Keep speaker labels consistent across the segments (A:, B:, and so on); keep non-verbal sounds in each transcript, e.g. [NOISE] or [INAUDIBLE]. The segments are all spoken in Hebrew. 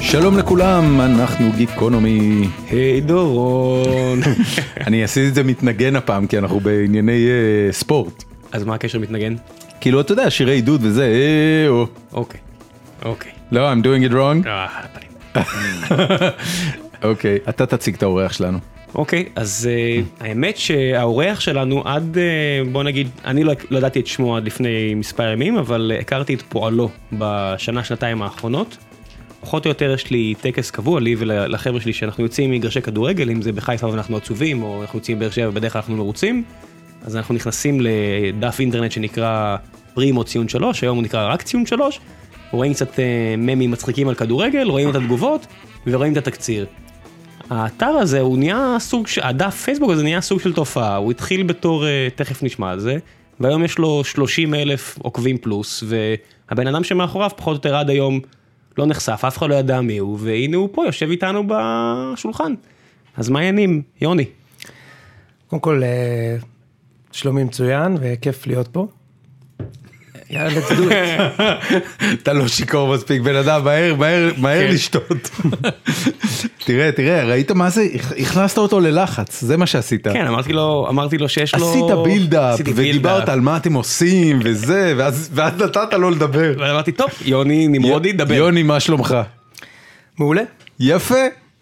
A: שלום לכולם, אנחנו גיקונומי.
B: היי דורון.
A: [LAUGHS] אני אעשה את זה מתנגן הפעם, כי אנחנו בענייני אה, ספורט.
B: אז מה הקשר מתנגן?
A: כאילו, אתה יודע, שירי עידוד וזה, אה, או...
B: אוקיי. אוקיי.
A: לא, I'm doing it wrong.
B: אה, על הפנים.
A: אוקיי, אתה תציג את האורח שלנו.
B: אוקיי, אז אה, האמת שהאורח שלנו עד, אה, בוא נגיד, אני לא לא ידעתי את שמו עד לפני מספר ימים, אבל אה, הכרתי את פועלו בשנה, שנתיים האחרונות. פחות או יותר יש לי טקס קבוע, לי ולחבר'ה שלי, שאנחנו יוצאים מגרשי כדורגל, אם זה בחיפה ואנחנו עצובים, או אנחנו יוצאים בבאר שבע ובדרך כלל אנחנו מרוצים, אז אנחנו נכנסים לדף אינטרנט שנקרא פרים או ציון 3, היום הוא נקרא רק ציון 3, רואים קצת אה, ממים מצחיקים על כדורגל, רואים את התגובות ורואים את התקציר. האתר הזה הוא נהיה סוג של, הדף פייסבוק הזה נהיה סוג של תופעה, הוא התחיל בתור, אה, תכף נשמע על זה, והיום יש לו 30 אלף עוקבים פלוס, והבן אדם שמאחוריו פחות או יותר עד היום לא נחשף, אף אחד לא ידע מי הוא, והנה הוא פה יושב איתנו בשולחן. אז מה העניינים, יוני?
C: קודם כל, אה, שלומי מצוין וכיף להיות פה. יאללה, let's do
A: [LAUGHS]
C: it.
A: אתה לא שיכור מספיק, בן אדם, מהר, מהר, מהר
B: כן.
A: לשתות. [LAUGHS] תראה, תראה, ראית מה זה? הכ- הכנסת אותו ללחץ, זה מה שעשית.
B: כן, אמרתי לו, אמרתי לו שיש לו...
A: עשית בילדאפ,
B: עשיתי
A: ודיברת על מה אתם עושים, וזה, ואז ואז נתת לו לדבר.
B: ואז אמרתי, טוב, יוני נמרודי, דבר.
A: יוני, מה שלומך?
C: מעולה,
A: יפה,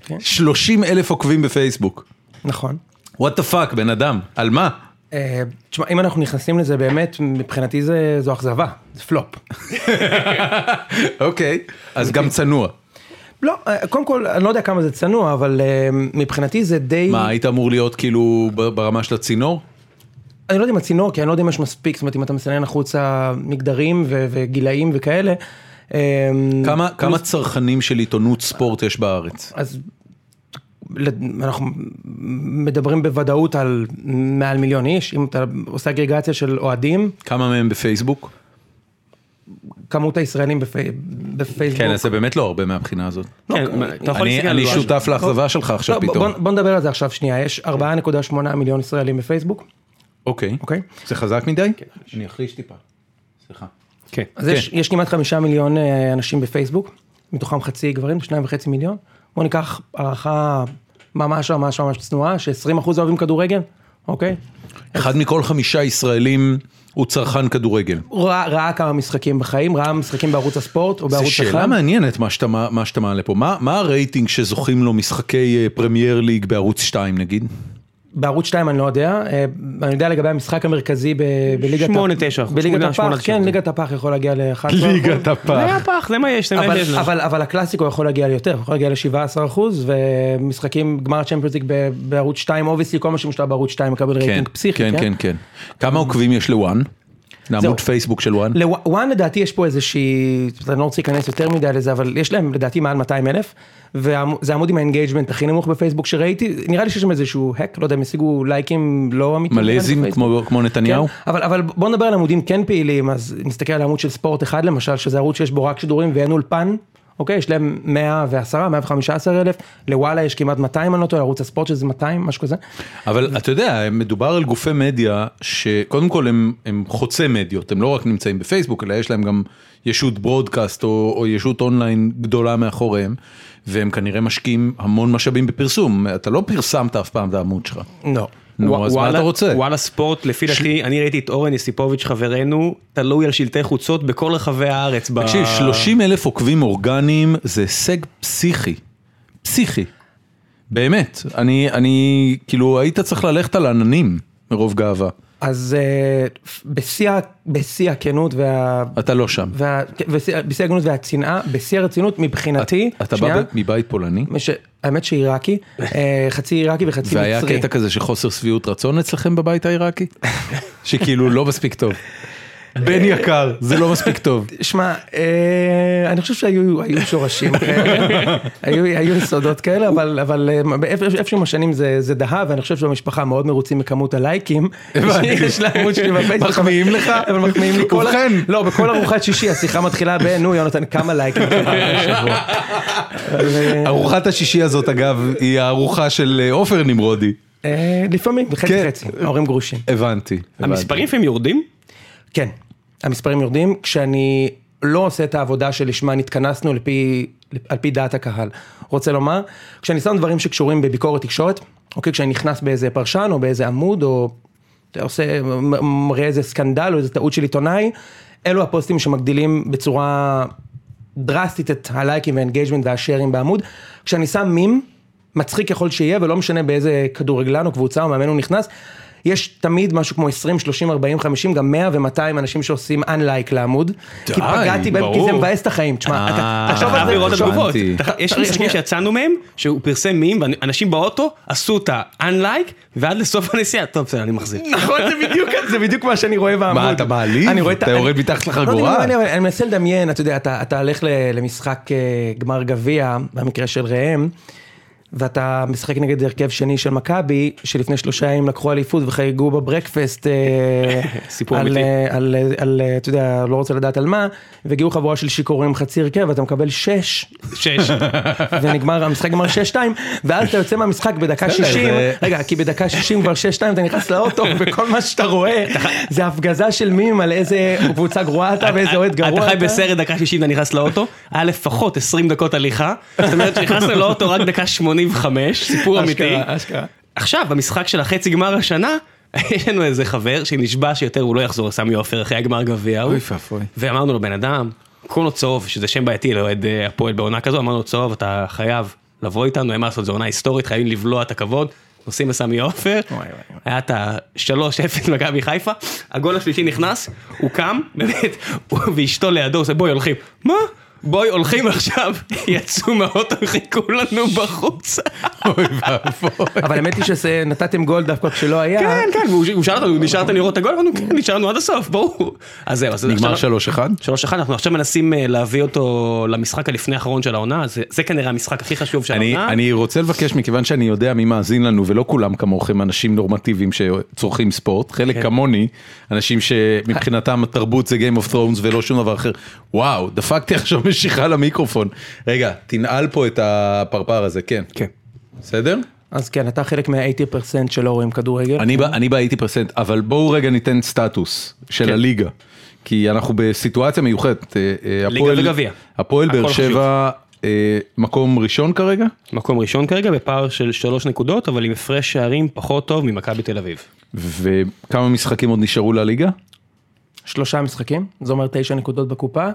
A: כן. 30 אלף עוקבים בפייסבוק.
C: נכון.
A: וואט דה פאק, בן אדם, על מה?
C: אה, תשמע, אם אנחנו נכנסים לזה באמת, מבחינתי זה, זו אכזבה, זה פלופ.
A: אוקיי, אז גם צנוע.
C: לא, אה, קודם כל, אני לא יודע כמה זה צנוע, אבל אה, מבחינתי זה די...
A: מה, היית אמור להיות כאילו ב- ברמה של הצינור?
C: אני לא יודע אם הצינור, כי אני לא יודע אם יש מספיק, זאת אומרת, אם אתה מסנן החוצה מגדרים ו- וגילאים וכאלה. אה,
A: כמה- כמה צרכנים של עיתונות ספורט יש בארץ?
C: אז ל- אנחנו מדברים בוודאות על מעל מיליון איש, אם אתה עושה אגרגציה של אוהדים,
A: כמה מהם בפייסבוק?
C: כמות הישראלים בפי- בפייסבוק.
A: כן, אז זה באמת לא הרבה מהבחינה הזאת.
B: כן, אתה יכול
A: אני-
B: להסתכל
A: אני
B: על זה.
A: שותף לאכזבה שלך עכשיו
C: לא, בוא,
A: פתאום.
C: בוא- בוא נדבר על זה עכשיו שנייה, יש 4.8 מיליון ישראלים בפייסבוק,
A: אוקיי.
C: אוקיי?
A: זה חזק מדי? אני אחליש טיפה. סליחה.
B: כן.
C: אז יש, יש כמעט 5 מיליון אה, אנשים בפייסבוק, מתוכם חצי גברים, 2.5 מיליון. בוא ניקח הערכה ממש ממש ממש צנועה, ש-20% אוהבים כדורגל, אוקיי?
A: אחד מכל חמישה ישראלים הוא צרכן כדורגל.
C: ראה, ראה כמה משחקים בחיים, ראה משחקים בערוץ הספורט או
A: זו
C: בערוץ
A: שאלה
C: אחד.
A: מעניינת מה שאתה, מה שאתה מעלה פה. מה, מה הרייטינג שזוכים לו משחקי אה, פרמייר ליג בערוץ 2 נגיד?
C: בערוץ 2 אני לא יודע, אה, אני יודע לגבי המשחק המרכזי ב- בליגת...
B: שמונה,
C: הפ-
B: תשע,
C: בליגת
B: שמונה, שמונה,
C: הפח,
B: תשע.
C: כן, ליגת הפח יכול להגיע ל-11%. [LAUGHS]
B: זה
A: הפח.
B: היה פח, זה מה יש, זה מה
C: אבל,
B: יש. לנו.
C: אבל, אבל הקלאסיקו יכול להגיע ליותר, הוא יכול להגיע ל-17 אחוז, ומשחקים גמר צ'מפיונס ליג ב- בערוץ 2, אובייסלי, כל מה שמושתל בערוץ 2 מקבל
A: כן,
C: רייטינג פסיכי,
A: כן, כן, כן. כמה עוקבים יש לוואן? לעמוד פייסבוק של וואן?
C: לוואן לדעתי יש פה איזושהי, אני לא רוצה להיכנס יותר מדי לזה, אבל יש להם לדעתי מעל 200 אלף, וזה העמוד עם האינגייג'מנט הכי נמוך בפייסבוק שראיתי, נראה לי שיש שם איזשהו האק, לא יודע, הם השיגו לייקים לא אמיתיים.
A: מלזים
C: בפייסבוק.
A: כמו, כמו נתניהו?
C: כן, אבל, אבל בוא נדבר על עמודים כן פעילים, אז נסתכל על עמוד של ספורט אחד למשל, שזה ערוץ שיש בו רק שידורים ואין אולפן, אוקיי, יש להם 110, 115 אלף, לוואלה יש כמעט 200, אני לא טועה, ערוץ הספורט שזה 200, משהו כזה.
A: אבל אתה יודע, מדובר על גופי מדיה שקודם כל הם, הם חוצי מדיות, הם לא רק נמצאים בפייסבוק, אלא יש להם גם ישות ברודקאסט או, או ישות אונליין גדולה מאחוריהם, והם כנראה משקיעים המון משאבים בפרסום, אתה לא פרסמת אף פעם את העמוד שלך.
C: לא.
A: נו, אז מה
B: וואלה-
A: אתה רוצה?
B: וואלה ספורט, לפי דעתי, אני ראיתי את אורן יסיפוביץ' חברנו, תלוי על שלטי חוצות בכל רחבי הארץ. ב-
A: תקשיב,
C: אה.
A: 30 אלף עוקבים אורגניים זה הישג פסיכי. פסיכי. באמת. אני, אני, כאילו, היית צריך ללכת על עננים מרוב גאווה.
C: אז אה, בשיא ה- בשיא הכנות וה...
A: אתה לא שם.
C: וה- בשיא- בשיא הגנות והצנעה, בשיא הרצינות מבחינתי,
A: אתה
C: שנייה,
A: בא ב- מבית פולני?
C: מש- האמת שעיראקי, אה, חצי עיראקי וחצי מצרי.
A: והיה קטע כזה של חוסר שביעות רצון אצלכם בבית
C: [LAUGHS]
A: העיראקי? שכאילו לא מספיק טוב. בן יקר, זה לא מספיק טוב.
C: שמע, אה, אני חושב שהיו היו שורשים
A: [LAUGHS]
C: כאלה, היו היו יסודות כאלה, אבל- אבל אה, באיפ- איפשהו עם השנים זה זה דהה, ואני חושב שהמשפחה מאוד מרוצים מכמות הלייקים
A: הבנתי.
C: שיש לעמוד שלי בפייסבוק.
A: מחמיאים
C: אבל-
A: לך?
C: אבל מחמיאים לי. כל ה-
A: ובכן.
C: לא, בכל ארוחת שישי השיחה מתחילה ב, נו יונתן, כמה לייקים. קיבלת השבוע?"
A: [LAUGHS]
C: אבל, אה,
A: [LAUGHS] ארוחת השישי הזאת, אגב, היא הארוחה של אה, עופר נמרודי.
C: אה, לפעמים,
A: כן.
C: חצי חצי, ההורים גרושים.
A: הבנתי. הבנתי.
B: המספרים לפעמים יורדים?
C: כן, המספרים יורדים, כשאני לא עושה את העבודה שלשמה נתכנסנו לפי, על פי דעת הקהל. רוצה לומר, כשאני שם דברים שקשורים בביקורת תקשורת, אוקיי, כשאני נכנס באיזה פרשן או באיזה עמוד או אתה עושה, מ- מראה איזה סקנדל או איזה טעות של עיתונאי, אלו הפוסטים שמגדילים בצורה דרסטית את הלייקים והאנגייג'מנט והשארים בעמוד. כשאני שם מים, מצחיק ככל שיהיה, ולא משנה באיזה כדורגלן או קבוצה או מאמן הוא נכנס, יש תמיד משהו כמו 20, 30, 40, 50, גם 100 ו-200 אנשים שעושים unlike לעמוד.
A: די,
C: כי פגעתי בהם, כי זה
A: ברור.
C: מבאס את החיים. תשמע,
A: אה,
C: אתה,
B: עכשיו
C: תחשוב על
B: אתה
C: זה,
B: לראות את
C: תחשוב-
B: התגובות.
A: הבנתי.
B: אתה- יש
C: שנייה.
B: משחקים שיצאנו מהם, שהוא פרסם מים, ואנשים באוטו עשו את ה-unlike, ועד לסוף הנסיעה, טוב בסדר אני
A: [LAUGHS]
B: מחזיר.
C: נכון, זה בדיוק, זה בדיוק מה שאני רואה בעמוד.
A: מה, אתה מעליב?
C: אני רואה את ה-
A: אתה יורד מתחת לחגורה?
C: לא יודע, לא, אני- אבל
B: אה.
C: אני מנסה לדמיין, אתה יודע, אתה אתה הולך ל- למשחק אה, גמר גביע, במקרה של ראם, ואתה משחק נגד הרכב שני של מכבי, שלפני שלושה ימים לקחו אליפות וחגגו בברקפסט, אה,
B: [LAUGHS] סיפור
C: על,
B: אמיתי.
C: אה, על, אה, על, אה, אתה יודע, לא רוצה לדעת על מה, והגיעו חבורה של שיכורים חצי הרכב, ואתה מקבל שש,
B: שש.
C: ונגמר, המשחק נגמר 6-2, ואז אתה יוצא מהמשחק בדקה 60,
A: זה-
C: רגע, כי בדקה 60 כבר 6-2 אתה נכנס לאוטו, וכל מה שאתה רואה זה הפגזה של מים על איזה קבוצה גרועה אתה ואיזה אוהד גרוע אתה.
B: אתה חי בסרט דקה 60 אתה נכנס לאוטו, היה לפחות 20 דקות הליכה, זאת אומרת שנכנסת לאוטו רק דקה 85, סיפור אמיתי.
C: אשכרה, אשכרה.
B: עכשיו במשחק של החצי גמר השנה, [LAUGHS] יש לנו איזה חבר שנשבע שיותר הוא לא יחזור לסמי עופר אחרי הגמר גביע ההוא.
A: אוי ואבוי.
B: ואמרנו לו בן אדם, קוראים לו צהוב, שזה שם בעייתי לאוהד אה, הפועל בעונה כזו, אמרנו לו צהוב אתה חייב לבוא איתנו, אין מה לעשות, זו עונה היסטורית, חייבים לבלוע את הכבוד. נוסעים לסמי עופר,
C: וואי, וואי.
B: היה את ה-3-0 מכבי חיפה, הגול השלישי נכנס, הוא קם, [LAUGHS] באמת, הוא ואשתו לידו, הוא עושה בואי הולכים, מה? בואי הולכים עכשיו, [LAUGHS] יצאו מהאוטו, חיכו לנו בחוץ.
A: אוי ואבוי.
C: אבל האמת היא שנתתם גול דווקא כשלא היה.
B: כן, כן, והוא והוא שאל אותנו, נשארת לראות את הגול? אמרנו, כן, נשארנו עד הסוף, ברור. אז זהו, אז
A: נגמר
B: עכשיו-
A: 3-1?
B: שלוש אחד אנחנו עכשיו מנסים אה, להביא אותו למשחק הלפני האחרון של העונה זה, זה כנראה המשחק הכי חשוב של
A: אני,
B: העונה.
A: אני רוצה לבקש, מכיוון שאני יודע מי מאזין לנו, ולא כולם כמוכם אנשים נורמטיביים שצורכים ספורט, חלק
B: כן.
A: כמוני, אנשים שמבחינתם התרבות זה Game of Thrones ולא שום דבר אחר. וואו, דפקתי עכשיו משיכה למיקרופון. רגע, תנעל פה את הפרפר הזה, כן.
B: כן.
A: בסדר?
C: אז כן, אתה חלק מה-80% שלא רואים כדורגל.
A: אני, בא- אני באיטי פרסנט, אבל בואו רגע ניתן סטטוס של
B: כן.
A: הליגה. כי אנחנו בסיטואציה מיוחדת. אה, אה,
B: ליגה
A: הפועל-
B: וגביע.
A: הפועל באר
B: הכל
A: שבע, אה, מקום ראשון כרגע?
B: מקום ראשון כרגע בפער של שלוש נקודות אבל עם הפרש שערים פחות טוב ממכבי תל אביב.
A: וכמה משחקים עוד נשארו לליגה?
C: שלושה משחקים, זה אומר תשע נקודות בקופה.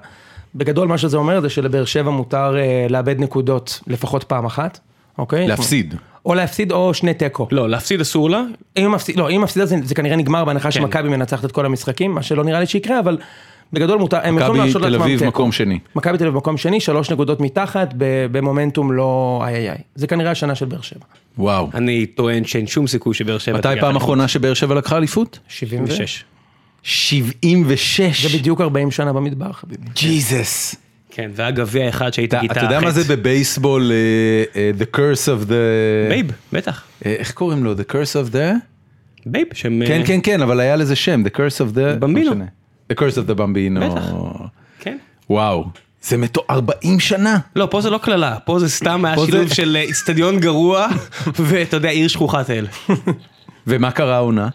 C: בגדול מה שזה אומר זה שלבאר שבע מותר אה, לאבד נקודות לפחות פעם אחת, אוקיי?
A: להפסיד.
C: או להפסיד או שני תיקו.
B: לא להפסיד אסור לה
C: אם מפסיד, לא, אם מפסידה זה, זה כנראה נגמר
A: כן.
C: בהנחה שמכבי מנצחת את כל המשחקים, מה שלא נראה לי שיקרה, אבל בגדול מותר, הם יכולים
A: מכבי
C: להרשות
A: תל
C: לעצמם
A: אביב
C: תיקו.
A: מקום שני.
C: מכבי תל אביב מקום שני, שלוש נקודות מתחת, ב- במומנטום לא איי איי איי. זה כנראה השנה של באר שבע.
A: וואו.
B: אני טוען שאין שום סיכוי שבאר שבע.
A: מתי
B: תגיע
A: פעם
B: לחלק.
A: אחרונה שבאר שבע לקחה אליפות?
C: 76.
B: 76.
A: 76.
C: זה בדיוק 40 שנה במדבר, חביבי.
A: ג'יזוס.
B: כן והיה גביע אחד שהיית
A: אתה
B: גיטה.
A: אתה יודע מה זה בבייסבול, אה, אה, The Curse of the...
B: בייב בטח
A: אה, איך קוראים לו? The Curse of the...
B: בייב אה, שם.
A: כן, כן, כן, אבל היה לזה שם, The Curse of the...
B: במבינו.
A: לא משנה. The Curse of the
B: בטח.
A: במבינו.
B: כן.
A: וואו. זה מתו 40 שנה.
B: לא פה זה לא קללה פה זה סתם היה
A: פה זה-
B: שילוב של אה, איצטדיון גרוע [LAUGHS] ואתה יודע עיר שכוחת אל.
A: ומה קרה העונה?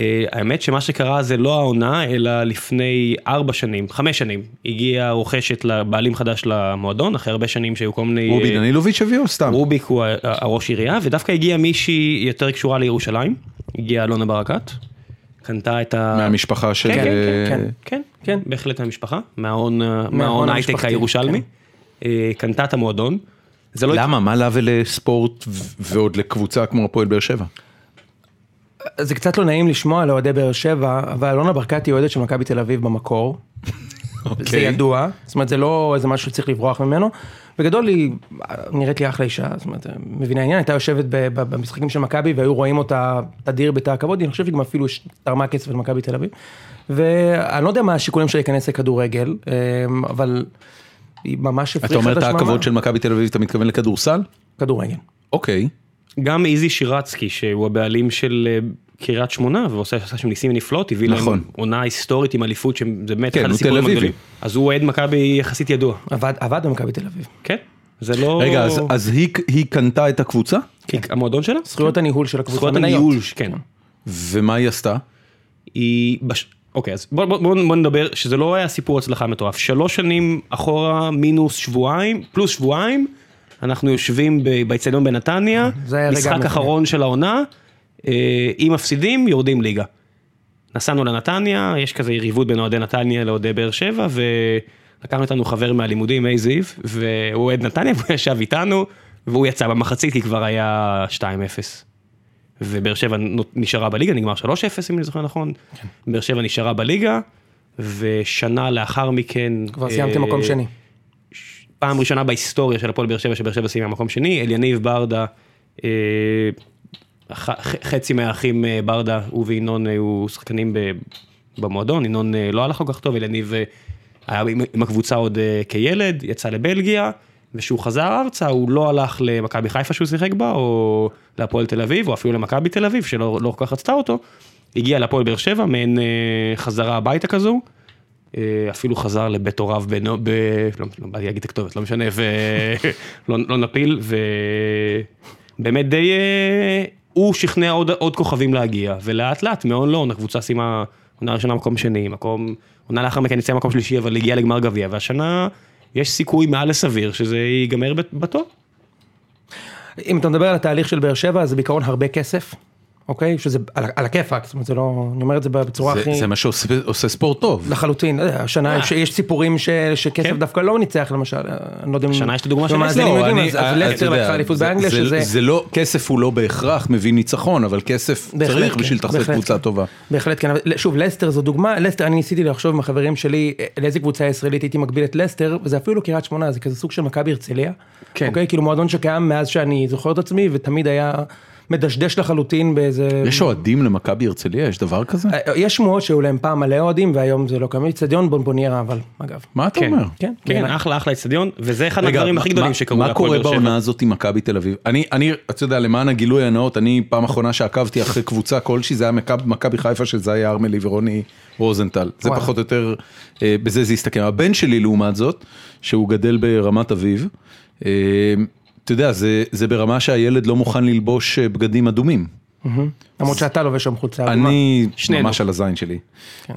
B: אה, האמת שמה שקרה זה לא העונה, אלא לפני ארבע שנים, חמש שנים, הגיעה רוכשת לבעלים חדש למועדון, אחרי הרבה שנים שהיו כל מיני...
A: רובי
B: אה,
A: דנילוביץ' הביא או סתם?
B: רוביק הוא ה- ה- הראש עירייה, ודווקא הגיעה מישהי יותר קשורה לירושלים, הגיעה אלונה ברקת, קנתה את ה...
A: מהמשפחה של...
B: כן, כן,
A: אה,
C: כן,
B: כן, כן, בהחלט מהמשפחה, מההון אה,
C: מההון
B: מההון הייטק
C: המשפחתי,
B: הירושלמי, אה, קנתה את המועדון. זה לא...
A: למה? מה לה ולספורט ו- ועוד לקבוצה כמו הפועל באר שבע?
C: זה קצת לא נעים לשמוע לאוהדי באר שבע, אבל אלונה ברקת היא אוהדת של מכבי תל אביב במקור. זה
A: אוקיי.
C: ידוע, זאת אומרת זה לא איזה משהו שצריך לברוח ממנו. בגדול היא אה, נראית לי אחלה אישה, זאת אומרת, אה, מבינה עניין, הייתה יושבת ב- ב- במשחקים של מכבי והיו רואים אותה תדיר בתא הכבוד, אני חושב שהיא גם אפילו ש- תרמה כסף למכבי תל אביב. ואני לא יודע מה השיקולים שלה להיכנס לכדורגל, אמ, אבל היא ממש
A: אתה
C: הפריחה
A: אומר
C: את
A: את
C: השממה.
A: הכבוד של מכבי תל אביב, אתה מתכוון לכדורסל?
C: כדורגל.
A: אוקיי.
B: גם איזי שירצקי שהוא הבעלים של אה, קריית שמונה ועושה עשה שם ניסים ונפלאות הביא
A: נכון.
B: להם עונה היסטורית עם אליפות שזה באמת
A: כן,
B: אחד
A: הוא
B: הסיפורים
A: תל אביבי.
B: הגדולים. אז הוא אוהד מכבי יחסית ידוע.
C: עבד, עבד במכבי תל אביב.
B: כן. זה לא...
A: רגע, אז- אז היא- היא קנתה את הקבוצה?
B: היא- המועדון שלה?
C: זכויות הניהול של הקבוצה.
B: זכויות
C: מניות.
B: הניהול, כן.
A: ומה היא עשתה?
B: היא בש... אוקיי, אז בוא, בוא, בוא, בוא נדבר, שזה לא היה סיפור הצלחה מטורף. שלוש שנים אחורה, מינוס שבועיים, פלוס שבועיים, אנחנו יושבים ב- באצטדיון בנתניה,
C: זה היה רגע
B: משחק
C: המכריע.
B: אחרון של העונה, אה, אם מפסידים, יורדים ליגה. נסענו לנתניה, יש כזה יריבות בין אוהדי נתניה לאוהדי באר שבע, ולקחנו איתנו חבר מהלימודים, מי זיו, והוא אוהד נתניה, והוא ישב איתנו, והוא יצא במחצית, כי כבר היה 2-0. ובאר שבע נו- נשארה בליגה, נגמר 3-0 אם אני זוכר נכון.
C: כן.
B: באר שבע נשארה בליגה, ושנה לאחר מכן...
C: כבר
B: אה,
C: סיימתם מקום שני.
B: פעם ראשונה בהיסטוריה של הפועל באר שבע שבאר שבע סיימה מקום שני, אליניב ברדה, אה, ח- ח- חצי מהאחים אה, ברדה, הוא וינון אה, היו שחקנים ב- במועדון, ינון אה, לא הלך כל כך טוב, אליניב אה, היה עם- עם הקבוצה עוד אה, כילד, יצא לבלגיה, וכשהוא חזר ארצה הוא לא הלך למכבי חיפה שהוא שיחק בה, או להפועל תל אביב, או אפילו למכבי תל אביב שלא לא כל כך רצתה אותו, הגיע להפועל באר שבע, מעין אה, חזרה הביתה כזו. אה, אפילו חזר לבית הוריו בנו, ב... לא, לא באתי להגיד את הכתובת, לא משנה, ולא [LAUGHS] לא נפיל, ובאמת די... אה, הוא שכנע עוד, עוד כוכבים להגיע, ולאט לאט, מהון להון, הקבוצה סיימה עונה ראשונה מקום שני, מקום... עונה לאחר מכן יצאה מקום שלישי, אבל הגיעה לגמר גביע, והשנה יש סיכוי מעל לסביר שזה ייגמר בת- בתואר.
C: אם אתה מדבר על התהליך של באר שבע, זה בעיקרון הרבה כסף, אוקיי? שזה על, על הכיפאק, זאת אומרת, זה לא, אני אומר את זה בצורה
A: זה,
C: הכי...
A: זה מה שעושה עושה ספורט טוב.
C: לחלוטין, לא יודע, השנה יש- יש סיפורים ש- שכסף
B: אה. כן.
C: דווקא לא ניצח למשל, אני לא יודע אם...
B: השנה יש את הדוגמה של
C: אם המאזינים
B: לסטר,
C: יודעים,
A: אני-
C: אז-
A: אה,
C: אז
A: אתה
C: לסטר
A: יודע,
C: לקחה אליפות
A: זה-
C: באנגליה,
A: זה-
C: שזה...
A: זה לא, כסף הוא לא בהכרח מביא ניצחון, אבל כסף
C: בהחלט
A: צריך
C: כן,
A: בשביל לתחזק
C: בהחלט
A: קבוצה
C: כן.
A: טובה.
C: בהחלט כן, אבל שוב, לסטר זו דוגמה, לסטר, אני ניסיתי לחשוב עם החברים שלי אה, לאיזה קבוצה ישראלית הייתי מגביל את לסטר, וזה אפילו לא קריית שמונה, זה כזה סוג של מכבי הרצליה.
B: כן.
C: אוקיי, כאילו מועדון שקיים מאז שאני זוכר את עצמי, ותמיד היה מדשדש לחלוטין באיזה...
A: יש אוהדים למכבי הרצליה? יש דבר כזה?
C: אה, יש שמועות שהיו להם פעם מלא אוהדים, והיום זה לא קיים, אצטדיון בונבוניירה אבל, אגב.
A: מה אתה
B: כן.
A: אומר?
C: כן,
B: כן, אחלה אחלה אצטדיון, וזה אחד הדברים הכי
A: מה-
B: גדולים
A: מה-
B: שקרו
A: מה קורה
B: להפועל באר
A: בעונה
B: שבע.
A: הזאת עם מכבי תל אביב? אני, אני, אתה יודע, למען הגילוי הנאות, אני פעם אחרונה שעקבתי אחרי קבוצה כלשהי, זה היה מכב- מכבי חיפה של זיה ארמלי ורוני רוזנטל. זה
C: וואלה.
A: פחות או יותר, אה, בזה זה הסתכם. הבן שלי, לעומת זאת, שהוא גדל ברמת אביב, אה, אתה יודע, זה, זה ברמה שהילד לא מוכן ללבוש אה, בגדים אדומים.
C: למרות שאתה לובש שם חולצה אדומה.
A: אני
B: שנינו.
A: ממש על הזין שלי. אמ,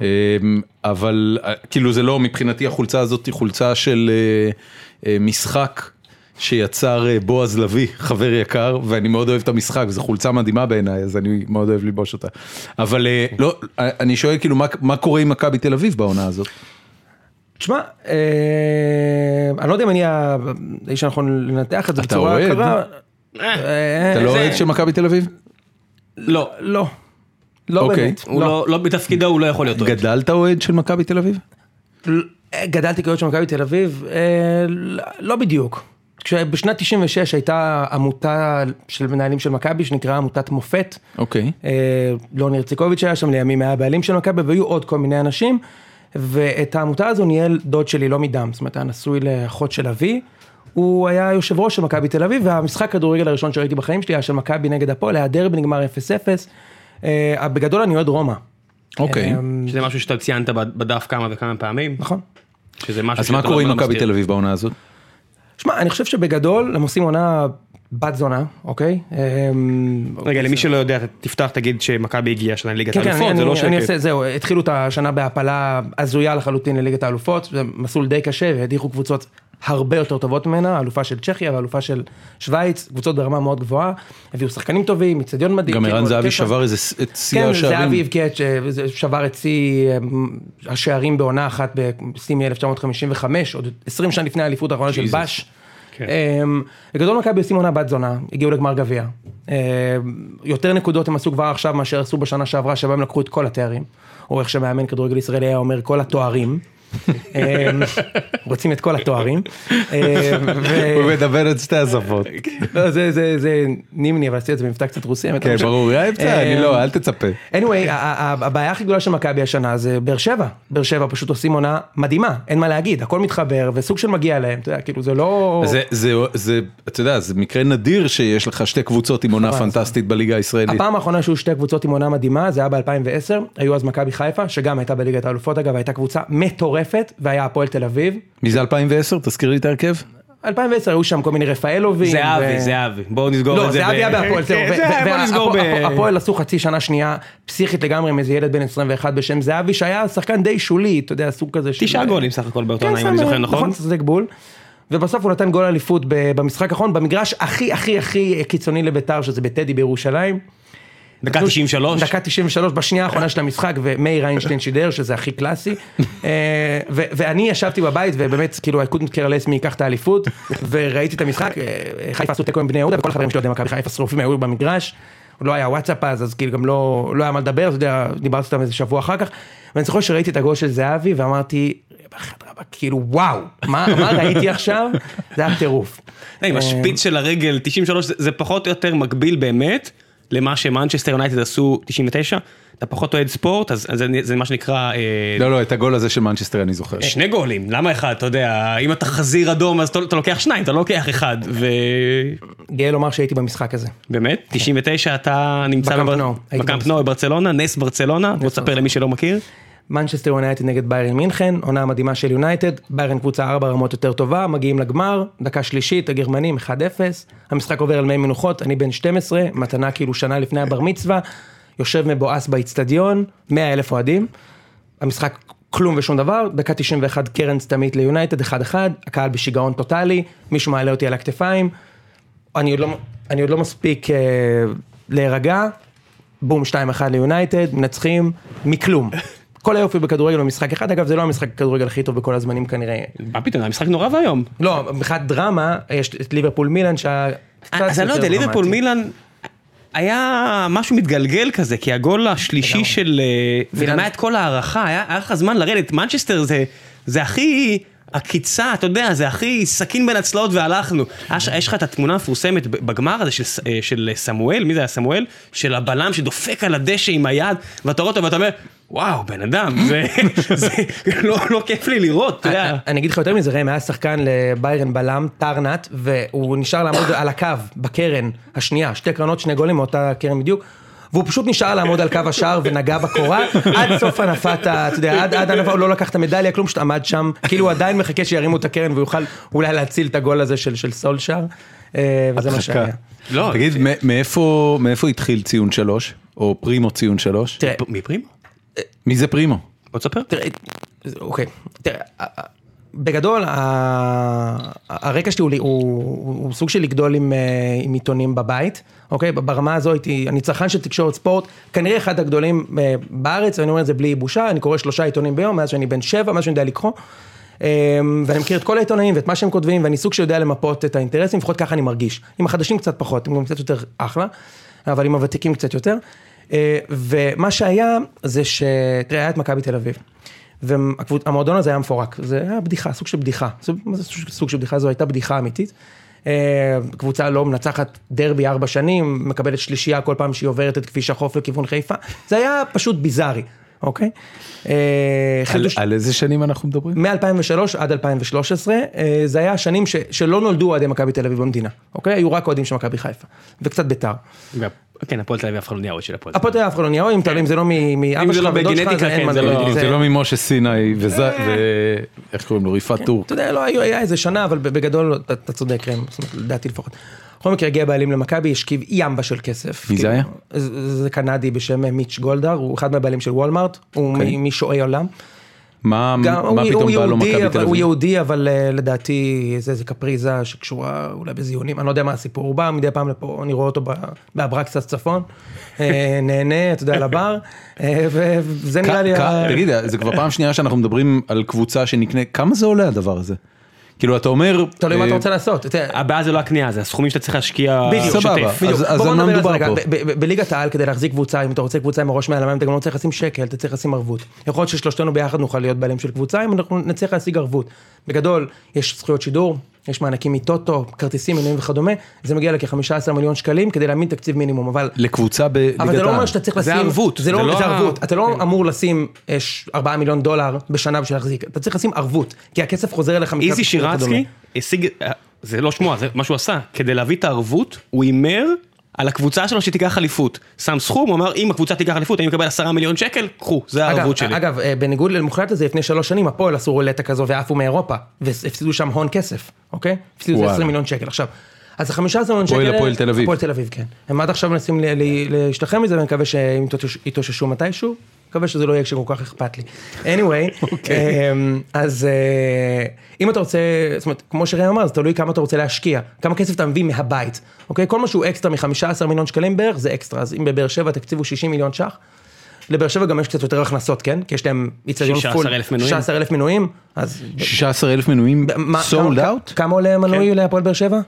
A: אבל אה, כאילו זה לא, מבחינתי החולצה הזאת היא חולצה של אה, אה, משחק שיצר אה, בועז לביא, חבר יקר, ואני מאוד אוהב את המשחק, וזו חולצה מדהימה בעיניי, אז אני מאוד אוהב ללבוש אותה. אבל אה, לא, אה, אני שואל כאילו, מה- מה קורה עם מכבי תל אביב בעונה הזאת?
C: תשמע, אה, אני לא יודע אם אני ה- האיש הנכון לנתח את זה
A: אתה
C: בצורה
A: אוהד?
C: קרה.
B: אה,
A: אתה לא אוהד של מכבי תל אביב?
C: לא. לא. לא
A: אוקיי.
C: באמת.
B: הוא
C: לא.
B: לא, לא בתפקידו, הוא לא יכול להיות אוהד.
A: גדלת אוהד של מכבי תל אביב?
C: אה, גדלתי כאוהד של מכבי תל אביב, אה, לא- לא בדיוק. כשבשנת 96 הייתה עמותה של מנהלים של מכבי שנקראה עמותת מופת.
A: אוקיי.
C: אה, לוני הרציקוביץ' היה שם, לימים היה הבעלים של מכבי, והיו עוד כל מיני אנשים. ואת העמותה הזו ניהל דוד שלי, לא מדם, זאת אומרת, היה נשוי לאחות של אבי. הוא היה יושב ראש של מכבי תל אביב, והמשחק כדורגל הראשון שראיתי בחיים שלי היה של מכבי נגד הפועל, היה דרבי, נגמר 0-0. אה, בגדול אני אוהד רומא.
A: אוקיי.
C: אה,
B: שזה משהו שאתה ציינת בדף כמה וכמה פעמים,
C: נכון.
B: שזה משהו
A: אז מה
B: שאתה לא
A: קורה עם
B: מסתיר.
A: מכבי תל אביב בעונה הזאת?
C: שמע, אני חושב שבגדול הם עושים עונה בת זונה, אוקיי? אמ,
B: רגע, למי שלא יודע, ת- תפתח, תגיד שמכבי הגיעה שנה לליגת
C: כן, כן,
B: האלופות,
C: אני,
B: זה
C: אני,
B: לא
C: אני
B: שקט.
C: עושה, זהו, התחילו את השנה בהעפלה הזויה לחלוטין לליגת האלופות, זה מסלול די קשה, והדיחו קבוצות הרבה יותר טובות ממנה, אלופה של צ'כיה ואלופה של שווייץ, קבוצות ברמה מאוד גבוהה, הביאו שחקנים טובים, אצטדיון מדהים.
A: גם
C: כאילו,
A: ערן
C: עוד
A: זהבי
C: כיף.
A: שבר איזה ס- את שיא
C: כן,
A: השערים.
C: זהבי הבקיע, את ש- זה שבר את שיא אה, השערים בעונה אחת בשיא מ-1955, עוד 20 שנה לפני האליפות האחרונה של
A: Jesus.
C: בש.
B: כן.
C: אמ, בגדול מכבי עושים עונה בת זונה, הגיעו לגמר גביע. אמ, יותר נקודות הם עשו כבר עכשיו מאשר עשו בשנה שעברה, שבה הם לקחו את כל התארים. או איך שמאמן כדורגל ישראלי היה אומר, כל התוארים.
A: [LAUGHS]
C: אמ, רוצים את כל התוארים. אמ, ו-
A: הוא מדבר את שתי השפות.
C: לא, זה- זה זה נימני, אבל עשיתי את זה במבטא קצת רוסי. האמת,
A: כן,
C: לא משנה.
A: ברור, היה אמצע, אני
C: אה,
A: לא, אל תצפה.
C: anyway, ה- ה- ה- הבעיה הכי גדולה של מכבי השנה זה באר שבע. באר שבע פשוט עושים עונה מדהימה, אין מה להגיד, הכל מתחבר וסוג של מגיע להם, אתה יודע, כאילו זה לא...
A: זה, זה, זה, אתה יודע, זה מקרה נדיר שיש לך שתי קבוצות עם עונה פנטסטית בליגה הישראלית.
C: הפעם האחרונה שהיו שתי קבוצות עם עונה מדהימה, זה היה ב-2010, היו אז מכבי חיפה, שגם הייתה בליגת האלופות אגב, הייתה קבוצה מטורפת, והיה הפועל תל אביב.
A: מי זה 2010? תזכיר לי את ההרכב.
C: 2010 היו שם כל מיני רפאלובים.
B: זהבי,
C: ו-
B: זהבי, בואו נסגור
C: לא,
B: את זה.
C: זהבי היה בהפועל, זהו.
B: כן, [LAUGHS]
C: ו-
B: זה היה,
C: ו-
B: בואו נסגור ב...
C: והפועל- הפועל עשו חצי שנה שנייה פסיכית לגמרי עם איזה ילד בן 21 בשם זהבי, שהיה שחקן די שולי, אתה יודע, סוג כזה. של-
B: תשעה גולים סך הכל באותו עונה, אם
C: שם,
B: אני זוכר נכון.
C: נכון, צודק בול. ובסוף הוא נתן גול אליפות ב- במשחק האחרון, במגרש הכי הכי הכי קיצוני לביתר, שזה בטדי בירושלים.
B: דקה 93.
C: דקה 93 בשנייה האחרונה של המשחק, ומאיר איינשטיין שידר, שזה הכי קלאסי. אה, ו- ואני ישבתי בבית, ובאמת, כאילו, היקוד קרלס מי ייקח את האליפות, וראיתי את המשחק, אה, חיפה עשו תיקו עם בני יהודה, וכל החברים שלי אוהדי מכבי חיפה שרופים היו במגרש. לא היה וואטסאפ אז, אז כאילו גם לא, לא היה מה לדבר, אתה יודע, דיברתי איתם איזה שבוע אחר כך. ואני זוכר שראיתי את הגול של זהבי, ואמרתי, "אדרבה, כאילו וואו, מה, מה ראיתי עכשיו? זה היה טירוף.
B: אה, עם השפיץ של הרגל 93 זה- זה פחות או יותר מקביל באמת למה שמנצ'סטר יונייטד עשו 99 אתה פחות אוהד ספורט אז אז זה- זה מה שנקרא אה,
A: לא, לא, את הגול הזה של מנצ'סטר אני זוכר.
C: אה,
B: כן. שני גולים למה אחד אתה יודע אם אתה חזיר אדום אז אתה אתה לוקח שניים אתה לא לוקח אחד ובאמת
C: גאה לומר שהייתי במשחק הזה.
B: 99 אתה נמצא
C: בקמפ
B: בבר-
C: כן. נו, הייתי
B: בקמפ נו בברצלונה נס ברצלונה בוא תספר למי שלא מכיר
C: מנצ'סטר יונייטד נגד ביירן מינכן, עונה מדהימה של יונייטד, ביירן קבוצה ארבע רמות יותר טובה, מגיעים לגמר, דקה שלישית, הגרמנים 1-0, המשחק עובר על מי מנוחות, אני בן 12, מתנה כאילו שנה לפני הבר מצווה, יושב מבואס באיצטדיון, 100 אלף אוהדים, המשחק כלום ושום דבר, דקה 91 קרן סתמית ליונייטד, 1-1, הקהל בשיגעון טוטאלי, מישהו מעלה אותי על הכתפיים, אני עוד לא, אני עוד לא מספיק אה, להירגע, בום 2-1 ליונייטד, מנצחים, מכלום. כל היופי בכדורגל במשחק אחד, אגב זה לא המשחק הכדורגל הכי טוב בכל הזמנים כנראה.
B: מה פתאום היה משחק נורא ואיום
C: לא, מבחינת דרמה, יש את ליברפול מילאן שהיה קצת
B: אז אני לא יודע,
C: יותר
B: ליברפול
C: דרמטי.
B: מילאן היה משהו מתגלגל כזה, כי הגול השלישי של... אה, זה גם היה את כל ההערכה, היה היה לך זמן לרדת. מנצ'סטר זה- זה הכי... עקיצה, אתה יודע, זה הכי סכין בין הצלעות והלכנו. יש- יש לך את התמונה המפורסמת ב- בגמר הזה של ס- אה, של סמואל, מי זה היה סמואל? של הבלם שדופק על הדשא עם היד, ואתה רואה אותו ואתה אומר, וואו, בן אדם, זה זה לא לא כיף לי לראות, אתה יודע.
C: אני- אני אגיד לך יותר מזה, ראם היה שחקן לביירן בלם, טרנט, והוא נשאר לעמוד על הקו, בקרן השנייה, שתי קרנות, שני גולים מאותה קרן בדיוק. והוא פשוט נשאר לעמוד על קו השער ונגע בקורה, עד סוף הנפת, ה- אתה יודע, עד, עד הנפה הוא לא לקח את המדליה, כלום, פשוט עמד שם, כאילו הוא עדיין מחכה שירימו את הקרן ויוכל אולי להציל את הגול הזה של, של סולשאר, אה, וזה מה שהיה. אה.
B: לא,
A: תגיד, מ- מאיפה מאיפה התחיל ציון שלוש? או פרימו ציון שלוש?
C: תראה,
B: מי פרימו?
A: מי זה פרימו?
B: בוא תספר.
C: תראה, אוקיי, תראה, בגדול ה- הרקע שלי הוא, לי- הוא, הוא, הוא סוג של לגדול עם, אה, עם עיתונים בבית, אוקיי? ברמה הזו הייתי, אני צרכן של תקשורת ספורט, כנראה אחד הגדולים אה, בארץ, ואני אומר את זה בלי בושה, אני קורא שלושה עיתונים ביום, מאז שאני בן שבע, מאז שאני יודע לקרוא. אה, ואני מכיר את כל העיתונאים ואת מה שהם כותבים, ואני סוג שיודע למפות את האינטרסים, לפחות ככה אני מרגיש. עם החדשים קצת פחות, הם גם קצת יותר אחלה, אבל עם הוותיקים קצת יותר. אה, ומה שהיה, זה ש... תראה, היה את מכבי תל אביב. והמועדון הזה היה מפורק, זה היה בדיחה, סוג של בדיחה, סוג- מה זה סוג- סוג של בדיחה, זו הייתה בדיחה אמיתית. אה, קבוצה לא מנצחת דרבי ארבע שנים, מקבלת שלישייה כל פעם שהיא עוברת את כביש החוף לכיוון חיפה, זה היה פשוט ביזארי, אוקיי? אה,
A: על-
C: חידוש-
A: על איזה שנים אנחנו מדברים?
C: מ-2003 עד 2013, אה, זה היה השנים ש- שלא נולדו אוהדי מכבי תל אביב במדינה, אוקיי? היו רק אוהדים של מכבי חיפה, וקצת ביתר.
B: וה- כן, הפועל תל אביב אף אחד לא נהיה אוהד של הפועל. תל אביב.
C: הפועל תל אביב אף אחד לא נהיה אוהד, אם אתה- אם זה לא מ- מאבא
B: זה
C: שלך
B: לא
C: ודוד שלך,
B: בגנטיקה,
C: זה אה. אין
B: כן,
C: מה
B: זה לא-
C: לדבר.
A: זה לא ממשה סיני וזה- ו... איך קוראים לו? ריפת טור.
C: אתה יודע, לא היה, היה איזה שנה, אבל בגדול אתה, אתה צודק, ראם, זאת אומרת, לדעתי לפחות. בכל מקרה הגיע בעלים למכבי, השכיב ימבה של כסף.
A: מי זה
C: כאילו,
A: היה?
C: זה, זה קנדי בשם מיץ' גולדהר, הוא אחד מהבעלים של וולמארט, הוא
A: אוקיי.
C: מ- משועי עולם.
A: מה
C: גם-
A: מה
C: הוא- הוא
A: פתאום בא לו
C: יהודי,
A: מכבי
C: אבל-
A: תל
C: הוא
A: אביב?
C: יהודי, אבל אה, לדעתי זה איזה קפריזה שקשורה אולי בזיונים, אני לא יודע מה הסיפור, הוא בא מדי פעם לפה, אני רואה אותו ב- באברקסס צפון, אה, [LAUGHS] נהנה, אתה יודע, לבר, אה, ו- וזה נראה לי...
A: כ-
C: ה-
A: כ- תגיד, זה כבר פעם שנייה שאנחנו מדברים על קבוצה שנקנה, כמה זה עולה הדבר הזה? כאילו, אתה אומר...
C: תלוי מה אתה
A: אה,
C: רוצה לעשות. אתה יודע,
B: הבעיה זה לא הקנייה, זה הסכומים שאתה צריך להשקיע
A: בדיוק. אה, סבבה. אז-
B: שוטף.
C: בדיוק.
A: אז
C: בוא
A: על מה
C: נדבר
A: מדובר
C: רגע.
A: פה?
C: ב- ב- בליגת העל כדי להחזיק קבוצה, אם אתה רוצה קבוצה עם הראש מעל המים, אתה גם לא צריך לשים שקל, אתה צריך לשים ערבות. יכול להיות ששלושתנו ביחד נוכל להיות בעלים של קבוצה, אם אנחנו נצליח להשיג ערבות. בגדול, יש זכויות שידור, יש מענקים מטוטו, כרטיסים, מנויים וכדומה, זה מגיע לכ-15 מיליון שקלים כדי להעמיד תקציב מינימום, אבל...
A: לקבוצה בליגת העל.
C: אבל זה לא אומר שאתה צריך
B: זה
C: לשים,
B: ערבות,
C: זה
B: זה
C: לא,
B: לא
C: זה
B: ה-
C: ערבות, אתה
A: כן.
C: לא אמור לשים אה, ש- 4 מיליון דולר בשנה בשביל להחזיק, אתה צריך לשים ערבות, כי הכסף חוזר אליך מכרטיסים
B: איזי
C: וכדומה.
B: שירצקי השיג, זה לא שמוע, זה מה שהוא עשה, כדי להביא את הערבות, הוא הימר על הקבוצה שלו שתיקח אליפות. שם סכום, הוא אמר, אם הקבוצה תיקח אליפות, אני מקבל עשרה מיליון שקל, קחו, זה
C: אגב,
B: הערבות שלי.
C: אגב, אה, בניגוד למוחלט לזה, לפני שלוש שנים הפועל עשו רולטה כזו ועפו מאירופה, והפסידו שם הון כסף, אוקיי? הפסידו איזה
A: וואלה.
C: 20 מיליון שקל. עכשיו, אז ה-15 מיליון
A: הפועל-
C: שקל... האלה-
A: הפועל תל אביב.
C: הפועל תל אביב, כן. הם עד עכשיו מנסים ל- ל- להשתחרר מזה, ואני מקווה שהם יתאושש- יתאוששו מתישהו. מקווה שזה לא יהיה כשכל כך אכפת לי.
A: [LAUGHS]
C: anyway,
A: אוקיי.
C: אמ, אז אה, אם אתה רוצה, זאת אומרת, כמו שראם אמר, זה תלוי כמה אתה רוצה להשקיע, כמה כסף אתה מביא מהבית, אוקיי? כל מה שהוא אקסטרה מ-15 מיליון שקלים בערך זה אקסטרה, אז אם בבאר שבע התקציב הוא 60 מיליון ש"ח, לבאר שבע גם יש קצת יותר הכנסות, כן? כי יש להם איצטדיון פול.
B: 16,000 מנויים.
C: 16,000 מנויים. אז...
A: 16 אלף מנויים
C: מה-
A: סולד
C: כמה-
A: אאוט?
C: כמה
B: כן.
C: עולה מנוי להפועל באר שבע?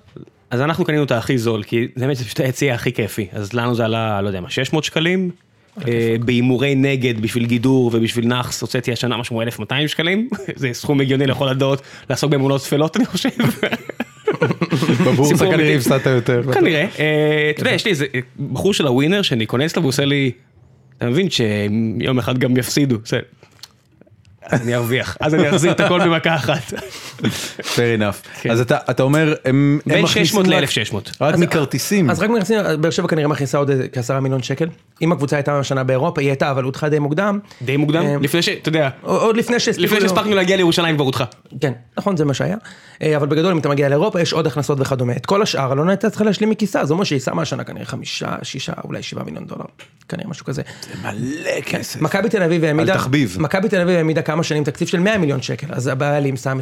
B: אז אנחנו קנינו את הכי זול, כי זה באמת זה פשוט היציע הכי כיפי. אז לנו זה עלה, לא יודע מה, 600 שקלים. אה, בהימורי נגד בשביל גידור ובשביל נאחס הוצאתי השנה משהו כמו 1200 שקלים, [LAUGHS] זה סכום הגיוני לכל הדעות, לעסוק באמונות טפלות אני חושב.
A: בבורסה
B: סיפור
A: כנראה
B: אמיתי.
A: הפסדת יותר.
C: [LAUGHS]
B: כנראה. אה, אתה יודע,
A: כן.
B: יש לי איזה בחור של הווינר שאני כונס אליו והוא עושה לי, אתה מבין שיום אחד גם יפסידו. זה- אז אני ארוויח, אז אני אחזיר את הכל במכה אחת.
A: Fair enough.
B: כן.
A: אז אתה אתה אומר, הם הם
B: בין
A: מכניסים
B: 600
A: רק-
B: ל-1600.
A: רק
C: אז-
A: מכרטיסים.
C: אז רק מרצים, באר שבע כנראה מכניסה עוד איזה כעשרה מיליון שקל. אם הקבוצה הייתה השנה באירופה, היא הייתה, אבל הודחה די מוקדם.
B: די מוקדם,
C: אה,
B: לפני ש... אתה יודע,
C: עוד לפני שהספיקו...
B: לפני
A: לא-
C: לו-
B: שהספקנו להגיע לירושלים כבר אותך.
C: כן, נכון, זה מה שהיה. אה, אבל בגדול, אם אתה מגיע לאירופה, יש עוד הכנסות וכדומה. את כל השאר, אלונה הייתה צריכה להשלים מכיסה, זה אומר שהיא שמה השנה כנראה חמישה, שישה, אולי שבעה מיליון דולר. כנראה משהו כזה.
A: מלא כסף.
C: מכבי תל אביב העמידה,
A: על תחביב.
C: מכבי תל אביב העמידה כמה שנים תקציב של 100 מיליון שקל, אז הבעלים שם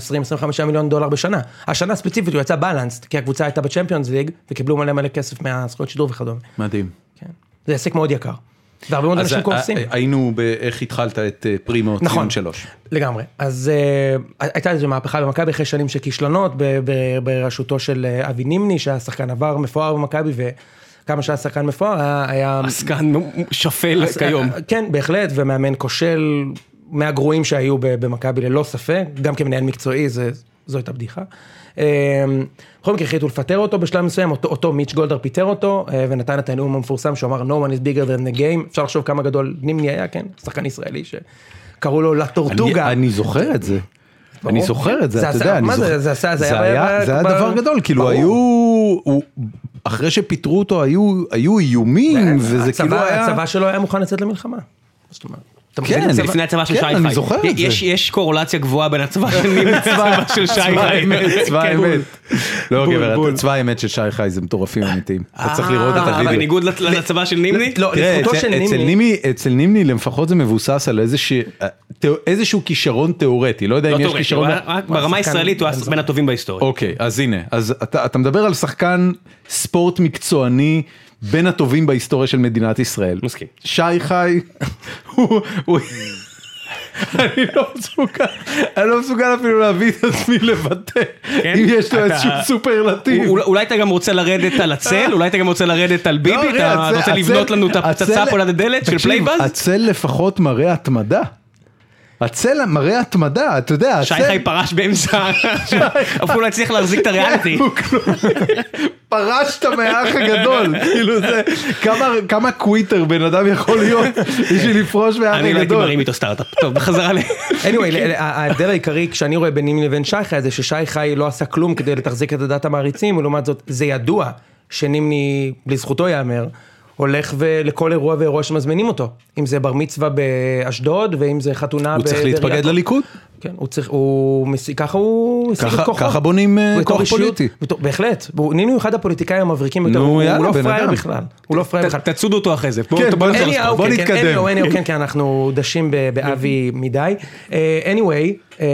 C: 20-25 מיליון דולר בשנה. השנה ספציפית הוא יצא בלנסט, כי הקבוצה הייתה בצ'מפיונס ליג, וקיבלו מלא מלא כסף מהזכויות שידור וכדומה.
A: מדהים.
C: כן. זה עסק מאוד יקר. והרבה מאוד
A: אז
C: אנשים
A: ה-
C: קורסים.
A: ה- היינו באיך התחלת את אה, פרימו ציון
C: נכון.
A: שלוש.
C: לגמרי. אז אה, הייתה איזו מהפכה במכבי אחרי שנים של כישלונות ב- ב- בראשותו של אה, אבי נימני, שהיה שחקן עבר מפואר במכבי, וכמה שהיה שחקן מפואר היה... היה...
B: עסקן שפל
C: אז-
B: כיום.
C: אה, כן, בהחלט, ומאמן כושל מהגרועים שהיו ב- במכבי ללא ספק, גם כמנהל מקצועי, זה, זו הייתה בדיחה. אה, בכל מקרה החליטו לפטר אותו בשלב מסוים, אותו, אותו מיץ' גולדהר פיטר אותו, אה, ונתן את הנאום המפורסם שהוא אמר no one is bigger than the game, אפשר לחשוב כמה גדול נימני היה, כן, שחקן ישראלי שקראו לו לטורטוגה.
A: אני זוכר את זה.
C: ברור.
A: אני זוכר את זה,
C: זה
A: אתה
C: עשה-
A: יודע, אני
C: מה זה,
A: זוכר.
C: זה עשה- זה היה ב-
A: זה היה
C: ב-
A: דבר
C: ב-
A: גדול, כאילו
C: ברור.
A: היו, הוא- אחרי שפיטרו אותו היו- היו איומים, וזה
C: הצבא-
A: כאילו היה...
C: הצבא שלו היה מוכן לצאת למלחמה. זאת אומרת. אתה
A: כן,
C: מחזיק את
B: זה
A: אבל-
B: לפני הצבא של
A: כן,
B: שי חי.
A: אני זוכר את
B: יש-
A: זה.
B: יש קורולציה גבוהה בין
A: [LAUGHS]
B: הצבא של נימני לצבא של [LAUGHS] שי
A: צבא
B: חי.
A: האמת, צבא
B: כן.
A: האמת. לא
B: בול,
A: גבר,
B: בול.
A: אתה- צבא האמת של שי חי זה מטורפים אמיתיים. אתה צריך לראות את
B: אה,
A: הוידאו.
B: בניגוד לצ- לצבא של נימני?
C: לא,
A: תראה,
C: לזכותו
A: אצל-
C: של
A: אצל
C: נימני,
A: נימני, אצל נימני לפחות זה מבוסס על איזה ש- אה, תא- איזשהו כישרון תיאורטי, לא יודע
B: לא
A: אם יש
B: תורש,
A: כישרון...
B: רק ברמה
C: שחקן-
B: הישראלית הוא
C: אין
B: בין הטובים בהיסטוריה.
A: אוקיי, אז הנה, אז אתה, אתה מדבר על שחקן ספורט מקצועני בין הטובים בהיסטוריה של מדינת ישראל.
B: מסכים.
A: שי חי, [LAUGHS] הוא... הוא... אני לא מסוגל, אני לא מסוגל אפילו להביא את עצמי לבטא,
B: כן?
A: אם יש לו
B: אתה-
A: איזשהו סופרלטיב.
B: אול- אולי אתה גם רוצה לרדת על הצל? אולי אתה גם רוצה לרדת על
A: לא,
B: ביבי?
A: הרי
B: אתה
A: הצל-
B: רוצה
A: הצל-
B: לבנות לנו את הפצצה
A: הצל-
B: פה ליד הדלת של
A: תקשיב,
B: פלייבאז?
A: הצל לפחות מראה התמדה. הצל מראה התמדה, אתה יודע,
B: שי
A: הצל
B: חי
A: [LAUGHS]
B: פרש באמצע, אפילו לא הצליח להחזיק את הריאליטי.
A: כן, הוא כלום. פרשת מהאח
B: [LAUGHS]
A: הגדול, כאילו זה, כמה, כמה קוויטר בן אדם יכול להיות בשביל לפרוש מהאח
B: אני לא הייתי
A: הגדול.
B: מרים איתו סטארט-אפ. טוב, בחזרה ל...
C: anyway, ל- ה- ההבדל העיקרי כשאני רואה בין נימני לבין שי חי זה ששי חי לא עשה כלום כדי לתחזיק את עדת המעריצים, ולעומת זאת זה ידוע שנימני, לזכותו ייאמר, הולך ו- לכל אירוע ואירוע שמזמינים אותו. אם זה בר מצווה באשדוד, ואם זה חתונה...
A: הוא צריך
C: בבאר
A: להתפקד
C: יעקב.
A: לליכוד?
C: כן, הוא צריך, הוא, משיג- ככה הוא השיג
A: ככה-
C: את כוחו.
A: ככה בונים, אה,
C: הוא בתור
A: כוח
C: אישיות-
A: פוליטי.
C: בתור- בהחלט, הוא- נימני הוא אחד הפוליטיקאים המבריקים יותר,
A: נו,
C: הוא
A: יאללה,
C: לא
A: בן
C: פראייר
A: אדם.
C: בכלל, הוא לא פראייר בכלל.
B: תצודו אותו אחרי זה. בואו-
A: כן,
B: בואו
A: בוא
B: נחזור
A: נחזור
C: anyhow,
A: לספורט. בוא
C: כן,
A: נתקדם.
C: כן, anyhow, anyhow, כן, כן, אנחנו דשים ב- באבי מדי. אה, anyway, אה,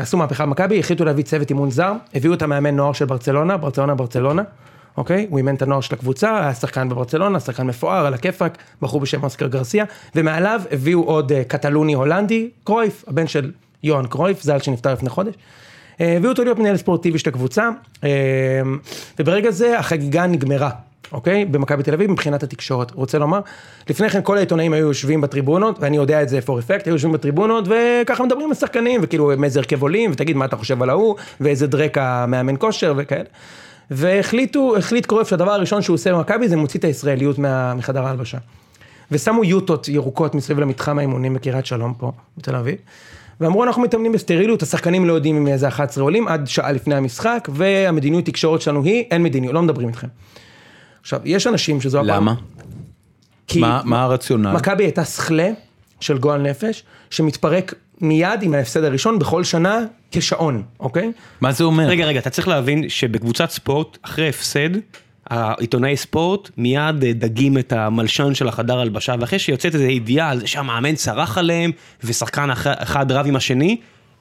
C: עשו מהפכה במכבי, החליטו להביא צוות אימון זר, הביאו את המאמן נוער של ברצלונה, ברצלונה ברצלונה, אוקיי? הוא אימן את הנוער של הקבוצה, היה שחקן בברצלונה, שחקן מפואר, על הכיפאק, בחור בשם אוסקר גרסיה, ומעליו הביאו עוד אה, קטלוני הולנדי, קרויף, הבן של יוהאן קרויף, ז"ל שנפטר לפני חודש. אה, הביאו אותו להיות מנהל ספורטיבי של הקבוצה, אה, וברגע זה החגיגה נגמרה, אוקיי? במכבי תל אביב מבחינת התקשורת. רוצה לומר, לפני כן כל העיתונאים היו יושבים בטריבונות, ואני יודע את זה for effect, היו יושבים בטריבונות, וככה מדברים עם השחקנים, וכאילו מאיזה הרכב עולים, ותגיד מה אתה חושב על ההוא, ואיזה דרק המאמן כושר וכאלה. והחליטו, החליט קרויף שהדבר הראשון שהוא עושה במכבי זה מוציא את הישראליות מה, מחדר ההלבשה. ושמו יוטות ירוקות מסביב למתחם האימונים בקריית שלום פה, בתל אביב. ואמרו אנחנו מתאמנים בסטריליות, השחקנים לא יודעים מאיזה 11 עולים עד שעה לפני המשחק, והמדיניות תקשורת שלנו היא, אין מדיניות, לא מדברים איתכם. עכשיו, יש אנשים שזו הפעם...
A: למה?
C: כי
A: מה- מה הרציונל?
C: מכבי הייתה שכלה של גועל נפש, שמתפרק מיד עם ההפסד הראשון בכל שנה כשעון, אוקיי?
A: מה זה אומר?
B: רגע, רגע, אתה צריך להבין שבקבוצת ספורט, אחרי הפסד, העיתונאי ספורט מיד אה, דגים את המלשן של החדר הלבשה, ואחרי שיוצאת איזו ידיעה על זה שהמאמן צרח עליהם, ושחקן אח- אחד רב עם השני,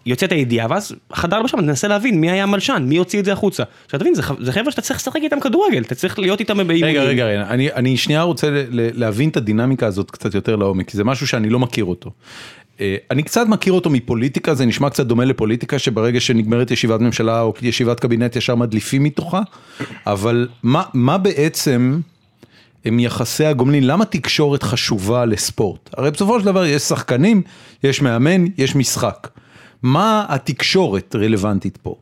B: יוצאת הידיעה, ואז חדר הלבשה מנסה להבין מי היה המלשן, מי הוציא את זה החוצה. עכשיו תבין, זה ח- זה חבר'ה שאתה צריך לשחק איתם כדורגל, אתה צריך להיות איתם באימונים.
A: רגע, רגע, רגע, אני, אני שנייה רוצה ל- ל- להבין את הדינמיקה הזאת קצת יותר לעומק, כי זה משהו שאני לא מכיר אותו. אה, אני קצת מכיר אותו מפוליטיקה, זה נשמע קצת דומה לפוליטיקה שברגע שנגמרת ישיבת ממשלה או ישיבת קבינט ישר מדליפים מתוכה, אבל מה, מה בעצם הם יחסי הגומלין, למה תקשורת חשובה לספורט? הרי בסופו של דבר יש שחקנים, יש מאמן, יש משחק. מה התקשורת רלוונטית פה?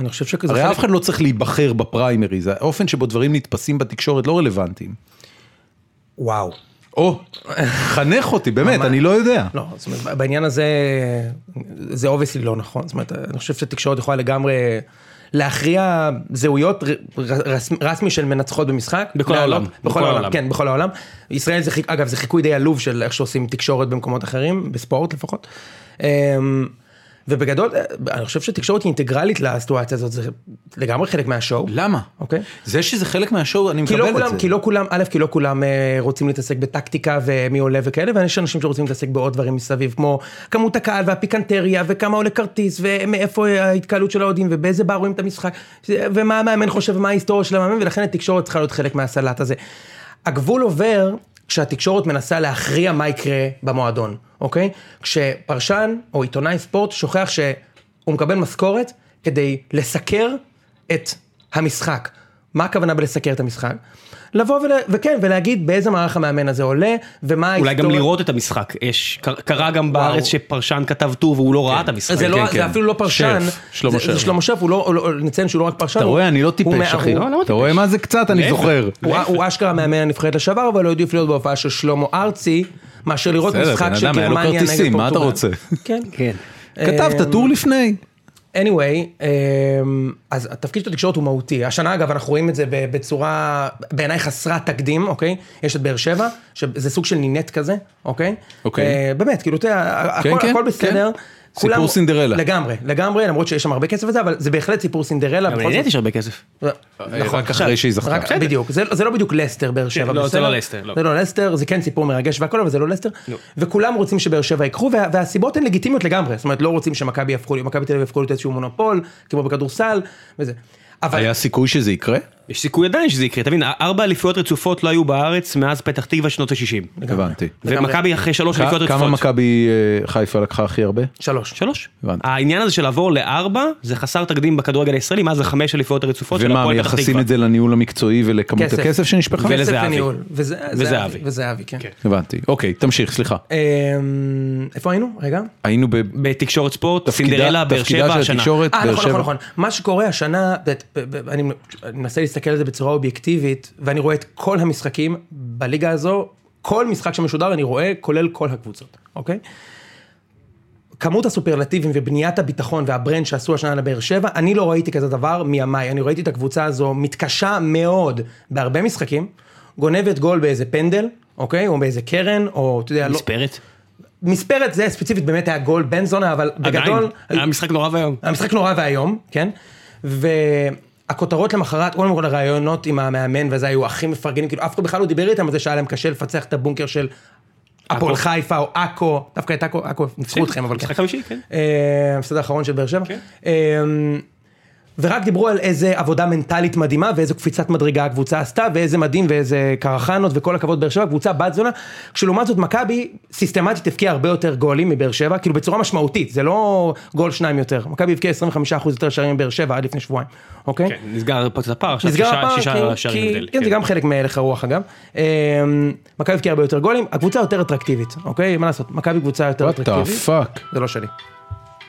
C: אני חושב שכזה...
A: הרי
C: חלק-
A: אף אחד לא צריך להיבחר בפריימריז, האופן שבו דברים נתפסים בתקשורת לא רלוונטיים.
C: וואו.
A: או, חנך אותי, באמת,
C: ממש.
A: אני לא יודע.
C: לא, זאת אומרת, בעניין הזה, זה אובייסלי לא נכון. זאת אומרת, אני חושב שתקשורת יכולה לגמרי להכריע זהויות ר- רס- רסמי של מנצחות במשחק.
B: בכל
C: לעלות-
B: העולם.
C: בכל העולם, כן, בכל העולם. ישראל זה, חיק- אגב, זה חיקוי די עלוב של איך שעושים תקשורת במקומות אחרים, בספורט לפחות. אמ, ובגדול, אה, אני חושב שתקשורת היא אינטגרלית לסיטואציה הזאת, זה לגמרי חלק מהשואו.
A: למה?
C: אוקיי.
A: זה שזה חלק מהשואו, אני
C: כי
A: מקבל
C: לא,
A: את
C: כולם,
A: זה.
C: כי לא כולם, א', כי לא כולם אה, רוצים להתעסק בטקטיקה ומי עולה וכאלה, ויש אנשים שרוצים להתעסק בעוד דברים מסביב, כמו כמות הקהל והפיקנטריה, וכמה עולה כרטיס, ומאיפה ההתקהלות של האוהדים, ובאיזה בר רואים את המשחק, ומה המאמן חושב, ומה ההיסטוריה של המאמן, ולכן התקשורת צריכה להיות חלק מהסלט הזה. הגבול עובר כשהתקשורת מנסה להכריע מה יקרה במועדון, אוקיי? כשפרשן או עיתונאי ספורט שוכח שהוא מקבל משכורת כדי לסקר את המשחק. מה הכוונה בלסקר את המשחק? לבוא ול... וכן, ולהגיד באיזה מערך המאמן הזה עולה, ומה
B: אולי גם לראות את המשחק, יש, קר- קרה גם בארץ שפרשן כתב טור והוא לא ראה את המשחק.
C: זה, לא,
A: כן,
C: זה
A: כן.
C: אפילו לא פרשן,
A: שף, שלמה
C: זה-
A: שף.
C: זה שלמה שף, הוא לא, הוא לא- נציין שהוא לא רק פרשן,
A: אתה
C: הוא-
A: רואה, אני לא
C: הוא
A: טיפש,
C: מה-
A: אחי.
C: הוא-
A: אתה רואה מה זה קצת, אני זוכר.
C: הוא- הוא אשכרה מאמן הנבחרת לשעבר, אבל הוא עדיף להיות בהופעה של שלמה ארצי, מאשר לראות
A: בסדר,
C: משחק
A: בן
C: של
A: אדם, היה לו
C: גרמניה נגד פורטוגל.
A: כרטיסים, מה אתה רוצה?
C: כן.
B: כן.
A: כתבת טור לפני.
C: anyway, אמ, אז התפקיד של התקשורת הוא מהותי. השנה אגב, אנחנו רואים את זה ב- בצורה, בעיניי חסרת תקדים, אוקיי? יש את באר שבע, שזה סוג של נינט כזה, אוקיי?
A: אוקיי.
C: אה, באמת, כאילו, אתה יודע,
A: כן,
C: הכל
A: כן,
C: הכל בסדר.
A: כן.
C: כולם-
A: סיפור סינדרלה.
C: לגמרי, לגמרי, למרות שיש שם הרבה כסף וזה, אבל זה בהחלט סיפור סינדרלה.
B: אבל
C: בכל
B: לנט
C: זאת.
B: יש הרבה כסף.
C: נכון.
A: רק אחרי שהיא זכתה.
C: רק- בדיוק, זה, זה לא בדיוק לסטר באר שבע.
B: לא, זה
C: בסדר?
B: לא לסטר, לא.
C: זה לא לסטר, זה כן סיפור מרגש והכל, אבל זה לא לסטר. וכולם רוצים שבאר שבע יקחו, וה, והסיבות הן לגיטימיות לגמרי. זאת אומרת, לא רוצים שמכבי יהפכו, מכבי תל אביב יהפכו להיות איזשהו מונופול, כמו בכדורסל, וזה. אבל
A: היה סיכוי שזה יקרה?
B: יש סיכוי עדיין שזה יקרה, תבין, ארבע אליפויות רצופות לא היו בארץ מאז פתח תקווה שנות ה-60.
A: הבנתי.
B: ומכבי אחרי שלוש אליפויות
A: כמה
B: רצופות.
A: מכבי אה, חיפה לקחה הכי הרבה?
C: שלוש.
B: שלוש.
A: הבנתי.
B: העניין הזה של לעבור לארבע זה חסר תקדים בכדורגל הישראלי מאז החמש אליפויות הרצופות של
A: ומה,
B: הפועל פתח
A: מייחסים
B: תקווה.
A: את זה לניהול המקצועי ולכמות
C: כסף.
A: הכסף שנשפכה?
C: כסף
B: ולזהבי.
C: וניהול. וזה-
B: וזהבי.
C: וזהבי, כן.
A: הבנתי. אוקיי, תמשיך, סליחה.
C: אמ, איפה היינו? רגע.
A: היינו ב...
B: בתקשורת ספורט,
A: תפקידה-
B: סינדרלה, באר
A: תפקידה
B: שבע,
A: של
B: השנה.
A: התקשורת,
C: אה,
A: באר
C: נכון, נכון,
A: שבע.
C: נכון. מה שקורה השנה, ואת- ב- ב- אני אני מנסה להסתכל על זה בצורה אובייקטיבית, ואני רואה את כל המשחקים בליגה הזו, כל משחק שמשודר אני רואה, כולל כל הקבוצות, אוקיי? כמות הסופרלטיבים ובניית הביטחון והברנד שעשו השנה לבאר שבע, אני לא ראיתי כזה דבר מימיי. אני ראיתי את הקבוצה הזו מתקשה מאוד בהרבה משחקים, גונבת גול באיזה פנדל, אוקיי? או באיזה קרן, או אתה יודע, לא...
B: מספרת.
C: מספרת זה ספציפית באמת היה גול בן זונה, אבל
B: עדיין.
C: בגדול... אה,
A: אה,
B: היה משחק נורא ואיום.
C: המשחק נורא ואיום, כן? והכותרות למחרת, קודם כל הראיונות עם המאמן וזה היו הכי מפרגנים, כאילו אף אחד בכלל לא דיבר איתם על זה שהיה להם קשה לפצח את הבונקר של הפועל חיפה או עכו, דווקא את עכו, עכו ניצחו אתכם, אבל
B: משחק
C: כן.
B: חמישי, כן.
C: אה, ההפסד האחרון של באר שבע. אמ, ורק דיברו על איזה עבודה מנטלית מדהימה ואיזו קפיצת מדרגה הקבוצה עשתה ואיזה מדהים ואיזה קרחנות וכל הכבוד באר שבע, קבוצה בת זונה, כשלעומת זאת מכבי סיסטמטית הבקיעה הרבה יותר גולים מבאר שבע, כאילו בצורה משמעותית, זה לא גול שניים יותר, מכבי הבקיעה 25% יותר שערים מבאר שבע עד לפני שבועיים, אוקיי?
B: כן, נסגר פה קצת הפער, עכשיו
C: נסגר
B: שישה-
C: הפער,
B: שישה
C: כי-
B: שערים
C: כי-
B: הבדל.
C: כן, זה גם חלק מהלך הרוח אגב. אמ, מכבי הבקיעה הרבה יותר גולים, הקבוצה יותר אטרקטיבית, אוקיי? מה לעשות, מכבי קבוצה יותר
A: וואט דה
C: אטרקטיבית,
A: פאק,
C: זה לא שלי.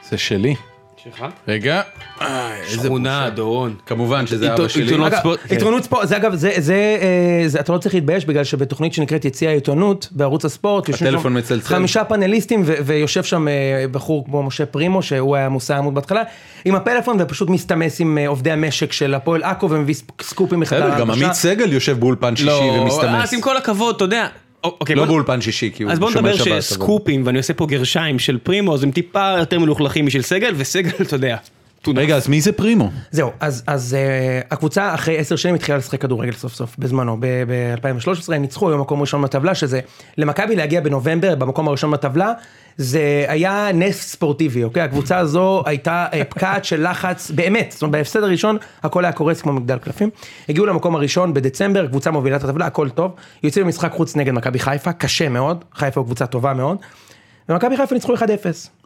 A: זה שלי.
B: שלך?
A: רגע. אה, איזה
B: שכונה,
A: בושה.
B: דורון.
A: כמובן שזה אבא
B: עיתון-
A: שלי.
B: עיתונות
C: כאילו, אגב,
B: ספורט, כן.
C: עיתונות ספורט, זה אגב, זה, זה, אה, זה, אתה לא צריך להתבייש בגלל שבתוכנית שנקראת יציע העיתונות בערוץ הספורט, יושבים
A: הטלפון
C: שם
A: מצלצל.
C: חמישה פאנליסטים ו- ויושב שם אה, בחור כמו משה פרימו, שהוא היה מושא העמוד בהתחלה, עם הפלאפון ופשוט מסתמס עם אה, עובדי המשק של הפועל עכו ומביא סק- סקופים מחדר
A: בסדר, גם
C: ההלבשה.
A: עמית סגל יושב באולפן שישי
B: אה, אז עם
A: ומסתמס.
B: כל הכבוד, אתה יודע. או- אוקיי,
A: לא
B: בוא-
A: באולפן שישי, כי הוא
B: אז בוא
A: שומר
B: נדבר
A: שבת. אבל-
B: שסקופים, ואני עושה פה גרשיים של פרימוס, הם טיפה יותר מלוכלכים משל סגל, וסגל, אתה יודע.
A: רגע, אז מי זה פרימו?
C: זהו, אז, אז uh, הקבוצה אחרי עשר שנים התחילה לשחק כדורגל סוף סוף, בזמנו, ב-2013, הם ניצחו, היו מקום ראשון בטבלה, שזה למכבי להגיע בנובמבר, במקום הראשון בטבלה, זה היה נס ספורטיבי, אוקיי? הקבוצה הזו הייתה אה, פקעת של לחץ, באמת, זאת אומרת, בהפסד הראשון, הכל היה קורס כמו מגדל קלפים. הגיעו למקום הראשון בדצמבר, קבוצה מובילה את הטבלה, הכל טוב. יוצאים למשחק חוץ נגד מכבי חיפה, קשה מאוד, חיפה היא קבוצה טובה מאוד. ומכבי חיפה ניצחו 1-0.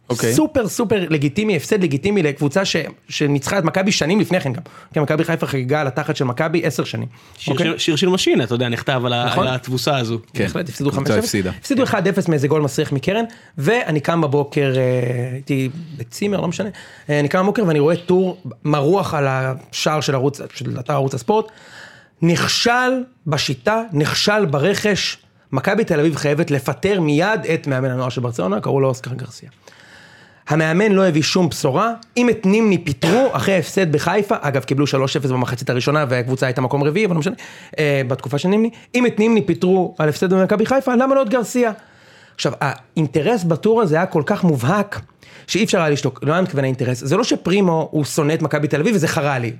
A: אוקיי.
C: סופר סופר לגיטימי, הפסד לגיטימי לקבוצה ש... שניצחה את מכבי שנים לפני כן גם. כי מכבי חיפה חגגה על התחת של מכבי עשר שנים.
B: שיר
C: אוקיי?
B: של- שיר של משינה, אתה יודע, נכתב על ה-
C: נכון.
B: על התבוסה הזו.
A: כן,
C: בהחלט הפסידו 5-0.
A: קבוצה הפסידה. כן.
C: הפסידו 1-0 מאיזה גול מסריח מקרן, ואני קם בבוקר, אה, הייתי בצימר, לא משנה, אה, אני קם בבוקר ואני רואה טור מרוח על השער של ערוץ, של אתר ערוץ הספורט. נכשל בשיטה, נכשל ברכש, מכבי תל אביב חייבת לפטר מיד את מאמן הנוער של ברצלונה, קראו לו אוסקר גרסיה. המאמן לא הביא שום בשורה, אם את נימני פיטרו אחרי הפסד בחיפה, אגב קיבלו 3-0 במחצית הראשונה והקבוצה הייתה מקום רביעי, אבל לא משנה, אה, בתקופה של נימני, אם את נימני פיטרו על הפסד במכבי חיפה, למה לא את גרסיה? עכשיו, האינטרס בטור הזה היה כל כך מובהק, שאי אפשר היה לשתוק, לא היה מתכוון האינטרס, זה לא שפרימו הוא שונא את מכבי תל אביב וזה חרה לי.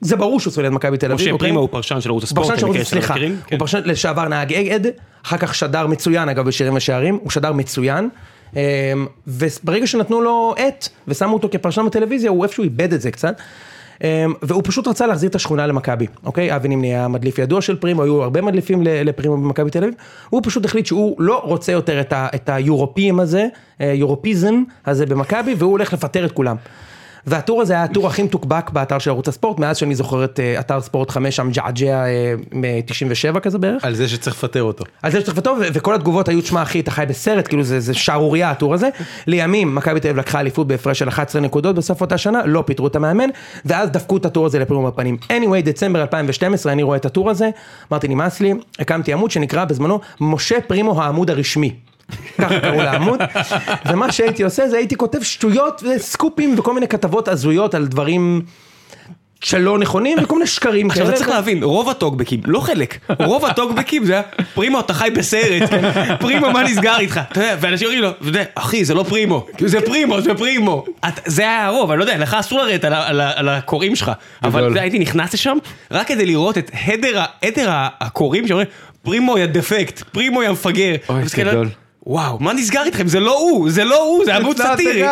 C: זה ברור שהוא שונא את מכבי תל אביב.
B: משה
C: אוקיי?
B: פרימו הוא פרשן של ערוץ
C: הוא פרשן
B: הספורט,
C: של
B: למקרה
C: ערוץ,
B: שאתם
C: סליחה,
B: מכירים. כן.
C: הוא פרשן לשעבר נהג אגד, אחר כך שדר מצוין אגב בשירים ושערים, הוא שדר מצוין, אמ, וברגע שנתנו לו עט ושמו אותו כפרשן בטלוויזיה, הוא איפשהו איבד את זה קצת. אמ, והוא פשוט רצה להחזיר את השכונה למכבי, אוקיי? אבי נימני היה מדליף ידוע של פרימו, היו הרבה מדליפים ל- לפרימו במכבי תל אביב. הוא פשוט החליט שהוא לא רוצה יותר את, ה- את היורופים הזה, אה, יורופיזם הזה במכבי, והוא הולך לפטר את כולם. והטור הזה היה הטור הכי מתוקבק באתר של ערוץ הספורט, מאז שאני זוכר את אה, אתר ספורט 5 המג'עג'ע מ-97 אה, כזה בערך.
A: על זה שצריך לפטר אותו.
C: על זה שצריך לכתוב, ו- וכל התגובות היו, תשמע אחי, אתה חי בסרט, כאילו זה, זה שערורייה הטור הזה. לימים, מכבי תל אביב לקחה אליפות בהפרש של 11 נקודות בסוף אותה שנה, לא פיטרו את המאמן, ואז דפקו את הטור הזה לפרימו בפנים. anyway, דצמבר 2012, אני רואה את הטור הזה, אמרתי, נמאס לי, הקמתי עמוד שנקרא בזמנו, משה פרימו העמוד הרשמי. ככה קראו לעמוד, [LAUGHS] ומה שהייתי עושה זה הייתי כותב שטויות וסקופים וכל מיני כתבות הזויות על דברים שלא נכונים וכל מיני שקרים
B: עכשיו אתה
C: כאלה.
B: צריך להבין, רוב הטוקבקים, לא חלק, רוב הטוקבקים זה היה, פרימו אתה חי בסרט, כן. פרימו מה נסגר איתך, אתה יודע, ואנשים אומרים לו, אתה יודע, אחי זה לא פרימו, כאילו, זה פרימו, זה פרימו, את- זה היה הרוב, אני לא יודע, לך אסור לרדת על ה- על ה- על הקוראים שלך, אבל אתה יודע, הייתי נכנס לשם, רק כדי לראות את הדר ה- הדר ה- הקוראים שאומרים, פרימו יא דפקט, פרימו יא מפגר,
A: אוי,
B: מסתכל,
A: גדול.
B: וואו, מה נסגר איתכם, זה לא הוא, זה לא הוא, זה עמוד סאטירי,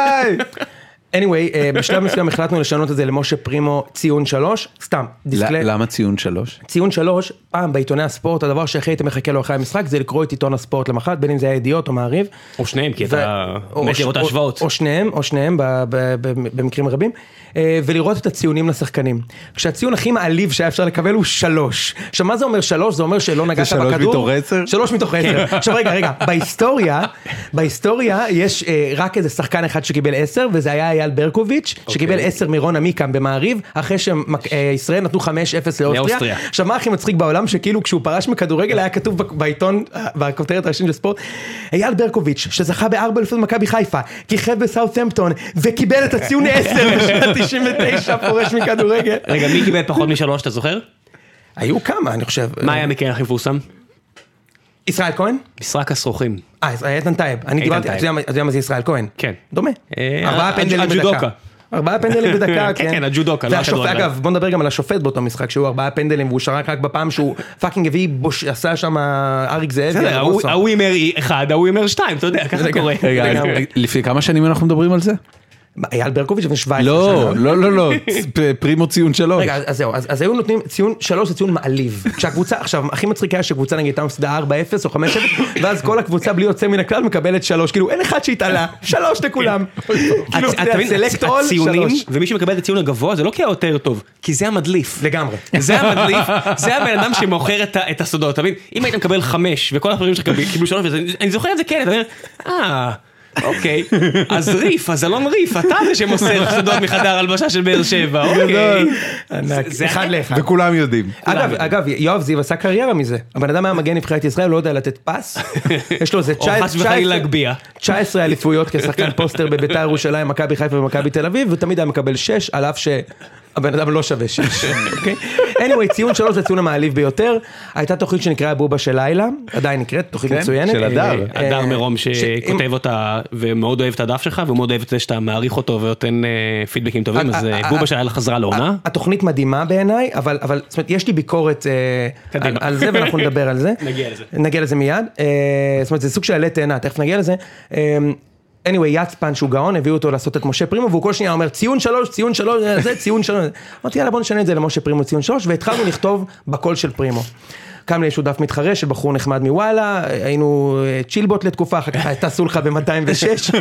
C: anyway, אה, בשלב מסוים החלטנו לשנות את זה למשה פרימו ציון שלוש, סתם, דיסקלט.
A: למה ציון שלוש?
C: ציון שלוש, פעם בעיתוני הספורט, הדבר שהכי היית מחכה לו אחרי המשחק זה לקרוא את עיתון הספורט למחרת, בין אם זה היה ידיעות או מעריב.
B: או שניהם, כי אתה
C: ו- או
B: מת
C: ש-
B: לראות
C: או-
B: ההשוואות.
C: או שניהם, או שניהם ב- ב- ב- במקרים רבים, אה, ולראות את הציונים לשחקנים. כשהציון הכי מעליב שהיה אפשר לקבל הוא שלוש. עכשיו מה זה אומר שלוש? זה אומר שלא נגעת
A: שלוש
C: בכדור.
A: מתוך עשר?
C: שלוש מתוך
B: כן.
C: עשר. עכשיו רגע,
B: [LAUGHS]
C: רגע, בהיסטוריה, בהיסטוריה יש אה, רק איזה שחקן אחד שקיבל עשר, וזה היה אייל ברקוביץ', שקיבל
B: אוקיי.
C: עשר מרון עמיקם במעריב, אחרי שישראל נתנו חמש אפס
B: לאוסטריה.
C: לאוסטריה. עכשיו מה הכי מצחיק בעולם שכאילו כשהוא פרש מכדורגל היה כתוב ב- בעיתון אה, בכותרת הראשית של ספורט אייל ברקוביץ' שזכה בארבע לפני מכבי חיפה כיכב בסאוטהמפטון וקיבל את [LAUGHS] הציון 10 בשנת 99 פורש מכדורגל.
B: רגע, מי קיבל פחות משלוש, אתה זוכר?
C: [LAUGHS] היו כמה אני חושב.
B: מה היה המקרה הכי מפורסם?
C: ישראל כהן?
B: משחק הסרוכים.
C: אה ישראל- איתן טייב. אני דיברתי, אתה
B: טייב.
C: יודע מה- אתה יודע מה זה ישראל כהן?
B: כן.
C: דומה.
B: אה,
C: ארבעה
B: הג'-
C: פנדלים
B: הג'ודוקה.
C: בדקה. ארבעה
B: [LAUGHS]
C: פנדלים
B: כן,
C: בדקה, כן.
B: כן, הג'ודוקה, לא
C: והשופט-
B: הכדורגלן.
C: אגב, בוא נדבר גם על השופט באותו משחק, שהיו ארבעה פנדלים והוא שרק רק בפעם שהוא פאקינג הביא, בוש- עשה שם אה, אריק זאבי.
B: בסדר, ההוא-
C: ארבוסו.
B: ההוא הימר אחד, ההוא הימר שתיים, אתה יודע, ככה קורה.
A: רגע,
C: רגע,
A: אז
C: רגע.
A: לפני כמה שנים אנחנו מדברים על זה?
C: מה, אייל ברקוביץ' לפני 17
A: לא,
C: שנה.
A: לא, לא, לא, פ- פרימו ציון שלוש.
C: רגע, אז- אז זהו, אז, אז היו נותנים ציון, שלוש זה ציון מעליב. כשהקבוצה, עכשיו, הכי מצחיק היה שקבוצה נגיד הייתה מפסידה 4-0 או 5-0, ואז כל הקבוצה בלי יוצא מן הכלל מקבלת שלוש, כאילו אין אחד שהתעלה, שלוש לכולם. כאילו,
B: אתה- אתה מבין,
C: select all,
B: הציונים,
C: שלוש.
B: ומי שמקבל את הציון הגבוה זה לא כי היה יותר טוב, כי זה המדליף.
C: לגמרי.
B: זה המדליף, זה הבן אדם שמוכר את ה- את הסודות, אתה מבין? אם היית מקבל חמש, וכל החברים שלך קיבלו שלוש, וזה- אני זוכר את זה כן, אתה אומר, אה... אוקיי, אז ריף, אז אלון ריף, אתה זה שמוסר חסודות מחדר הלבשה של באר שבע, אוקיי.
A: גדול.
C: ענק,
B: זה-
C: אחד לאחד.
A: וכולם יודעים.
C: אגב, אגב, יואב זיו עשה קריירה מזה. הבן אדם היה מגן נבחרת ישראל, לא יודע לתת
B: [LAUGHS]
C: פס. יש לו איזה
B: או חס
C: 19
B: וחלילה להגביה.
C: 19 אליפויות
B: [LAUGHS]
C: כשחקן פוסטר בביתר ירושלים, מכבי חיפה ומכבי תל אביב, ותמיד היה מקבל 6, על אף שהבן אדם לא שווה
B: [LAUGHS]
C: 6. anyway, ציון 3 זה הציון המעליב ביותר. הייתה תוכנית שנקראה בובה של לילה, עדיין נקראת, תוכנית
A: כן,
C: מצוינת.
A: של הדר.
C: אה, אה,
B: הדר מרום
C: שאם-
B: שכותב אותה ומאוד אוהב את הדף שלך ומאוד אוהב את זה שאתה מעריך אותו ונותן אה, פידבקים טובים,
C: אה,
B: אז
C: אה,
B: אה,
C: אה,
B: בובה שהיה לך חזרה לעונה.
C: התוכנית מדהימה בעיניי, אבל, אבל זאת אומרת, יש לי ביקורת אה,
B: קדימה.
C: על, על זה ואנחנו נדבר על זה.
B: [LAUGHS] נגיע לזה.
C: נגיע לזה מיד. אה, זאת אומרת, זה סוג של עלה תאנה, תכף נגיע לזה. אה, anyway, יצפן שהוא גאון, הביאו אותו לעשות את משה פרימו, והוא כל שנייה אומר ציון שלוש, ציון שלוש, אה, זה ציון שלוש. אמרתי יאללה בוא נשנה את זה למשה פרימו ציון שלוש, והתחלנו לכתוב בקול של פרימו. קם לי איזשהו דף מתחרה של בחור נחמד מוואלה, אה, היינו אה, צ'ילבוט לתקופה, אחר כך הייתה סולחה ב-206,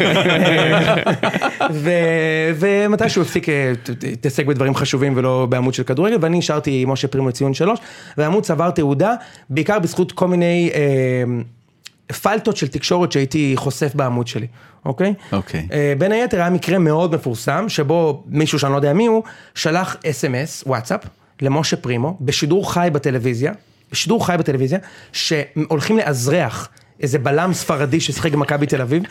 C: ומתישהו הפסיק אה, ת- ת- להתעסק בדברים חשובים ולא בעמוד של כדורגל, ואני נשארתי עם משה פרימו לציון שלוש, והעמוד צבר תהודה, בעיקר בזכות כל מיני אה, פלטות של תקשורת שהייתי חושף בעמוד שלי, אוקיי?
A: אוקיי.
C: אה, בין היתר היה מקרה מאוד מפורסם, שבו מישהו שאני לא יודע מי הוא, שלח אס.אם.אס, וואטסאפ, למשה פרימו, בשידור חי בטלוויזיה, בשידור חי בטלוויזיה, שהולכים לאזרח. איזה בלם ספרדי ששיחק במכבי תל אביב,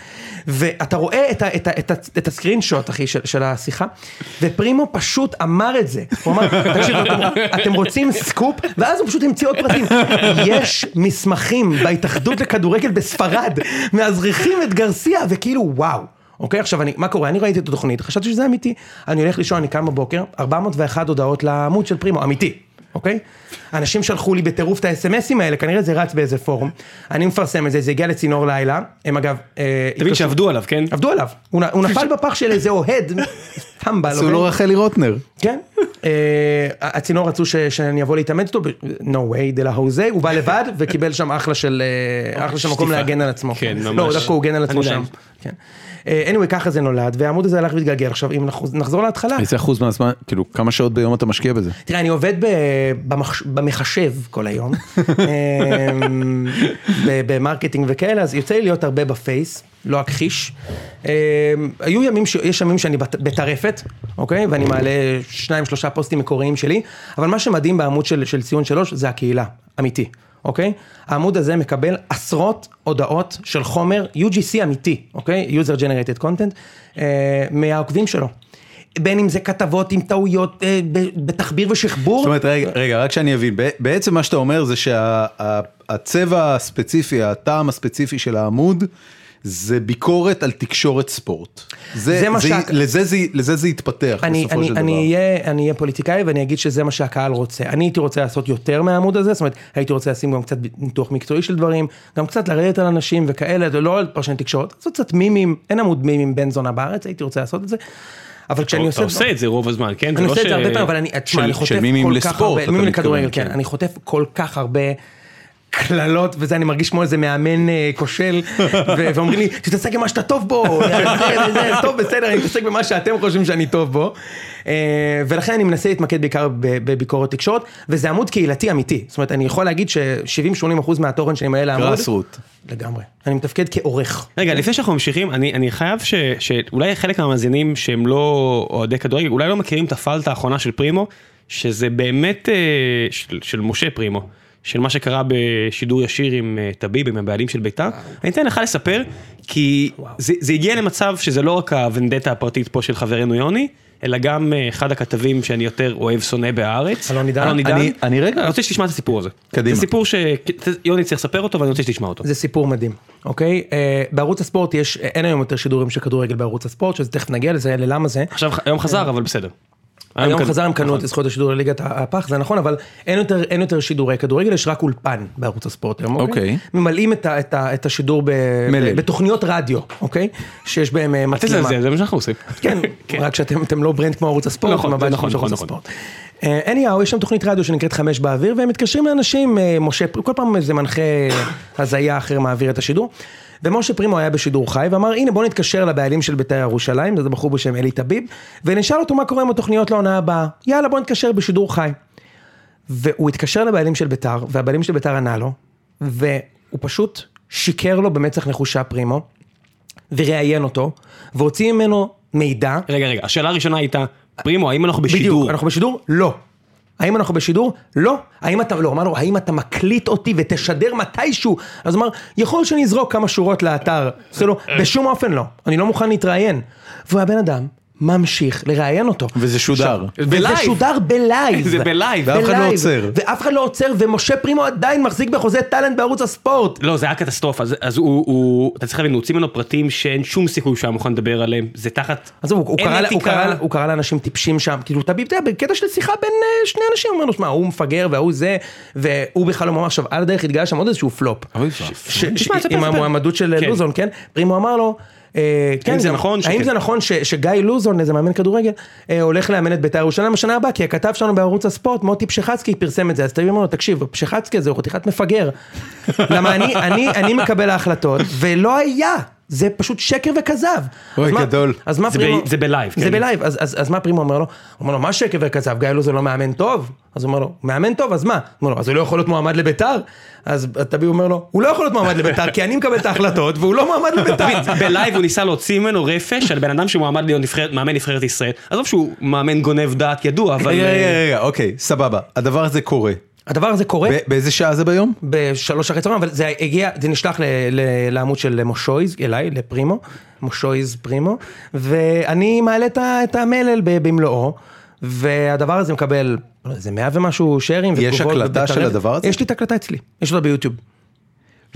C: ואתה רואה את, ה, את, ה, את, ה, את הסקרין שוט, אחי, של, של השיחה, ופרימו פשוט אמר את זה. הוא אמר, תקשיבו, אתם, אתם רוצים סקופ? ואז הוא פשוט המציא עוד פרטים. יש מסמכים בהתאחדות לכדורגל בספרד, מאזרחים את גרסיה, וכאילו, וואו. אוקיי, עכשיו, אני, מה קורה? אני ראיתי את התוכנית, חשבתי שזה אמיתי. אני הולך לישון, אני קם בבוקר, 401 הודעות לעמוד של פרימו, אמיתי, אוקיי? אנשים שלחו לי בטירוף את האס.אם.אסים האלה, כנראה זה רץ באיזה פורום. אני מפרסם את זה, זה הגיע לצינור לילה, הם אגב... אה,
B: תבין שעבדו עליו, כן?
C: עבדו עליו, הוא, נ- הוא נפל בפח של איזה אוהד, טמבל,
A: עשו
B: לא
A: לו לא רחלי רוטנר.
C: כן, אה, הצינור רצו ש- שאני אבוא להתאמן איתו, ב- no way, דה לה הוזה, הוא בא
B: [LAUGHS]
C: לבד וקיבל שם אחלה של, אה, אחלה של מקום
B: שטיפה.
C: להגן על עצמו.
B: כן, ממש.
C: לא, דווקא הוא הגן על
B: אני
C: עצמו
B: יודע.
C: שם. כן. אה, anyway, ככה זה נולד, והעמוד הזה הלך והתגלגל. עכשיו, אם אנחנו נחזור להתחלה,
A: איזה אחוז מהזמן, כאילו, כמה שעות ביום אתה משקיע בזה?
C: תראה, אני עובד ב- במחש- במחשב כל היום, אמ, ב- במרקטינג וכאלה, אז יוצא לי להיות הרבה בפייס, לא אכחיש. אמ, היו ימים, ש... יש ימים שאני בת- בטרפת, אוקיי? ואני מעלה שניים, שלושה פוסטים מקוריים שלי, אבל מה שמדהים בעמוד של, של ציון שלוש זה הקהילה, אמיתי, אוקיי? העמוד הזה מקבל עשרות הודעות של חומר UGC אמיתי, אוקיי? user generated content, אה, מהעוקבים שלו. בין אם זה כתבות עם טעויות אה, ב- בתחביר ושחבור.
A: זאת אומרת, רגע, רגע, רק שאני אבין, ב- בעצם מה שאתה אומר זה שהצבע הספציפי, הטעם הספציפי של העמוד, זה ביקורת על תקשורת ספורט. זה,
C: זה מה
A: זה,
C: שה-
A: לזה, זה, לזה זה יתפתח
C: אני,
A: בסופו
C: אני,
A: של דבר.
C: אני, אהיה, אני אהיה פוליטיקאי ואני אגיד שזה מה שהקהל רוצה. אני הייתי רוצה לעשות יותר מהעמוד הזה, זאת אומרת, הייתי רוצה לשים גם קצת ניתוח מקצועי של דברים, גם קצת לרדת על אנשים וכאלה, זה לא על פרשני תקשורת, לעשות קצת מימים, אין עמוד מימים בן זונה בארץ, הייתי רוצה לעשות את זה. אבל כשאני
B: אתה
C: עושה...
B: עושה את זה רוב הזמן, כן?
C: אני
B: לא
C: עושה את זה
B: ש-
C: הרבה פעמים, אבל אני, תשמע,
A: של-
C: אני
A: של
C: חוטף
A: מימים
C: כל כך
A: לספורט,
C: הרבה,
A: אתה
C: מימים
A: מתכוון,
C: לכדורגל, כן,
A: כן.
C: אני חוטף כל כך הרבה קללות, וזה אני מרגיש כמו איזה מאמן אה, כושל,
A: [LAUGHS]
C: ו- ואומרים לי, תתעסק במה שאתה טוב בו, זה, זה, זה, טוב, בסדר, אני מתעסק במה שאתם חושבים שאני טוב בו, אה, ולכן אני מנסה להתמקד בעיקר ב- בביקורת תקשורת, וזה עמוד קהילתי אמיתי, זאת אומרת, אני יכול להגיד ש-70-80% מהתוכן שאני מעלה לעמוד,
A: גרסרוט.
C: לגמרי, אני מתפקד כעורך.
B: רגע, לפני שאנחנו ממשיכים, אני, אני חייב ש, שאולי חלק מהמאזינים שהם לא אוהדי כדורגל, אולי לא מכירים את הפלטה האחרונה של פרימו, שזה באמת אה, של, של משה פרימו, של מה שקרה בשידור ישיר עם אה, טביב, עם הבעלים של ביתר. אני אתן לך לספר, כי זה, זה הגיע למצב שזה לא רק הוונדטה הפרטית פה של חברנו יוני, אלא גם אה, אחד הכתבים שאני יותר אוהב שונא בהארץ.
C: אלון עידן.
A: אני- אני רגע-
B: אני רוצה שתשמע את הסיפור הזה.
A: קדימה.
B: זה סיפור שיוני צריך לספר אותו ואני רוצה שתשמע אותו.
C: זה סיפור מדהים, אוקיי? אה, בערוץ הספורט יש, אין היום יותר שידורים של כדורגל בערוץ הספורט, שזה תכף נגיע לזה, ללמה זה.
B: עכשיו היום חזר אבל בסדר. נכון.
C: היום
B: קנו-
C: חזר הם קנו את זכויות השידור לליגת הפח, זה נכון, אבל אין יותר, אין יותר שידורי כדורגל, יש רק אולפן בערוץ הספורט היום,
A: אוקיי.
C: ממלאים את, ה, את, ה, את השידור ב,
A: מלל.
C: ב, בתוכניות רדיו, אוקיי? שיש בהם אה,
B: אל
C: מצלמה.
B: תזלזל, זה מה שאנחנו עושים. [LAUGHS]
C: כן, רק שאתם אתם לא ברנד כמו ערוץ הספורט,
B: נכון,
C: אתם
B: זה
C: הבעיה
B: נכון,
C: שלכם של
B: נכון,
C: ערוץ
B: נכון.
C: הספורט. אה, anyhow, יש שם תוכנית רדיו שנקראת חמש באוויר, והם מתקשרים לאנשים, אה, משה, פר- כל פעם איזה מנחה [COUGHS] הזיה אחר מעביר את השידור. ומשה פרימו היה בשידור חי ואמר הנה בוא נתקשר לבעלים של בית"ר ירושלים, זה בחור בשם אלי טביב, ונשאל אותו מה קורה עם התוכניות לעונה הבאה, יאללה בוא נתקשר בשידור חי. והוא התקשר לבעלים של ביתר, והבעלים של ביתר ענה לו, והוא פשוט שיקר לו במצח נחושה פרימו, וראיין אותו, והוציא ממנו מידע.
B: רגע, רגע, השאלה הראשונה הייתה, פרימו, האם אנחנו בשידור?
C: בדיוק, אנחנו בשידור? לא. האם אנחנו בשידור? לא. האם אתה, לא, אמרנו, האם אתה מקליט אותי ותשדר מתישהו? אז הוא אמר, יכול שאני אזרוק כמה שורות לאתר. עושה
A: [LAUGHS]
C: לו, בשום אופן לא, אני לא מוכן להתראיין. והבן אדם ממשיך לראיין אותו.
A: וזה שודר.
C: וזה
B: בלייב.
C: שודר
A: [LAUGHS]
C: בלייב.
B: זה בלייב.
A: ואף אחד לא
C: בלייב.
A: עוצר.
C: ואף אחד לא עוצר, ומשה פרימו עדיין מחזיק בחוזה טאלנט בערוץ הספורט.
B: לא, זה היה קטסטרופה, אז, אז הוא, הוא, אתה צריך להבין, הוא הוציא ממנו פרטים שאין שום סיכוי שהוא היה מוכן לדבר עליהם, זה תחת...
C: עזוב, הוא, הוא,
B: אין
C: קרא, לה- הוא,
B: אתיקה.
C: קרא, לה- הוא קרא לאנשים טיפשים שם, כאילו אתה יודע, בקטע של שיחה בין אה, שני אנשים, הוא אומר לו, שמע, הוא מפגר וההוא זה, והוא בכלל לא ממש, עכשיו, על הדרך התגלה שם עוד איזשהו פלופ.
A: אבל אי אפשר.
C: ש- ש-
B: תשמע, תספר,
C: עם
B: תספר.
C: המועמדות של
B: כן.
C: לוזון, כן? פרימו אמר לו, אה, כן,
B: זה
C: גם-
B: נכון שכן.
C: האם זה נכון ש- שגיא לוזון, איזה מאמן כדורגל, אה, הולך לאמן את בית"ר ירושלים בשנה הבאה, כי הכתב שלנו בערוץ הספורט, מוטי פשחצקי, פרסם את זה, אז תגיד לו, תקשיב, פשחצקי הזה הוא חתיכת מפגר. למה אני- אני אני מקבל ההחלטות, ולא היה. זה פשוט שקר וכזב.
A: אוי,
C: אז מה-
A: גדול.
C: אז מה
B: זה
C: פרימו?
B: ב- זה בלייב,
C: זה
B: כן.
C: בלייב, אז- אז אז מה פרימו אומר לו? הוא אומר לו, מה שקר וכזב, גיא לוזון לא מאמן טוב? אז הוא אומר לו, מאמן טוב, אז מה? הוא אומר לו, אז הוא לא יכול להיות מועמד לביתר? אז תביא אומר לו, הוא לא יכול להיות מועמד לביתר, כי אני מקבל את ההחלטות, והוא לא מועמד לביתר.
B: [LAUGHS] בלייב הוא ניסה להוציא ממנו רפש על בן אדם שמועמד להיות נבחרת, מאמן נבחרת ישראל. עזוב שהוא מאמן גונב דעת ידוע, אבל...
A: רגע, רגע,
B: אה,
A: רגע, אוקיי, סבבה. הדבר הזה קורה.
C: הדבר הזה קורה
A: ב- באיזה שעה זה ביום?
C: בשלוש אחרי צהריים, אבל זה הגיע, זה נשלח ל- ל- לעמוד של מושויז, אליי, לפרימו, מושויז פרימו, ואני מעלה את ה- את המלל ב- במלואו, והדבר הזה מקבל לא יודע, איזה מאה ומשהו שיירים
A: יש הקלטה
C: ובטרנט.
A: של הדבר הזה?
C: יש לי את ההקלטה אצלי, יש אותה ביוטיוב.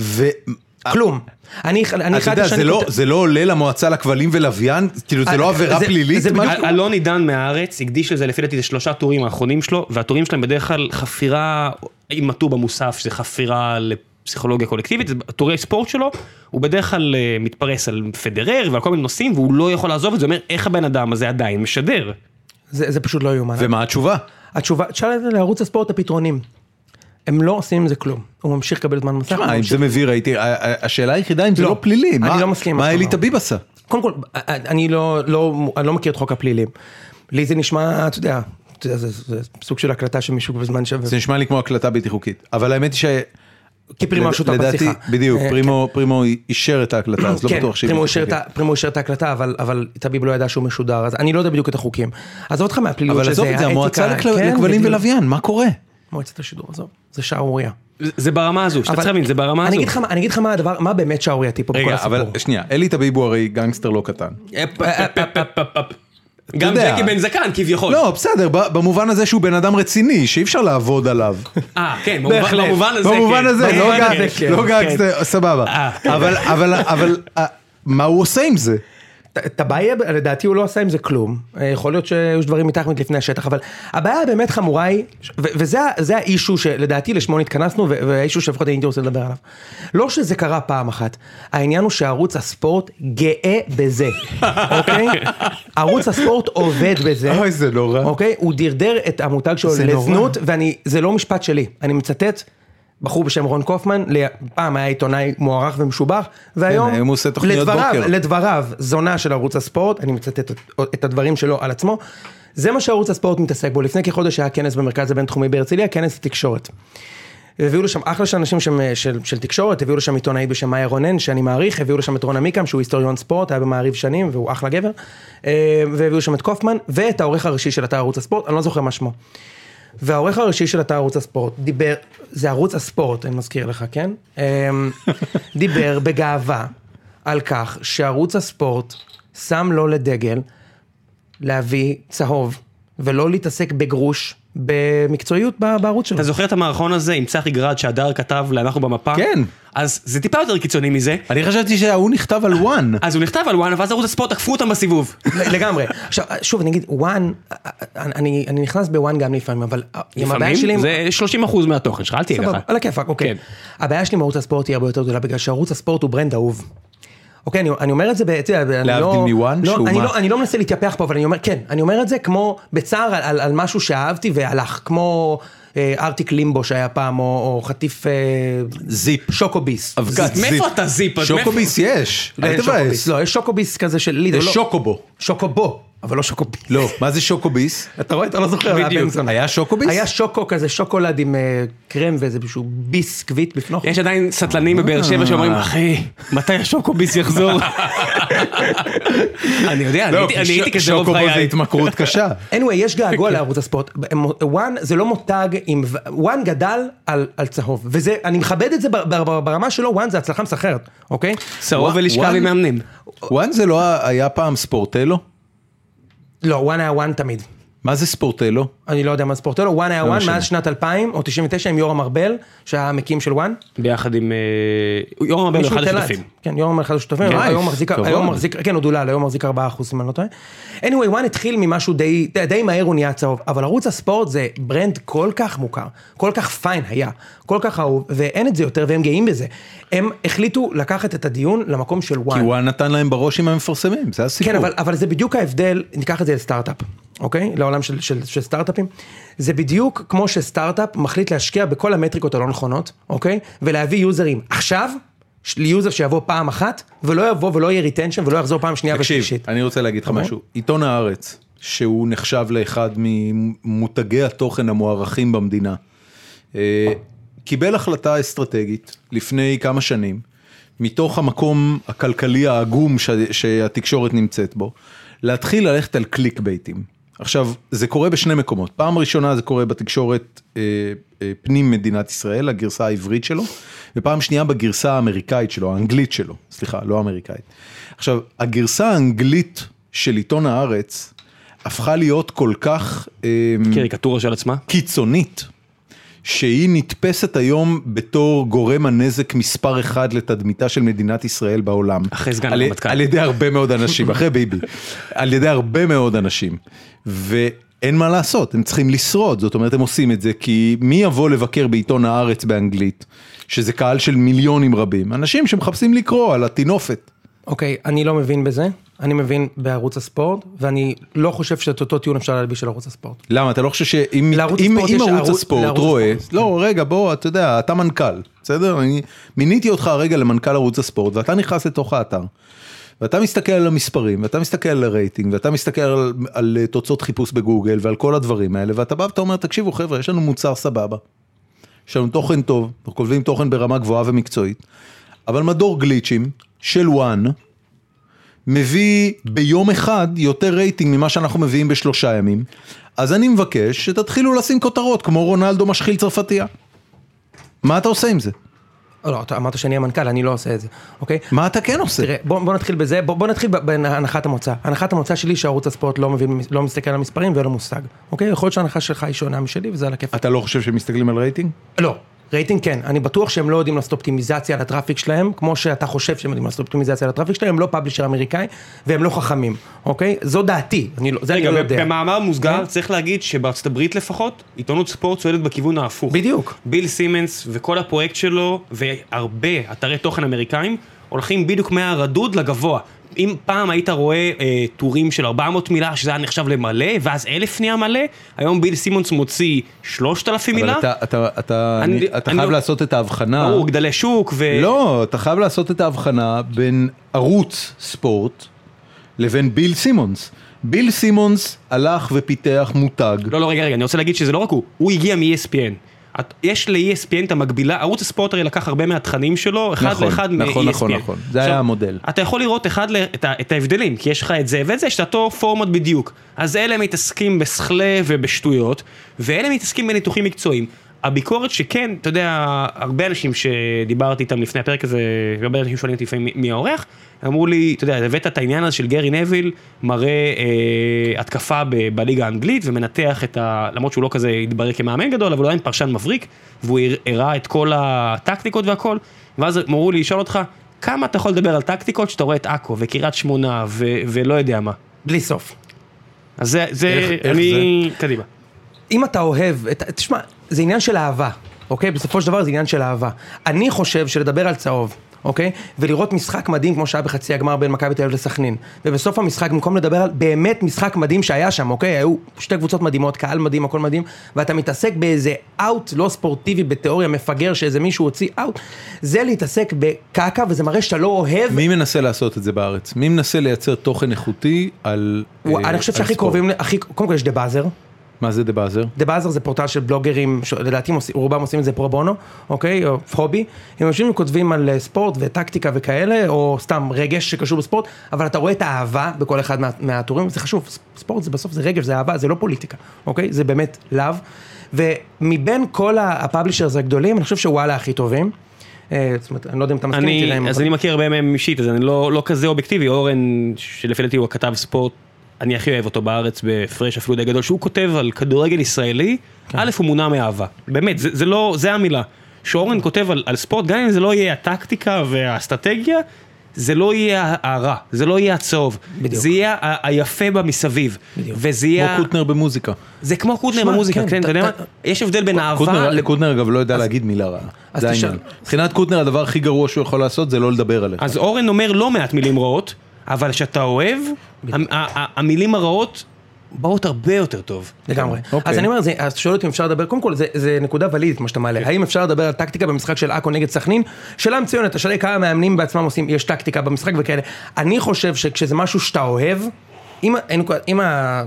A: ו...
C: כלום. אני אני
A: אה. אתה
C: החלטתי
A: יודע, זה
C: שאני
A: לא-
C: כותב-
A: זה לא עולה למועצה לכבלים ולוויין? כאילו, זה
C: אה,
A: לא עבירה
C: זה-
A: פלילית?
C: זה
A: מה-
C: בדיוק-
B: אל- אלון עידן מהארץ הקדיש לזה לפי דעתי זה שלושה טורים האחרונים שלו, והטורים שלהם בדרך כלל חפירה עם הטור במוסף, שזה חפירה לפסיכולוגיה קולקטיבית, זה טורי ספורט שלו, הוא בדרך כלל אה, מתפרס על פדרר ועל כל מיני נושאים, והוא לא יכול לעזוב את זה, הוא אומר איך הבן אדם הזה עדיין משדר.
C: זה זה פשוט לא יאומן.
A: ומה התשובה?
C: התשובה, תשאל את זה לערוץ הספורט הפתרונים. הם לא עושים עם זה כלום. הוא ממשיך לקבל זמן מסך. הוא
A: מה, אם
C: ממשיך-
A: זה מביא, ראיתי, ה- ה- השאלה היחידה אם זה
C: לא,
A: לא פלילי.
C: אני
A: מה-
C: לא מסכים עם
A: מה
C: מה שאתה
A: אלי
C: אומר.
A: טביב עשה?
C: קודם כל, אני לא, לא, אני לא מכיר את חוק הפלילים. לי זה נשמע, אתה יודע, אתה יודע, זה, זה סוג של הקלטה של מישהו בזמן ש...
A: זה נשמע לי כמו הקלטה בלתי חוקית. אבל האמת היא ש...
C: כי פרימו
A: לד-
C: שותף
A: לדעתי-
C: בשיחה.
A: בדיוק,
C: אה,
A: פרימו- פרימו אישר את ההקלטה, אז לא
C: כן,
A: בטוח שהיא...
C: פרימו
A: בלתי
C: אישר את ה-
A: חוקית.
C: פרימו אישר את ההקלטה, אבל, אבל טביב לא ידע שהוא משודר, אז אני לא יודע בדיוק את החוקים. עזוב אותך מהפליליות
A: אבל
C: שזה,
A: עזוב את זה, המועצה
C: לא, האתיקה,
A: לכל-
C: כן,
A: לכבלים
C: בדיוק.
A: ולוויין, מה קורה?
C: מועצת השידור, עזוב, זה שערורייה.
B: זה- זה ברמה הזו, שאתה
C: אבל-
B: צריך להבין, זה ברמה
C: אני
B: הזו.
C: אגיד לך מה- אני אגיד לך מה הדבר, מה באמת שערורייתי פה בכל
A: רגע,
C: הסיפור.
A: אבל שנייה, אלי טביב הוא הרי גנגסטר לא קטן.
B: אפ, אפ, אפ, אפ, אפ, אפ. גם
A: יודע.
B: ג'קי בן זקן כביכול.
A: לא, בסדר, ב- במובן הזה שהוא בן אדם רציני, שאי אפשר לעבוד עליו.
B: אה, כן, במובן-
A: בהחלט.
B: במובן הזה.
A: במובן
B: כן.
A: הזה, לא
B: במובן
A: גג-
B: הזה, כן.
A: לא
B: כן.
A: גנגסטר, סבבה.
B: אה, כן.
A: אבל, אבל, אבל, אה, מה הוא עושה עם זה?
C: ט- טבעיה, לדעתי הוא לא עשה עם זה כלום, אה, יכול להיות שיש דברים מתחת לפני השטח, אבל הבעיה הבאמת חמורה היא, ש- ו- וזה ה- זה האישו שלדעתי לשמו התכנסנו, ו- והאישו שלפחות הייתי רוצה לדבר עליו. לא שזה קרה פעם אחת, העניין הוא שערוץ הספורט גאה
A: [LAUGHS]
C: בזה, אוקיי? ערוץ הספורט עובד בזה.
A: אוי, זה לא נורא.
C: אה? אוקיי? הוא דרדר את המותג שלו
A: זה נורא.
C: לזנות, ואני, זה לא משפט שלי, אני מצטט. בחור בשם רון קופמן, ל- פעם היה עיתונאי מוערך ומשובח, והיום,
A: כן, היום הוא עושה תוכניות
C: לדבריו,
A: בוקר.
C: לדבריו, זונה של ערוץ הספורט, אני מצטט את- את הדברים שלו על עצמו, זה מה שערוץ הספורט מתעסק בו. לפני כחודש היה כנס במרכז הבינתחומי בהרצליה, כנס התקשורת. הביאו לשם אחלה של אנשים שם, של, של תקשורת, הביאו לשם עיתונאית בשם מאיה רונן, שאני מעריך, הביאו לשם את רון עמיקם, שהוא היסטוריון ספורט, היה במעריב שנים, והוא אחלה גבר, אה, והביאו שם את קופמן, ואת העורך הראשי של אתר ערוץ הספורט, אני לא זוכר מה שמו. והעורך הראשי של אתר ערוץ הספורט דיבר, זה ערוץ הספורט, אני מזכיר לך, כן? אמ, דיבר בגאווה על כך שערוץ הספורט שם לו לדגל להביא צהוב, ולא להתעסק בגרוש במקצועיות ב- בערוץ שלו.
B: אתה זוכר את המערכון הזה עם צחי גרד שהדר כתב ל"אנחנו במפה"?
A: כן.
B: אז זה טיפה יותר קיצוני מזה.
A: אני חשבתי שההוא נכתב על וואן.
B: אז הוא נכתב על וואנה ואז ערוץ הספורט תקפו אותם בסיבוב.
C: לגמרי. עכשיו, שוב, אני אגיד, וואן, אני, אני נכנס בוואן גם לפעמים, אבל אה, עם הבעיה שלי...
B: לפעמים
C: עם-
B: זה 30% מהתוכן שלך, אל תהיה
C: סבבה,
B: ככה.
C: על הכיפאק, אוקיי.
B: כן.
C: הבעיה שלי עם ערוץ הספורט היא הרבה יותר גדולה, בגלל שערוץ הספורט הוא ברנד אהוב. אוקיי, אני, אני אומר את זה, ב- אתה יודע, אני לא...
A: להבדיל מוואן,
C: לא,
A: שהוא
C: אני
A: מה?
C: לא, אני לא מנסה להתייפח פה, אבל אני אומר, כן, אני אומר את זה כמו בצער על, על, על משהו שאהבתי והלך, כמו אה, ארטיק לימבו שהיה פעם, או, או חטיף אה,
A: זיפ.
C: שוקוביס.
A: אבקת
B: מאיפה אתה זיפ? אז מאיפה?
A: שוקוביס יש, אל
C: אין שוקוביס,
A: תבאס.
C: לא, יש שוקוביס כזה של לידו.
A: יש
C: לא.
A: שוקובו.
C: שוקובו, אבל לא שוקוביס.
A: לא, מה זה שוקוביס?
C: אתה רואה, אתה לא זוכר, היה
B: בדיוק.
C: בנזון.
A: היה שוקוביס?
C: היה שוקו כזה, שוקולד עם אה, קרם ואיזה מישהו ביסקוויט בפנוכו. אה. [LAUGHS]
B: יש עדיין סטלנים בבאר שבע שאומרים, אחי, מתי השוקוביס יחזור? אני יודע, אני
A: לא,
B: הייתי-
A: כי
B: אני
A: ש-
B: הייתי כזה רוב
A: שוקובו זה
B: חיי.
A: התמכרות קשה.
C: anyway, יש געגוע לערוץ הספורט. וואן זה לא מותג עם... וואן גדל על, על צהוב, וזה, אני מכבד את זה ב- ב- ב- ברמה שלו, וואן זה הצלחה מסחררת, אוקיי?
B: סרוב
A: וואן-
B: ולשכב עם
A: וואן-
B: מאמנים.
A: [LAUGHS] וואן זה לא ה- היה פעם ספורטלו?
C: לא, וואן היה וואן תמיד.
A: מה זה ספורטלו?
C: אני לא יודע מה ספורטלו, וואן היה וואן
A: משנה.
C: מאז שנת 2000 או 99 עם יורם ארבל, שהיה המקים של וואן.
B: ביחד עם... אה, יורם ארבל הוא
C: מישהו
B: אחד
C: מתל
B: השותפים.
C: עד. כן, יורם אחד השותפים,
A: כן.
C: היום
A: Nice,
C: מחזיק,
A: כבוד.
C: היום מחזיק, כן, הוא דולל, היום מחזיק 4% אם אני לא טועה. anyway, וואן התחיל ממשהו די, די- די מהר הוא נהיה צהוב, אבל ערוץ הספורט זה ברנד כל כך מוכר, כל כך פיין היה, כל כך אהוב, ואין את זה יותר, והם גאים בזה. הם החליטו לקחת את הדיון למקום של וואן.
A: כי וואן נתן להם בראש עם המפרסמים, זה הסיפור.
C: כן, אבל, אבל זה בדיוק ההבדל, ניקח את זה לסטארט-אפ, אוקיי? לעולם של, של, של סטארט-אפים. זה בדיוק כמו שסטארט-אפ מחליט להשקיע בכל המטריקות הלא נכונות, אוקיי? ולהביא יוזרים עכשיו, ש- ליוזר שיבוא פעם אחת, ולא יבוא ולא יהיה ריטנשן ולא יחזור פעם שנייה
A: תקשיב,
C: ושלישית.
A: אני רוצה להגיד לך
C: אוקיי.
A: משהו. עיתון הארץ, שהוא נחשב לאחד ממותגי התוכן המוערכים במדינה, אה, קיבל החלטה אסטרטגית לפני כמה שנים, מתוך המקום הכלכלי העגום ש- שהתקשורת נמצאת בו, להתחיל ללכת על קליק בייטים. עכשיו, זה קורה בשני מקומות. פעם ראשונה זה קורה בתקשורת אה, אה, פנים מדינת ישראל, הגרסה העברית שלו, ופעם שנייה בגרסה האמריקאית שלו, האנגלית שלו, סליחה, לא האמריקאית. עכשיו, הגרסה האנגלית של עיתון הארץ הפכה להיות כל כך... אה,
B: קריקטורה של עצמה.
A: קיצונית, שהיא נתפסת היום בתור גורם הנזק מספר אחד לתדמיתה של מדינת ישראל בעולם.
B: אחרי סגן
A: על-
B: הרמטכ"ל.
A: על ידי הרבה מאוד
B: [LAUGHS]
A: אנשים, אחרי ביבי. על ידי הרבה מאוד אנשים. ואין מה לעשות, הם צריכים לשרוד, זאת אומרת הם עושים את זה, כי מי יבוא לבקר בעיתון הארץ באנגלית, שזה קהל של מיליונים רבים, אנשים שמחפשים לקרוא על הטינופת.
C: אוקיי, אני לא מבין בזה, אני מבין בערוץ הספורט, ואני לא חושב שאת אותו טיעון אפשר להלביש על ערוץ הספורט.
A: למה אתה לא חושב שאם
C: לערוץ
A: אם,
C: הספורט
A: אם
C: יש
A: ערוץ
C: ערוץ-
A: הספורט
C: לערוץ
A: רואה,
C: הספורט. כן.
A: לא רגע בוא אתה יודע אתה מנכ"ל בסדר אני מיניתי אותך הרגע למנכ"ל ערוץ הספורט ואתה נכנס לתוך האתר. ואתה מסתכל על המספרים ואתה מסתכל על הרייטינג ואתה מסתכל על, על אה, תוצאות חיפוש בגוגל ועל כל הדברים האלה ואתה בא ואתה אומר תקשיבו חברה יש לנו מוצר סבבה. יש לנו תוכן טוב אנחנו כותבים תוכן ברמה גבוהה ומקצועית. אבל מדור גליצ'ים של וואן מביא ביום אחד יותר רייטינג ממה שאנחנו מביאים בשלושה ימים, אז אני מבקש שתתחילו לשים כותרות כמו רונלדו משחיל צרפתייה. מה אתה עושה עם זה?
C: לא, אתה אמרת שאני המנכ"ל, אני לא עושה את זה, אוקיי?
A: מה אתה כן עושה?
C: תראה, בוא, בוא נתחיל בזה, בוא, בוא נתחיל ב- בהנחת המוצא. הנחת המוצא שלי שערוץ הספורט לא מבין, לא מסתכל על המספרים ואין לו מושג. אוקיי? יכול להיות שההנחה שלך היא שונה משלי וזה על הכיף.
A: אתה לא חושב שמסתכלים על רייטינג?
C: לא, רייטינג כן, אני בטוח שהם לא יודעים לעשות אופטימיזציה על הטראפיק שלהם, כמו שאתה חושב שהם יודעים לעשות אופטימיזציה על הטראפיק שלהם, הם לא פאבלישר אמריקאי והם לא חכמים, אוקיי? זו דעתי, אני לא, זה אני
B: רגע,
C: לא יודע.
B: במאמר מוסגר
C: כן.
B: צריך להגיד שבארצות הברית לפחות, עיתונות ספורט צועדת בכיוון ההפוך.
C: בדיוק.
B: ביל סימנס וכל הפרויקט שלו, והרבה אתרי תוכן אמריקאים, הולכים בדיוק מהרדוד לגבוה. אם פעם היית רואה אה, טורים של 400 מילה, שזה היה נחשב למלא, ואז אלף נהיה מלא, היום ביל סימונס מוציא 3,000 מילה,
A: אבל אתה, אתה, אתה,
B: אני-
A: אני, אתה
B: אני
A: חייב
B: לא-
A: לעשות את ההבחנה.
B: ברור, גדלי שוק, ו...
A: לא, אתה חייב לעשות את ההבחנה בין ערוץ ספורט לבין ביל סימונס. ביל סימונס הלך ופיתח מותג.
B: לא, לא, רגע, רגע, אני רוצה להגיד שזה לא רק הוא, הוא הגיע מ-ESPN. את- יש ל-ESPN את המקבילה, ערוץ הספורט הרי לקח הרבה מהתכנים שלו, אחד
A: נכון,
B: לאחד מ-ESPN.
A: נכון, נכון, נכון. זה היה
B: עכשיו,
A: המודל.
B: אתה יכול לראות אחד ל- את ה- את ההבדלים, כי יש לך את זה ואת זה, יש את אותו פורמט בדיוק. אז אלה מתעסקים בסכלה ובשטויות, ואלה מתעסקים בניתוחים מקצועיים. הביקורת שכן, אתה יודע, הרבה אנשים שדיברתי איתם לפני הפרק הזה, והרבה אנשים שואלים אותי לפעמים מי- מי העורך, אמרו לי, אתה יודע, הבאת את העניין הזה של גרי נביל, מראה אה, התקפה ב- בליגה האנגלית ומנתח את ה... למרות שהוא לא כזה התברר כמאמן גדול, אבל הוא עדיין פרשן מבריק, והוא הראה- הראה את כל הטקטיקות והכל, ואז אמרו לי לשאול אותך, כמה אתה יכול לדבר על טקטיקות שאתה רואה את עכו וקריית שמונה ו- ולא יודע מה.
C: בלי סוף.
B: אז זה, זה,
A: איך- איך
B: אני, קדימה.
C: אם אתה אוהב, את, תשמע, זה עניין של אהבה, אוקיי? בסופו של דבר זה עניין של אהבה. אני חושב שלדבר על צהוב, אוקיי? ולראות משחק מדהים כמו שהיה בחצי הגמר בין מכבי תל אביב לסכנין. ובסוף המשחק, במקום לדבר על באמת משחק מדהים שהיה שם, אוקיי? היו שתי קבוצות מדהימות, קהל מדהים, הכל מדהים, ואתה מתעסק באיזה אאוט לא ספורטיבי בתיאוריה מפגר שאיזה מישהו הוציא אאוט, זה להתעסק בקקע, וזה מראה שאתה לא אוהב
A: מי מנסה לעשות את זה בארץ? מי מנסה לייצר תוכן איכותי על...
C: וואי,
A: אה,
C: אני חושב
A: על
C: שהכי
A: ספורט?
C: קרובים, ל- הכי, קודם כל יש דה באזר,
A: מה זה דה באזר?
C: דה באזר זה פורטל של בלוגרים, ש- לדעתי עושים- רובם עושים את זה פרו בונו, אוקיי, או הובי. הם יושבים וכותבים על אה, ספורט וטקטיקה וכאלה, או סתם רגש שקשור בספורט, אבל אתה רואה את האהבה בכל אחד מה, מהטורים, זה חשוב, ס- ספורט זה בסוף זה רגש, זה אהבה, זה לא פוליטיקה, אוקיי? זה באמת לאו. ומבין כל ה- הפאבלישרס הגדולים, אני חושב שוואלה הכי טובים. אה, זאת אומרת, אני לא יודע אם אתה מסכים איתי
B: אני,
C: להם.
B: אז
C: אבל-
B: אני מכיר הרבה מהם אישית, אז אני לא, לא כזה אובייקטיבי, אורן, שלפי דעתי הוא הכתב ספורט, אני הכי אוהב אותו בארץ בהפרש אפילו די גדול, שהוא כותב על כדורגל ישראלי,
C: כן.
B: א', הוא מונע מאהבה, באמת, זה, זה לא, זה המילה. שאורן כותב על, על ספורט, גם אם זה לא יהיה הטקטיקה והאסטרטגיה, זה לא יהיה הרע, זה לא יהיה הצהוב,
C: בדיוק.
B: זה יהיה ה- היפה במסביב, וזה
A: כמו
B: יהיה,
A: קוטנר במוזיקה.
B: זה כמו קוטנר
C: שמע,
B: במוזיקה,
C: כן,
B: כן, אתה יודע מה,
C: ת- ת-
B: יש הבדל בין אהבה,
A: קוטנר,
B: ל-
A: קוטנר אגב לא יודע להגיד מילה רעה.
C: אז
A: זה
C: תשאל-
A: העניין. מבחינת קוטנר הדבר הכי גרוע שהוא יכול לעשות זה לא לדבר עליך.
B: אז אורן אומר לא מעט מילים רעות, אבל כשאתה אוהב, המ- ה- ה- המילים הרעות באות הרבה יותר טוב.
C: לגמרי.
B: כן,
A: אוקיי.
C: אז אני אומר, זה- אז אתה שואל אותי אם אפשר לדבר, קודם כל זה- זה נקודה ולידית מה שאתה
B: כן.
C: מעלה, האם אפשר לדבר על טקטיקה במשחק של עכו נגד סכנין? שאלה מצוינת, השאלה היא כמה מאמנים בעצמם עושים, יש טקטיקה במשחק וכאלה. אני חושב שכשזה משהו שאתה אוהב, אם ה- הנקודה- אם ה-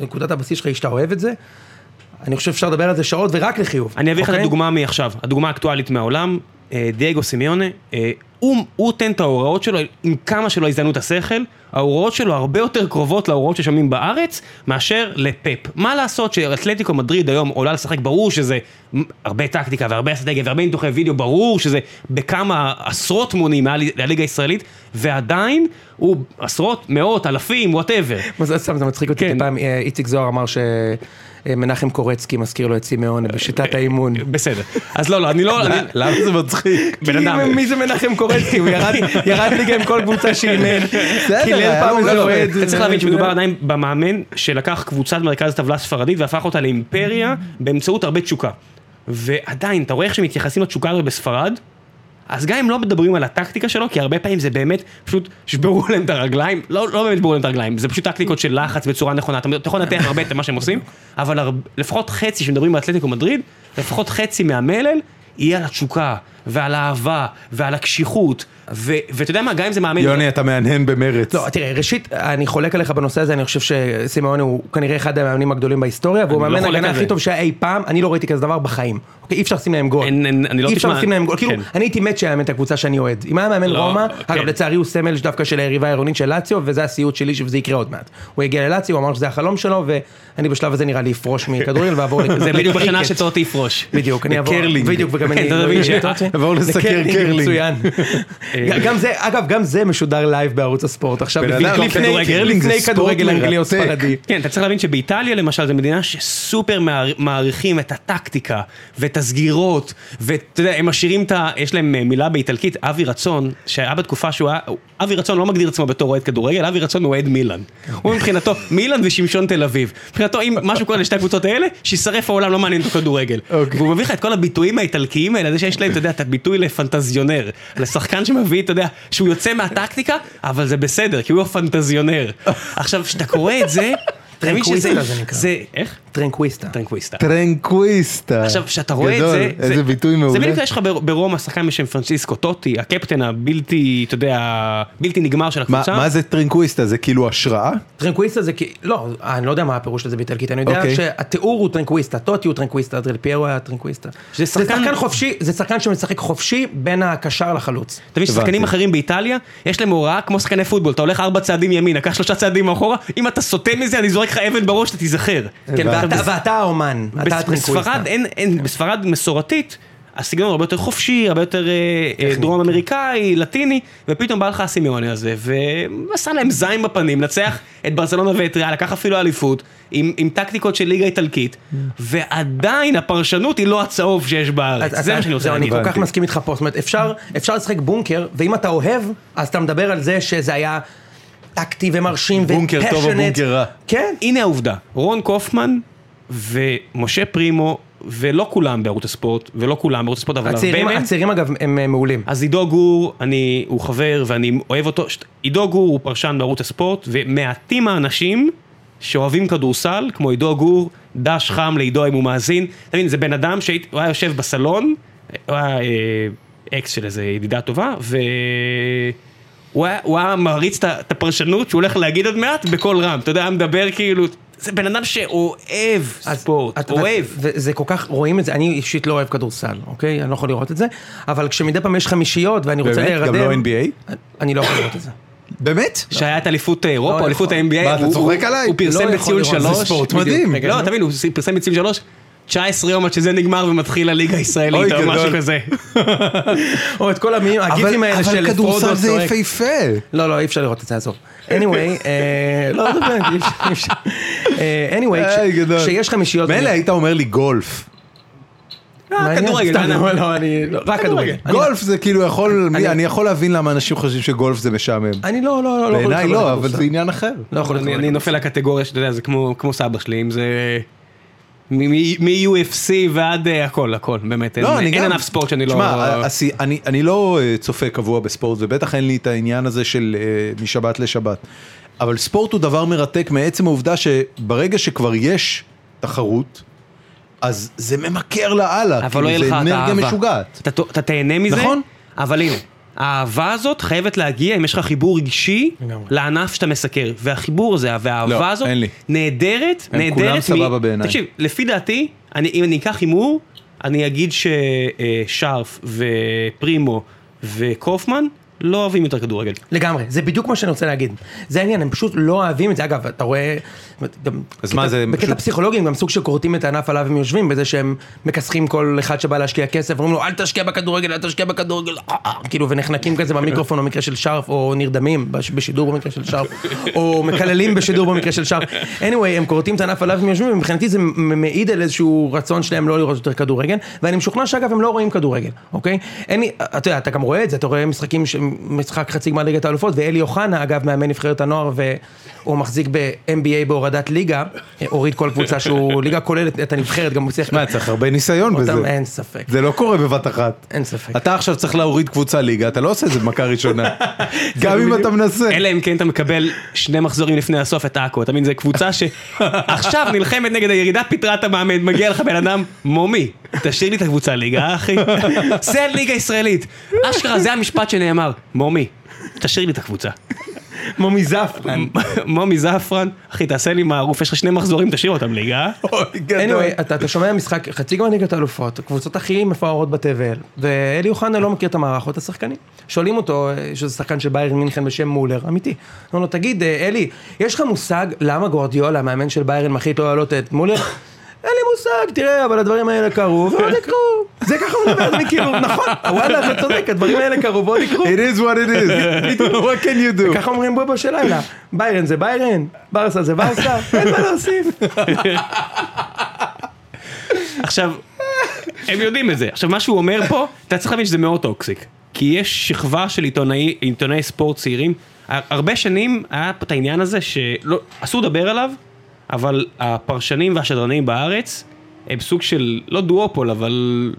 C: נקודת הבסיס שלך היא שאתה אוהב את זה, אני חושב שאפשר לדבר על זה שעות ורק לחיוב.
B: אני אביא לך את
C: אוקיי?
B: הדוגמה מעכשיו, הדוגמה האקטואלית מהעולם, אה, דייגו סימיונה, אה, הוא הוא נותן את ההוראות שלו עם כמה שלא יזדיינו את השכל, ההוראות שלו הרבה יותר קרובות להוראות ששומעים בארץ, מאשר לפאפ. מה לעשות שאתלטיקו מדריד היום עולה לשחק, ברור שזה מ- הרבה טקטיקה והרבה אסטרטגיה והרבה ניתוחי וידאו, ברור שזה בכמה עשרות מונים מעל הליגה הישראלית, ועדיין הוא עשרות, מאות, אלפים, וואטאבר.
C: מה זה סתם, זה מצחיק אותי,
B: כן.
C: כי פעם אה, איציק זוהר אמר שמנחם קורצקי מזכיר לו את סימאון בשיטת האימון.
B: בסדר. אז לא, לא, אני לא... אני-
A: למה זה מצחיק? כאילו,
B: בן אדם.
C: מי זה מנחם קורצקי? הוא ירד, ירד ליגה עם כל קבוצה שאימן. קילל
A: היה
C: פעם איזה
A: לו לא
C: אוהד.
B: אתה צריך להבין שמדובר עדיין במאמן שלקח קבוצת מרכז טבלה ספרדית והפך אותה לאימפריה באמצעות הרבה תשוקה. ועדיין, אתה רואה איך שמתייחסים לתשוקה הזאת בספרד? אז גם אם לא מדברים על הטקטיקה שלו, כי הרבה פעמים זה באמת, פשוט שברו להם את הרגליים, לא, לא באמת שברו להם את הרגליים, זה פשוט טקטיקות של לחץ בצורה נכונה, אתה אתה יכול לנתח הרבה את מה שהם עושים, אבל הר... לפחות חצי שמדברים באתלטיקו מדריד, לפחות חצי מהמלל, יהיה על התשוקה, ועל האהבה, ועל הקשיחות, ו... ואתה יודע מה, גם אם זה מאמן...
A: יוני אתה מהנהן במרץ.
C: לא, תראה, ראשית, אני חולק עליך בנושא הזה, אני חושב שסימאון הוא כנראה אחד המאמנים הגדולים בהיסטוריה, והוא
B: אני לא
C: מאמן
B: חולק
C: ההגנה
B: על
C: הכי
B: זה.
C: טוב שהיה אי פעם, אני לא ראיתי כזה דבר בחיים. אוקיי, אי אפשר לשים להם גול.
B: אין- אין- אני לא-
C: אי אפשר
B: תשמע,
C: לשים להם גול. כאילו,
B: כן.
C: אני הייתי מת שיאמן את הקבוצה שאני אוהד. אם היה מאמן
B: לא,
C: רומא, אגב,
B: כן.
C: לצערי הוא סמל דווקא של היריבה העירונית של לאציו, וזה הסיוט שלי שזה יקרה עוד מעט. הוא הגיע ללאציו, הוא אמר שזה החלום שלו, ואני בשלב הזה נראה לי
B: [LAUGHS]
C: אפרוש מכדורגל ועבור אוקיי. לקרקט.
B: זה
C: [LAUGHS]
B: בדיוק בשנה שטוטי יפרוש.
C: כן. בדיוק, אני אעבור,
A: לקרלינג.
C: בדיוק, וגם אני, לא
B: אתה מבין ש-
C: [LAUGHS]
A: עבור לסקר
C: לקרלינג,
A: קרלינג.
C: מצוין. גם זה, אגב, גם זה משודר לייב בערוץ הספורט, עכשיו,
A: בן
C: לפני-
A: אדם,
C: לפני
A: כדורגל. קרלינג זה
C: לפני
A: ספורט
C: כדורגל אנגלי או
A: מרתק.
C: ספרדי.
B: כן, אתה צריך להבין שבאיטליה למשל זו מדינה שסופר מער- מעריכים את הטקטיקה ואת הסגירות, ואתה יודע, הם משאירים את ה... יש להם אה, מילה באיטלקית, אבי רצון, שהיה בתקופה שהוא היה... אבי רצון לא מגדיר עצמו בתור אוהד כדורגל, אבי רצון הוא אוהד מילאן. הוא מבחינתו, מילאן ושמשון תל אביב. מבחינתו, אם משהו קורה לשתי הקבוצות האלה, שישרף העולם, לא מעניין אותו כדורגל.
A: אוקיי.
B: והוא מביא לך את כל הביטויים האיטלקיים האלה, זה שיש להם, אתה יודע, את הביטוי לפנטזיונר, לשחקן שמביא, אתה יודע, שהוא יוצא מהטקטיקה, אבל זה בסדר, כי הוא הפנטזיונר. עכשיו, כשאתה קורא את זה, אתה מבין שזה,
C: טרנקוויסטה זה נקרא.
B: זה, איך?
C: טרנקוויסטה.
B: טרנקוויסטה.
A: טרנקוויסטה.
B: עכשיו, כשאתה רואה את
A: גדול,
B: זה,
A: איזה
B: זה-
A: ביטוי מעולה.
B: זה בדיוק יש לך בר- ברומא שחקן בשם פרנסיסקו טוטי, הקפטן הבלתי, אתה יודע, בלתי נגמר של
A: מה-
B: הקבוצה.
A: מה זה טרנקוויסטה? זה כאילו השראה?
C: טרנקוויסטה זה כי, לא, אני לא יודע מה הפירוש של זה באיטלקית, אני יודע
A: אוקיי.
C: שהתיאור הוא טרנקוויסטה, טוטי הוא טרנקוויסטה, דריל פיירו היה טרנקוויסטה.
B: שזה
C: זה
B: שחקן-
C: שחקן חופשי, זה שחקן שמשחק חופשי בין הקשר לחלוץ.
B: אתה מבין ששחקנים
A: הבנתי.
B: אחרים באיטליה, יש להם הוראה כמו שחקני פוטבול, אתה הולך ארבע צעדים ימינה, קח שלושה צעדים אחורה, אם אתה סוטה מזה אני זורק לך אבן בראש, אתה תיזכר.
C: כן,
A: הבנתי.
C: ואתה- ואתה האומן, אתה
B: בס-
C: הטרנקוויסטה.
B: בספרד אין, אין, בספרד מסורתית, הסגנון הרבה יותר חופשי, הרבה יותר אה, אה, דרום
C: כן.
B: אמריקאי, לטיני, ופתאום בא לך הסימיוני הזה, ועשה להם זין בפנים, נצח את ברצלונה ואת ריאל, לקח אפילו אליפות, עם, עם טקטיקות של ליגה איטלקית,
C: כן.
B: ועדיין הפרשנות היא לא הצהוב שיש בארץ,
C: אז
B: זה
C: אתה-
B: מה שאני רוצה
C: זהו,
B: להגיד.
C: אני כל כך
A: הבנתי.
C: מסכים איתך פה, זאת אומרת, אפשר, אפשר לשחק בונקר, ואם אתה אוהב, אז אתה מדבר על זה שזה היה טקטי ומרשים ו-passionate.
A: בונקר טוב או בונקר רע.
C: כן.
B: הנה העובדה, רון קופמן ומשה פרימו, ולא כולם בערוץ הספורט, ולא כולם בערוץ הספורט,
A: לא.
B: אבל הרבה
C: הצעירים,
B: מהם...
C: הצעירים אגב הם אה, מעולים.
B: אז עידו גור, אני, הוא חבר ואני אוהב אותו, ש- עידו גור הוא פרשן בערוץ הספורט, ומעטים האנשים שאוהבים כדורסל, כמו עידו גור, דש חם לעידו אם הוא מאזין, אתה מבין, זה בן אדם שהוא היה יושב בסלון, הוא היה אה, אקס של איזה ידידה טובה, ו... הוא היה, הוא היה מעריץ את ה- את הפרשנות שהוא הולך להגיד עוד מעט בקול רם, אתה יודע, היה מדבר כאילו, זה בן אדם שאוהב
C: אז
B: ספורט,
C: אתה יודע,
B: אוהב.
C: זה, זה כל כך, רואים את זה, אני אישית לא אוהב כדורסל, אוקיי? אני לא יכול לראות את זה, אבל כשמדי פעם יש חמישיות ואני רוצה
A: באמת?
C: להירדם...
A: גם לא NBA?
C: אני לא יכול
A: [LAUGHS]
C: לראות את זה.
A: באמת?
B: שהיה את אליפות אירופה,
C: לא
B: אליפות
C: יכול.
B: ה-NBA,
A: מה, אתה
B: הוא-
A: צוחק
B: הוא-
A: עליי?
B: הוא פרסם
C: לא
B: בציון
C: יכול לראות.
B: שלוש.
A: זה ספורט
B: בדיוק.
A: מדהים.
C: רגע,
B: לא,
C: נו.
B: תבין, הוא פרסם בציון שלוש, 19 יום עד שזה נגמר ומתחיל הליגה הישראלית,
A: אוי,
B: או משהו
A: גדול.
B: כזה.
C: או את כל המילים, הגיפים האלה של פרודו צועק.
A: כדורסל זה יפהפה.
C: לא, לא, אי אפשר לראות את זה, עזוב. anyway, אה, לא, זה באמת, אי אפשר, אי אפשר. אה, anyway,
A: איי,
C: כש-
A: גדול.
C: כשיש חמishיות...
A: מילא היית אומר לי גולף.
C: מעניין,
B: כדורגל,
C: סתם,
B: מעניין.
C: לא, לא, אני... לא, רק
B: כדורגל.
C: כדורגל. אני-
A: גולף זה כאילו יכול,
C: אני-
A: אני יכול להבין למה אנשים חושבים שגולף זה משעמם.
C: אני לא, לא, לא, לא... יכול
A: בעיניי
C: להתחבר
A: לא, אבל
C: לכדורסל.
A: זה עניין אחר.
C: לא יכול
B: אני
C: להתחבר
B: אני נופל לקטגוריה שאתה יודע, זה כמו כמו סבא שלי, אם זה... מ-UFC ועד אה, הכל, הכל, באמת, אין
A: לא, אני
B: אין
A: גם-
B: ענף ספורט שאני לא...
A: שמע, הסי- אני- אני לא אה, צופה קבוע בספורט, ובטח אין לי את העניין הזה של אה, משבת לשבת. אבל ספורט הוא דבר מרתק מעצם העובדה שברגע שכבר יש תחרות, אז זה ממכר לאללה.
B: אבל
A: כאילו,
B: לא יהיה לך את
A: זה
B: האהבה.
A: אנרגיה משוגעת.
B: אתה, אתה תהנה מזה,
A: נכון?
B: אבל הנה, האהבה הזאת חייבת להגיע אם יש לך חיבור רגשי
C: לגמרי.
B: לענף שאתה מסקר. והחיבור הזה, והאהבה
A: לא,
B: הזאת,
A: אין לי.
B: נהדרת,
A: הם
B: נהדרת.
A: כולם
B: מ-
A: סבבה בעיניי.
B: תקשיב, לפי דעתי, אני, אם אני אקח הימור, אני אגיד ששרף ופרימו וקופמן לא אוהבים יותר כדורגל.
C: לגמרי, זה בדיוק מה שאני רוצה להגיד. זה העניין, הם פשוט לא אוהבים את זה. אגב, אתה רואה... גם
A: אז
C: בקטע-
A: מה, זה
C: בקטע
A: פשוט-
C: פסיכולוגי, הם גם סוג שכורתים את הענף עליו הם יושבים, בזה שהם מכסחים כל אחד שבא להשקיע כסף, אומרים לו, אל תשקיע בכדורגל, אל תשקיע בכדורגל, אה, אה", כאילו, ונחנקים כזה במיקרופון במקרה של שרף, או נרדמים בש- בשידור במקרה של שרף, או מקללים בשידור במקרה של שרף. anyway, הם כורתים את הענף עליו הם יושבים, ומבחינתי זה מ- מעיד על איזשהו רצון שלהם לא לראות יותר כדורגל, ואני משוכנע שאגב, הם לא רואים כדורגל, אוקיי? אין לי, אתה יודע, אתה גם רואה את זה, אתה רואה משחקים, ש- משחק חצי גמר ליגת האלופות, ואלי אוחנה, אגב, מאמן נבחרת הנוער, והוא מחזיק ב-MBA בהורדת ליגה, הוריד כל קבוצה שהוא, ליגה כוללת את הנבחרת, גם הוא צריך...
A: מה, צריך הרבה ניסיון
C: אותם,
A: בזה.
C: אין ספק.
A: זה לא קורה בבת אחת.
C: אין ספק.
A: אתה עכשיו צריך להוריד קבוצה ליגה, אתה לא עושה את זה במכה
C: [LAUGHS]
A: ראשונה. גם אם אתה מנסה.
B: אלא אם כן אתה מקבל שני מחזורים לפני הסוף את עכו, אתה מבין? זו
A: [LAUGHS]
B: קבוצה שעכשיו נלחמת נגד הירידה, פיטרה את המאמן, מגיע לך בן אדם, מומי, תשאיר לי את הקבוצה ליגה, אחי. זה הליגה הישראלית. אשכרה, זה המשפט שנאמר, מומי, תשאיר לי את הקבוצה.
C: מומי זפרן.
B: מומי זעפרן, אחי, תעשה לי מערוף, יש לך שני מחזורים, תשאיר אותם ליגה. אה?
A: אוי, גדול.
C: anyway, אתה, אתה שומע משחק, חצי גמר ליגת האלופות, הקבוצות הכי מפוארות בתבל, ואלי אוחנה לא מכיר את המערכות השחקנים. שואלים אותו, אה, שזה שחקן של ביירן מינכן בשם מולר, אמיתי. אומרים לו, תגיד, אה, אלי, יש לך מושג למה גורדיולה, המאמן של ביירן, מחליט לא להעלות את מולר? אין לי מושג, תראה, אבל הדברים האלה קרו, ועוד יקרו. זה ככה הוא מדבר, אני כאילו, נכון, וואלה, אתה צודק, הדברים האלה קרו, ועוד יקרו.
A: It is what it is. what can you do?
C: ככה אומרים בובה של לילה, ביירן זה ביירן, ברסה זה ברסה, אין מה להוסיף.
B: עכשיו, הם יודעים את זה. עכשיו, מה שהוא אומר פה, אתה צריך להבין שזה מאוד טוקסיק. כי יש שכבה של עיתונאי, עיתונאי ספורט צעירים. הר- הרבה שנים היה פה את העניין הזה שלא, אסור לדבר עליו, אבל הפרשנים והשדרנים בארץ הם סוג של, לא דואופול, אבל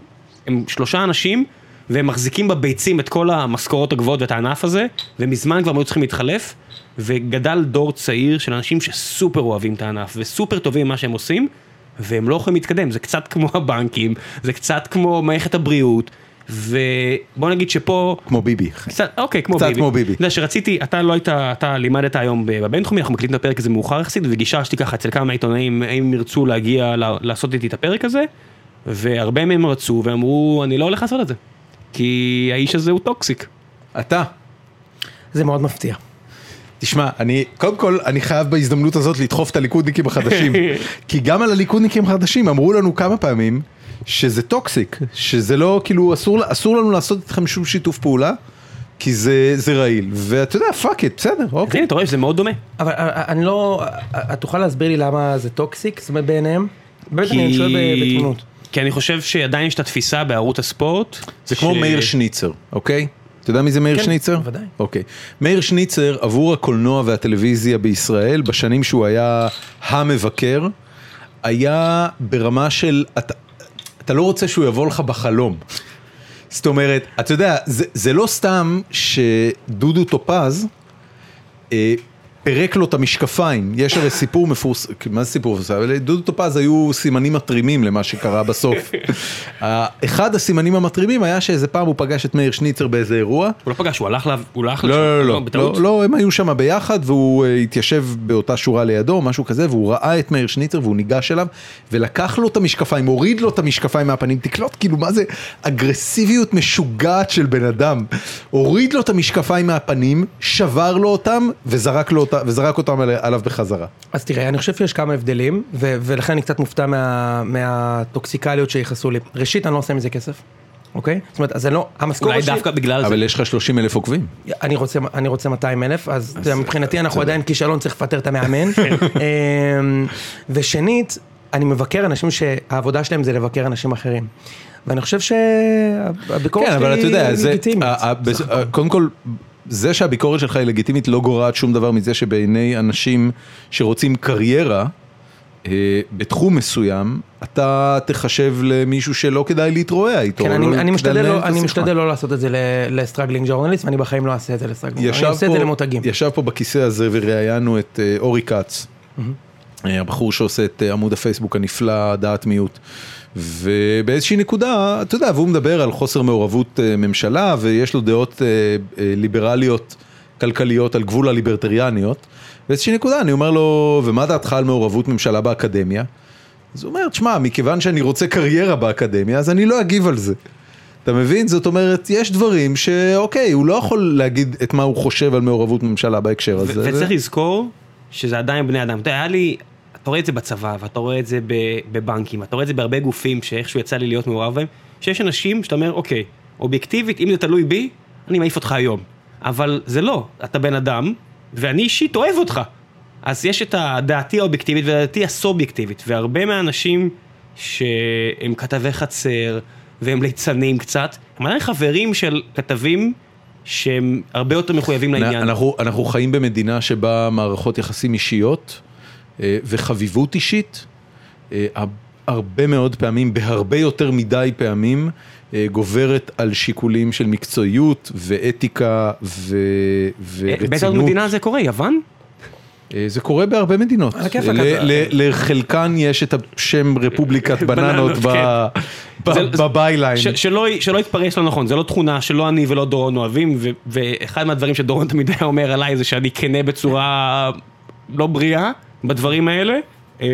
B: הם שלושה אנשים, והם מחזיקים בביצים את כל המשכורות הגבוהות ואת הענף הזה, ומזמן כבר הם היו צריכים להתחלף, וגדל דור צעיר של אנשים שסופר אוהבים את הענף, וסופר טובים במה שהם עושים, והם לא יכולים להתקדם, זה קצת כמו הבנקים, זה קצת כמו מערכת הבריאות, ובוא נגיד שפה...
A: כמו ביבי.
B: קצת, אוקיי, כמו
A: קצת
B: ביבי.
A: כמו ביבי.
B: אתה יודע שרציתי, אתה לא היית, אתה לימדת היום בבינתחומי, אנחנו מקליטים את הפרק הזה מאוחר יחסית, וגיששתי ככה אצל כמה עיתונאים, האם ירצו להגיע, ל- לעשות איתי את הפרק הזה, והרבה מהם רצו, ואמרו, אני לא הולך לעשות את זה, כי האיש הזה הוא טוקסיק.
A: אתה.
C: זה מאוד מפתיע.
A: תשמע, אני, קודם כל, אני חייב בהזדמנות הזאת לדחוף את הליכודניקים
C: [LAUGHS]
A: החדשים. כי גם על הליכודניקים החדשים אמרו לנו כמה פעמים שזה טוקסיק, שזה לא, כאילו, אסור, אסור לנו לעשות איתכם שום שיתוף פעולה, כי זה, זה רעיל. ואתה יודע, פאק איט, בסדר,
B: אז
A: אוקיי.
B: הנה, אתה רואה שזה מאוד דומה.
C: אבל אה, אה, אני לא, אה, אה, את תוכל להסביר לי למה זה טוקסיק, זאת אומרת בעיניהם? באמת אני שואל ב- בתמימות.
B: כי אני חושב שעדיין יש את התפיסה בערוץ הספורט.
A: זה כמו
B: ש-
A: מאיר שניצר, אוקיי? אתה יודע מי זה מאיר
C: כן,
A: שניצר?
C: בוודאי.
A: אוקיי. מאיר שניצר עבור הקולנוע והטלוויזיה בישראל, בשנים שהוא היה המבקר, היה ברמה של, אתה, אתה לא רוצה שהוא יבוא לך בחלום. זאת אומרת, אתה יודע, זה, זה לא סתם שדודו טופז אה, פירק לו את המשקפיים, יש הרי סיפור מפורסם, מה זה סיפור מפורסם? אבל לדודו טופז היו סימנים מתרימים למה שקרה
C: [LAUGHS]
A: בסוף. ה- אחד הסימנים המתרימים היה שאיזה פעם הוא פגש את מאיר שניצר באיזה אירוע.
B: הוא לא פגש, הוא הלך לה- הוא הלך לשם,
A: לא, לא, לא,
B: בטעות.
A: לא, לא, הם היו שם ביחד והוא אה, התיישב באותה שורה לידו, משהו כזה, והוא ראה את מאיר שניצר והוא ניגש אליו ולקח לו את המשקפיים, הוריד לו את המשקפיים מהפנים, תקלוט כאילו מה זה אגרסיביות משוגעת של בן אדם. הוריד לו את המשקפיים מהפנים, שבר לו אותם וזרק, לו אותה, וזרק אותם על- עליו בחזרה.
C: אז תראה, אני חושב שיש כמה הבדלים, ו- ולכן אני קצת מופתע מה- מהטוקסיקליות שייחסו לי. ראשית, אני לא עושה מזה כסף, אוקיי? זאת אומרת, אז אני לא, המשכורת
B: אולי
C: שלי...
B: דווקא בגלל זה.
A: אבל יש לך 30 אלף עוקבים.
C: אני רוצה, אני רוצה 200 אלף, אז, אתה יודע, מבחינתי אנחנו עדיין כישלון, צריך לפטר את המאמן.
A: כן.
C: [LAUGHS] אמ, ושנית, אני מבקר אנשים שהעבודה שלהם זה לבקר אנשים אחרים. ואני חושב שהביקורת
A: כן,
C: שלי
A: אבל אתה יודע,
C: היא
A: זה, אה,
C: לגיטימית. נכון.
A: ה- ה- בס- ה- קודם כל, זה שהביקורת שלך היא לגיטימית לא גורעת שום דבר מזה שבעיני אנשים שרוצים קריירה, אה, בתחום מסוים, אתה תחשב למישהו שלא כדאי להתרועע איתו.
C: כן,
A: לא
C: אני,
A: כדאי
C: אני, משתדל
A: לנהל
C: לא,
A: את
C: אני
A: השיחה.
C: משתדל לא לעשות את זה ל- לסטרגלינג ג'ורנליסט, ואני בחיים לא אעשה את זה לסטרגלינג. אני
A: ישב
C: עושה
A: פה-
C: את זה למותגים.
A: ישב פה בכיסא הזה וראיינו את אה, אורי כץ, אה, הבחור שעושה את אה, עמוד הפייסבוק הנפלא, דעת מיעוט. ובאיזושהי נקודה, אתה יודע, והוא מדבר על חוסר מעורבות אה, ממשלה, ויש לו דעות אה, אה, ליברליות כלכליות על גבול הליברטריאניות. באיזושהי נקודה אני אומר לו, ומה דעתך על מעורבות ממשלה באקדמיה? אז הוא אומר, תשמע, מכיוון שאני רוצה קריירה באקדמיה, אז אני לא אגיב על זה. אתה מבין? זאת אומרת, יש דברים שאוקיי, הוא לא יכול להגיד את מה הוא חושב על מעורבות ממשלה בהקשר הזה.
B: ו- וצריך לזכור שזה עדיין בני אדם. אתה יודע, היה לי, אתה רואה את זה בצבא, ואתה רואה את זה ב- בבנקים, אתה רואה את זה בהרבה גופים שאיכשהו יצא לי להיות מעורב בהם, שיש אנשים שאתה אומר, אוקיי, אובייקטיבית, אם זה תלוי בי, אני מעיף אותך היום. אבל זה לא, אתה בן אדם, ואני אישית אוהב אותך. אז יש את הדעתי האובייקטיבית ודעתי הסובייקטיבית, והרבה מהאנשים שהם כתבי חצר, והם ליצנים קצת, הם עדיין חברים של כתבים שהם הרבה יותר מחויבים
A: נ-
B: לעניין.
A: אנחנו, אנחנו חיים במדינה שבה מערכות יחסים אישיות אה, וחביבות אישית, אה, הב- הרבה מאוד פעמים, בהרבה יותר מדי פעמים, אה, גוברת על שיקולים של מקצועיות ואתיקה ו, אה,
B: באיזה עוד
A: ורצינות.
B: מדינה זה קורה? יוון?
A: אה, זה קורה בהרבה מדינות.
C: על הכיפאק,
A: ל-
C: אתה-
A: ל- לחלקן יש את השם רפובליקת
B: בננות,
A: בננות ב- ב-
B: זה- זה-
A: בביי-ליין.
B: ש- שלא י- שלא יתפרש לא נכון, זה לא תכונה שלא אני ולא דורון אוהבים, ו- ואחד מהדברים שדורון תמיד היה אומר עליי זה שאני כנה בצורה לא בריאה בדברים האלה, אה,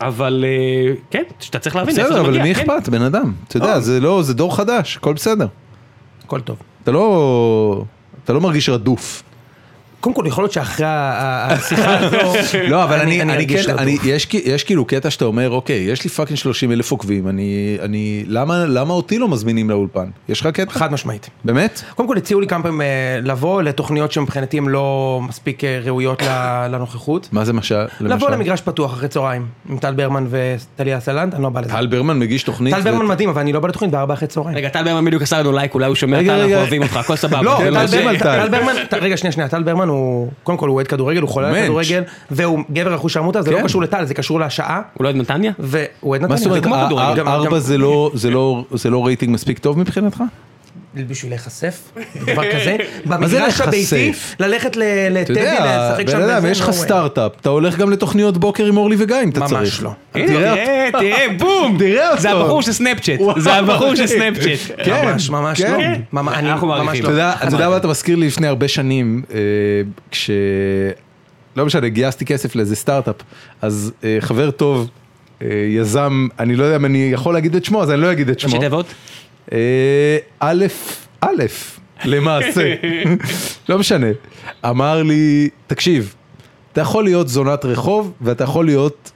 B: אבל אה, כן, שאתה צריך להבין
A: בסדר, אבל למי
B: כן.
A: אכפת? בן אדם. אתה יודע,
B: אה.
A: זה לא, זה דור חדש, הכל בסדר.
C: הכל טוב.
A: אתה לא, אתה לא מרגיש רדוף.
C: קודם כל, יכול להיות שאחרי ה-
A: [LAUGHS]
C: ה- השיחה הזו...
A: לא, אבל אני, אני,
C: ארגיש
A: כן,
C: רדוף.
A: אני, יש, כי- יש כאילו קטע שאתה אומר, אוקיי, יש לי פאקינג 30 אלף עוקבים, אני, אני, למה, למה אותי לא מזמינים לאולפן? יש לך קטע?
C: חד משמעית.
A: באמת?
C: קודם כל הציעו לי כמה פעמים אה, לבוא לתוכניות שמבחינתי הן לא מספיק אה, ראויות ל-
A: [COUGHS]
C: לנוכחות.
A: מה זה משל?
C: לבוא למגרש פתוח אחרי צהריים עם טל ברמן וטליה סלנט, אני לא בא לזה.
A: טל ברמן מגיש תוכנית.
C: טל ברמן מדהים, אבל אני לא בא לתוכנית בארבע אחרי צהריים.
B: רגע, טל ברמן בדיוק עשה לנו לייק, אולי הוא שומע
A: רגע,
B: אותנו, אנחנו
A: רגע.
B: אוהבים אותך, הכל סבבה.
C: לא,
A: זה
C: טל
A: מה זה
C: ברמן,
A: על טל.
C: טל ברמן, ט- רגע, שנייה, שנייה, טל ברמן הוא, קודם כל הוא אוהד כדורגל, הוא חולה על
A: מענץ'.
C: כדורגל, והוא גבר אחוז שעמותה, זה לא
A: כן.
C: קשור לטל, זה קשור לשעה,
B: הוא לא אוהד נתניה?
C: והוא אוהד נתניה.
A: מה זאת
C: זה
A: אומרת,
C: כמו
A: ה-
C: כדורגל,
A: ה-
C: גם-
A: ארבע
C: גם-
A: זה לא- זה לא- זה לא רייטינג מספיק טוב מבחינתך?
C: בשביל להיחשף, דבר
A: [LAUGHS]
C: כזה,
A: זה
C: במגרש
A: להיחשף?
C: הביתי, ללכת ל-
A: אתה
C: לטדי,
A: יודע,
C: לשחק שם,
A: בן אדם,
C: בזה,
A: יש לך
C: no way.
A: סטארט-אפ, אתה הולך גם לתוכניות בוקר עם אורלי וגיא אם אתה
C: ממש
A: צריך.
C: לא.
B: הנה,
A: אה, תראה
B: תראה, אה, תראה,
A: [LAUGHS]
B: בום!
A: תראה אותו.
B: זה הבחור של סנאפצ'אט,
A: וואו.
B: זה הבחור של סנאפצ'אט.
A: [LAUGHS] כן,
C: ממש, ממש
A: כן.
C: לא.
A: כן.
C: ממש- אני-
B: אנחנו
C: ממש
B: מעריכים.
C: לא.
A: אתה יודע, אתה יודע מה אתה מזכיר לי לפני הרבה שנים, אה, כש... לא משנה, גייסתי כסף לאיזה סטארט-אפ, אז אה, חבר טוב, אה, יזם, אני לא יודע אם אני יכול להגיד את שמו, אז אני לא אגיד את שמו.
B: ראשי תיבות?
A: אה, א', א', למעשה, לא משנה. אמר לי, תקשיב, אתה יכול להיות זונת רחוב ואתה יכול להיות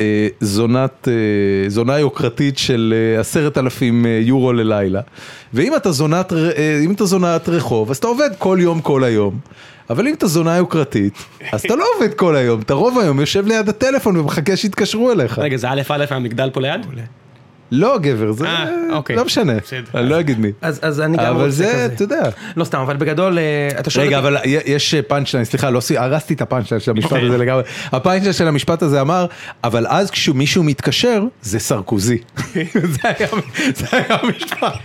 A: אה, זונת, אה, זונה יוקרתית של אה, עשרת אלפים יורו ללילה. ואם אתה, זונת, ר- אה, אם אתה זונת רחוב, אז אתה עובד כל יום כל היום. אבל אם אתה זונה יוקרתית, אז אתה לא עובד כל היום, אתה רוב היום יושב ליד הטלפון ומחכה שיתקשרו אליך.
B: רגע, זה א' א' המגדל פה ליד?
A: לא גבר, זה
B: אה, אוקיי.
A: לא משנה,
B: בסדר.
A: אני לא אגיד מי.
C: אז אז אני גם
A: אבל
C: רוצה
A: זה,
C: כזה.
A: אתה יודע.
C: לא סתם, אבל בגדול, אה, אתה שואל
A: רגע,
C: אותי,
A: אבל יש פאנצ'ליין, סליחה, לא סי- הרסתי את הפאנצ'ליין של המשפט
B: אוקיי.
A: הזה לגמרי. הפאנצ'ליין של המשפט הזה אמר, אבל [LAUGHS] אז כשמישהו מתקשר, זה סרקוזי. זה היה- זה היה המשפט.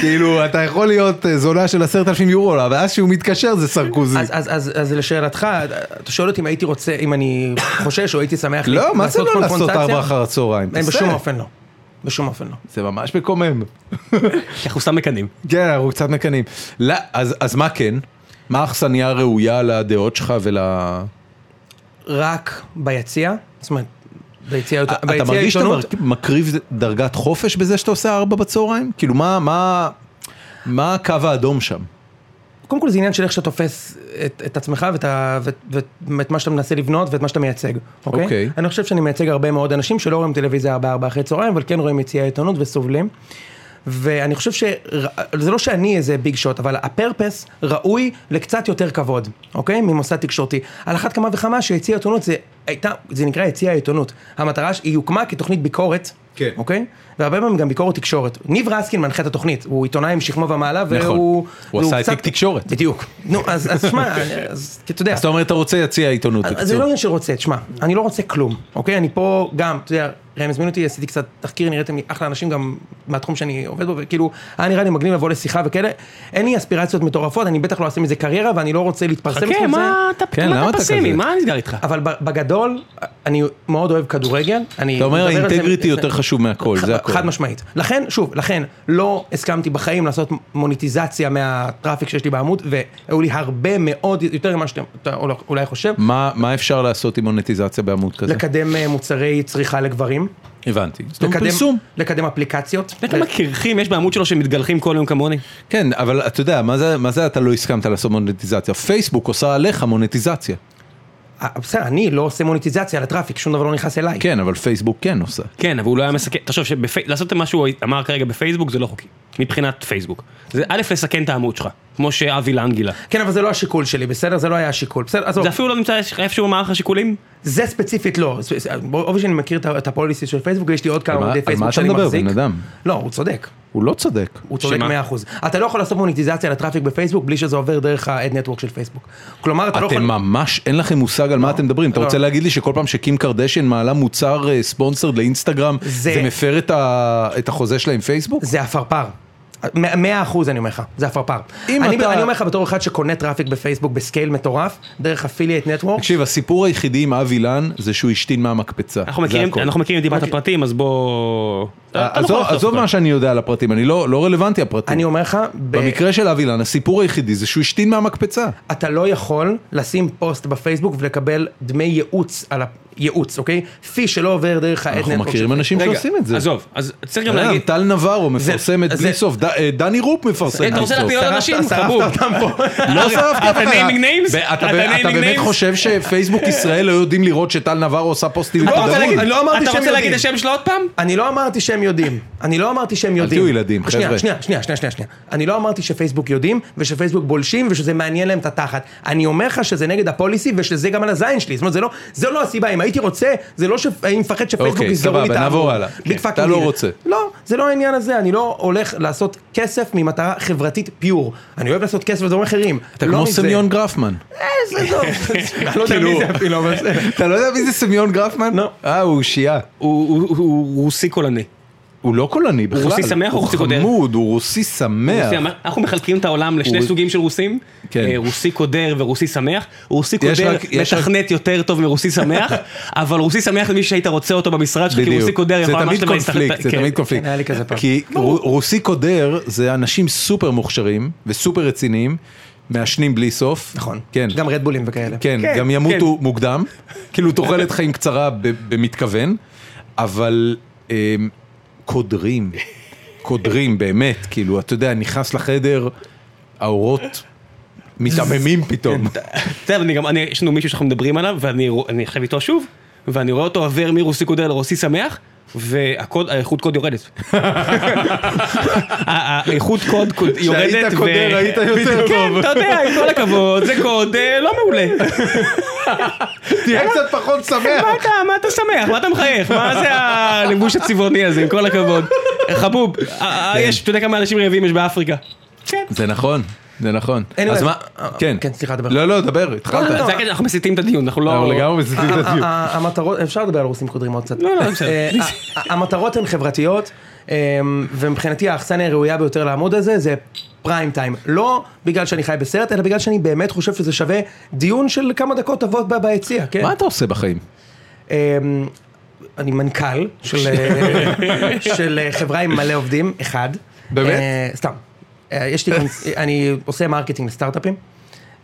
A: כאילו, אתה יכול להיות אה, זולה של עשרת אלפים יורו, אבל אז שהוא מתקשר זה סרקוזי.
C: אז, אז, אז, אז לשאלתך, אתה שואל אותי אם הייתי רוצה, אם אני חושש או הייתי שמח
A: לא, מה זה לא לעשות
C: קונפרונטציה?
A: ארבע אחר הצהריים?
C: אין,
A: תעשה.
C: בשום אופן לא. בשום אופן לא.
A: זה ממש מקומם.
B: כי אנחנו סתם מקנאים.
A: כן, אנחנו קצת מקנאים. לא, אז אז מה כן? מה האכסניה הראויה לדעות שלך ול...
C: רק ביציע, זאת אומרת, ביציע
A: אה, אתה
C: ביציע
A: מרגיש שאתה
C: העיתונות,
A: מר- מקריב דרגת חופש בזה שאתה עושה ארבע בצהריים? כאילו, מה- מה... מה הקו האדום שם?
C: קודם כל זה עניין של איך שאתה תופס את, את עצמך ואת, ה- ואת, ואת, ואת מה שאתה מנסה לבנות ואת מה שאתה מייצג, אוקיי?
A: אוקיי.
C: אני חושב שאני מייצג הרבה מאוד אנשים שלא רואים טלוויזיה הרבה הרבה אחרי צהריים, אבל כן רואים יציעי עיתונות וסובלים. ואני חושב שזה לא שאני איזה ביג שוט, אבל הפרפס ראוי לקצת יותר כבוד, אוקיי? ממוסד תקשורתי. על אחת כמה וכמה שיציע עיתונות זה הייתה, זה נקרא יציע עיתונות. המטרה, ש- היא הוקמה כתוכנית ביקורת,
A: כן.
C: אוקיי? והרבה פעמים גם ביקורת תקשורת. ניב רסקין מנחה את התוכנית, הוא עיתונאי עם שכמו ומעלה,
A: נכון.
C: והוא...
A: הוא
C: והוא
A: עשה את
C: קצת-
A: תיק תקשורת.
C: בדיוק. נו, אז אז
A: [LAUGHS]
C: שמע, אז כי אתה יודע,
A: אז אתה אומר, אתה רוצה יציע עיתונות.
C: אז זה
A: בקיצור.
C: לא עניין שרוצה, תשמע, אני לא רוצה כלום, אוקיי? אני פה גם, אתה יודע, ראם הזמין אותי, עשיתי קצת תחקיר, נראיתם לי אחלה אנשים גם מהתחום שאני עובד בו, וכאילו, היה נראה לי מגניב לבוא לשיחה וכאלה, אין לי אספירציות מטורפות, אני בטח לא אעשה מזה קריירה, ואני לא רוצה להתפרסם
B: חכה,
C: בתחום זה.
B: מה אתה
A: כן,
B: מה
A: למה
B: אתה
A: אתה
B: פסימי?
A: כזה?
B: מה נסגר איתך?
C: אבל ב- בגדול, אני מאוד אוהב כדורגל, אני...
A: אתה אומר,
C: מדבר על זה-
A: האינטגריטי
C: [LAUGHS]
A: יותר חשוב מהכל, זה
C: ח-
A: הכל.
C: חד משמעית. לכן, שוב, לכן, לא הסכמתי בחיים לעשות מוניטיזציה מהטראפיק שיש לי בעמוד, והיו לי הרבה מאוד, יותר ממה שאתה אתה אולי חושב,
A: מה מה אפשר לעשות עם מונטיזציה בעמוד כזה?
C: לקדם אה, מוצרי צריכה לגברים.
A: הבנתי. זאת אומרת,
C: לקדם-
A: פרסום.
C: לקדם אפליקציות.
B: אתה יודע כמה קרחים יש בעמוד שלו שמתגלחים כל יום כמוני?
A: כן, אבל אתה יודע, מה זה- מה זה אתה לא הסכמת לעשות מונטיזציה? פייסבוק עושה עליך מונטיזציה.
C: אה, בסדר, אני לא עושה מוניטיזציה לטראפיק, שום דבר לא נכנס אליי.
A: כן, אבל פייסבוק כן עושה.
B: כן, אבל הוא לא היה מסכן, תחשוב שלעשות את מה שהוא אמר כרגע בפייסבוק זה לא חוקי, מבחינת פייסבוק. זה א', לסכן את העמוד שלך, כמו שאבי לאנגילה.
C: כן, אבל זה לא השיקול שלי, בסדר? זה לא היה השיקול. בסדר, עזוב,
B: זה אפילו לא נמצא איפשהו במערך השיקולים?
C: זה ספציפית לא. ספ- אובי שאני מכיר את ה- את הפוליסי של פייסבוק, יש לי עוד כמה
A: מה-
C: עמודי
A: על מה
C: פייסבוק
A: אתה
C: שאני
A: מדבר,
C: מחזיק.
A: בן אדם?
C: לא, הוא צודק.
A: הוא לא צודק.
C: הוא צודק
B: שמה?
C: 100%. אתה לא יכול לעשות מוניטיזציה לטראפיק בפייסבוק בלי שזה עובר דרך ה-ad network של פייסבוק. כלומר, אתה לא יכול...
A: אתם ממש, אין לכם מושג על מה אתם מדברים. אתה
C: לא.
A: רוצה להגיד לי שכל פעם שקים קרדשן מעלה מוצר אה, ספונסרד לאינסטגרם,
C: זה-
A: זה מפר את ה- את החוזה שלה עם פייסבוק?
C: זה עפרפר. מ- מאה אחוז אני אומר לך, זה עפרפר.
A: אם
C: אני,
A: אתה-
C: אני אומר לך בתור אחד שקונה טראפיק בפייסבוק בסקייל מטורף, דרך אפילייט נטוורק,
A: תקשיב, הסיפור היחידי עם אבי לן זה שהוא השתין מהמקפצה.
B: אנחנו
A: זה
B: מכירים,
A: הכל. אה,
B: אנחנו מכירים דיבת הפרטים, אז בוא... אתה לא יכול
A: עזוב
B: לחשוף
A: עזוב
B: אותה.
A: מה שאני יודע על הפרטים, אני לא לא רלוונטי הפרטים.
C: אני אומר לך, ב-
A: במקרה של אבי לן, הסיפור היחידי זה שהוא השתין מהמקפצה.
C: אתה לא יכול לשים פוסט בפייסבוק ולקבל דמי ייעוץ על ה... ייעוץ, אוקיי? פי שלא עובר דרך ה-ad network
A: אנחנו מכירים
C: של
A: אנשים
C: פייסבוק.
B: רגע,
A: שעושים את זה. אה,
B: עזוב, אז צריך גם
A: אתה יודע,
B: להגיד...
A: טל נברו מפרסמת
C: זה-
A: בלי סוף, ד- אה, דני רופ מפרסם
B: אתה
A: בלי
B: רוצה
A: סוף.
B: להפיל עוד אנשים?
C: שרפת
B: חבוב.
C: אותם פה.
A: לא שרפתי אף
B: אתה
A: אחד.
B: naming names?
A: ב- אתה
B: אתה
A: ב-
B: naming
A: אתה באמת
B: names?
A: חושב שפייסבוק ישראל לא יודעים לראות שטל נברו עושה פוסטים
C: אתה רוצה
A: לתדרון?
C: להגיד- לא אמרתי
B: אתה
C: שהם
B: רוצה להגיד
C: יודעים.
B: את השם שלו עוד פעם?
C: אני לא אמרתי שהם יודעים, אני לא אמרתי שהם יודעים.
A: תהיו ילדים, חבר'ה.
C: שנייה, שנייה, שנייה, שנייה, שנייה, שנייה. אני לא אמרתי שפייסבוק יודעים, ושפייסבוק בולשים, ושזה מעניין להם את התחת. אני אומר לך שזה נגד הפוליסי, ושזה גם על הזין שלי. זאת אומרת, זה לא, זה לא הסיבה, אם הייתי רוצה, זה לא שאני מפחד שפייסבוק
A: אוקיי,
C: יסגרו לי את
A: סבבה,
C: העמוד.
A: נעבור הלאה. כן,
C: Big fucking
A: אתה לא
C: deal.
A: רוצה.
C: לא, זה לא העניין הזה, אני לא הולך לעשות כסף ממטרה חברתית פיור. אני אוהב לעשות כסף בדברים אחרים. לא
A: אתה כמו סמיון גרפמן.
C: איזה
A: [LAUGHS]
C: טוב. אני לא יודע מי
A: כאילו-
C: זה אפילו, אבל זה...
A: אתה לא יודע מי זה סמיון גרפמן?
C: לא.
A: אה, הוא אושייה.
B: הוא- הוא הוא רוסי קולני.
A: הוא לא קולני בכלל.
B: רוסי שמח או רוסי
A: הוא
B: קודר?
A: חמוד, הוא רוסי שמח.
B: רוסי אמר- אנחנו מחלקים את העולם לשני
A: הוא-
B: סוגים של רוסים,
A: כן.
B: אה, רוסי קודר ורוסי שמח, רוסי
A: יש
B: קודר
A: רק- יש
B: מתכנת יותר טוב מרוסי
A: [LAUGHS]
B: שמח, אבל רוסי שמח זה מי שהיית רוצה אותו במשרד שלך, כי רוסי
A: בדיוק.
B: קודר
A: זה
B: יכול ממש
A: תמיד
B: לבאס את
A: קונפליקט,
B: החלטה-
A: זה
B: כן.
A: תמיד קונפליקט.
C: כן, היה לי כזה פעם.
A: כי רו- רוסי קודר זה אנשים סופר מוכשרים וסופר רציניים, מעשנים בלי סוף.
C: נכון.
A: כן.
C: גם רדבולים וכאלה.
A: כן,
B: כן,
A: גם ימותו מוקדם, כאילו תוחלת חיים קצרה ב- במתכוון, אבל אמ, קודרים, קודרים באמת, כאילו, אתה יודע, נכנס לחדר, האורות מתעממים פתאום.
B: כן. [LAUGHS] אתה יודע, אני גם, אני, יש לנו מישהו שאנחנו מדברים עליו, ואני רוא- אני עכשיו איתו שוב, ואני רואה אותו עובר מרוסי קודר לרוסי שמח, והאיכות
A: [LAUGHS]
B: קוד יורדת. האיכות קוד קוד- יורדת.
A: כשהיית
B: ו-
A: קודר, היית יותר
B: בדיוק, כן,
A: טוב.
B: אתה יודע, עם כל הכבוד, זה קוד אה, לא מעולה.
A: תהיה [LAUGHS] קצת פחות שמח.
B: מה אתה, מה אתה שמח? מה אתה מחייך? מה זה הלבוש הצבעוני הזה, עם כל הכבוד? חבוב, אה, אה,
C: כן.
B: יש, אתה יודע כמה אנשים רעבים יש באפריקה? כן.
A: זה נכון, זה נכון.
C: Anyway,
A: אז מה,
C: אה,
A: כן.
C: כן, סליחה, דבר.
A: לא, לא, דבר,
C: לא,
A: התחלת.
C: לא.
B: זה הקטע, אנחנו מסיטים את הדיון, אנחנו
A: אנחנו
B: לא...
A: לגמרי מסיטים
C: אה,
A: את הדיון.
C: ה- ה- המטרות, אפשר לדבר על רוסים קודרים עוד קצת.
B: לא, לא, בסדר.
C: אה, ה- ה- המטרות הן חברתיות, אמ, ומבחינתי האכסניה הראויה ביותר לעמוד הזה זה פריים טיים. לא בגלל שאני חי בסרט, אלא בגלל שאני באמת חושב שזה שווה דיון של כמה דקות טובות ב- ביציע, כן?
A: מה אתה עושה בחיים?
C: אמ, אני מנכ"ל של,
A: [LAUGHS]
C: של אה, חברה עם מלא עובדים, אחד.
A: באמת?
C: אה, סתם. אה, יש לי, קונס- אני עושה מרקטינג לסטארט-אפים.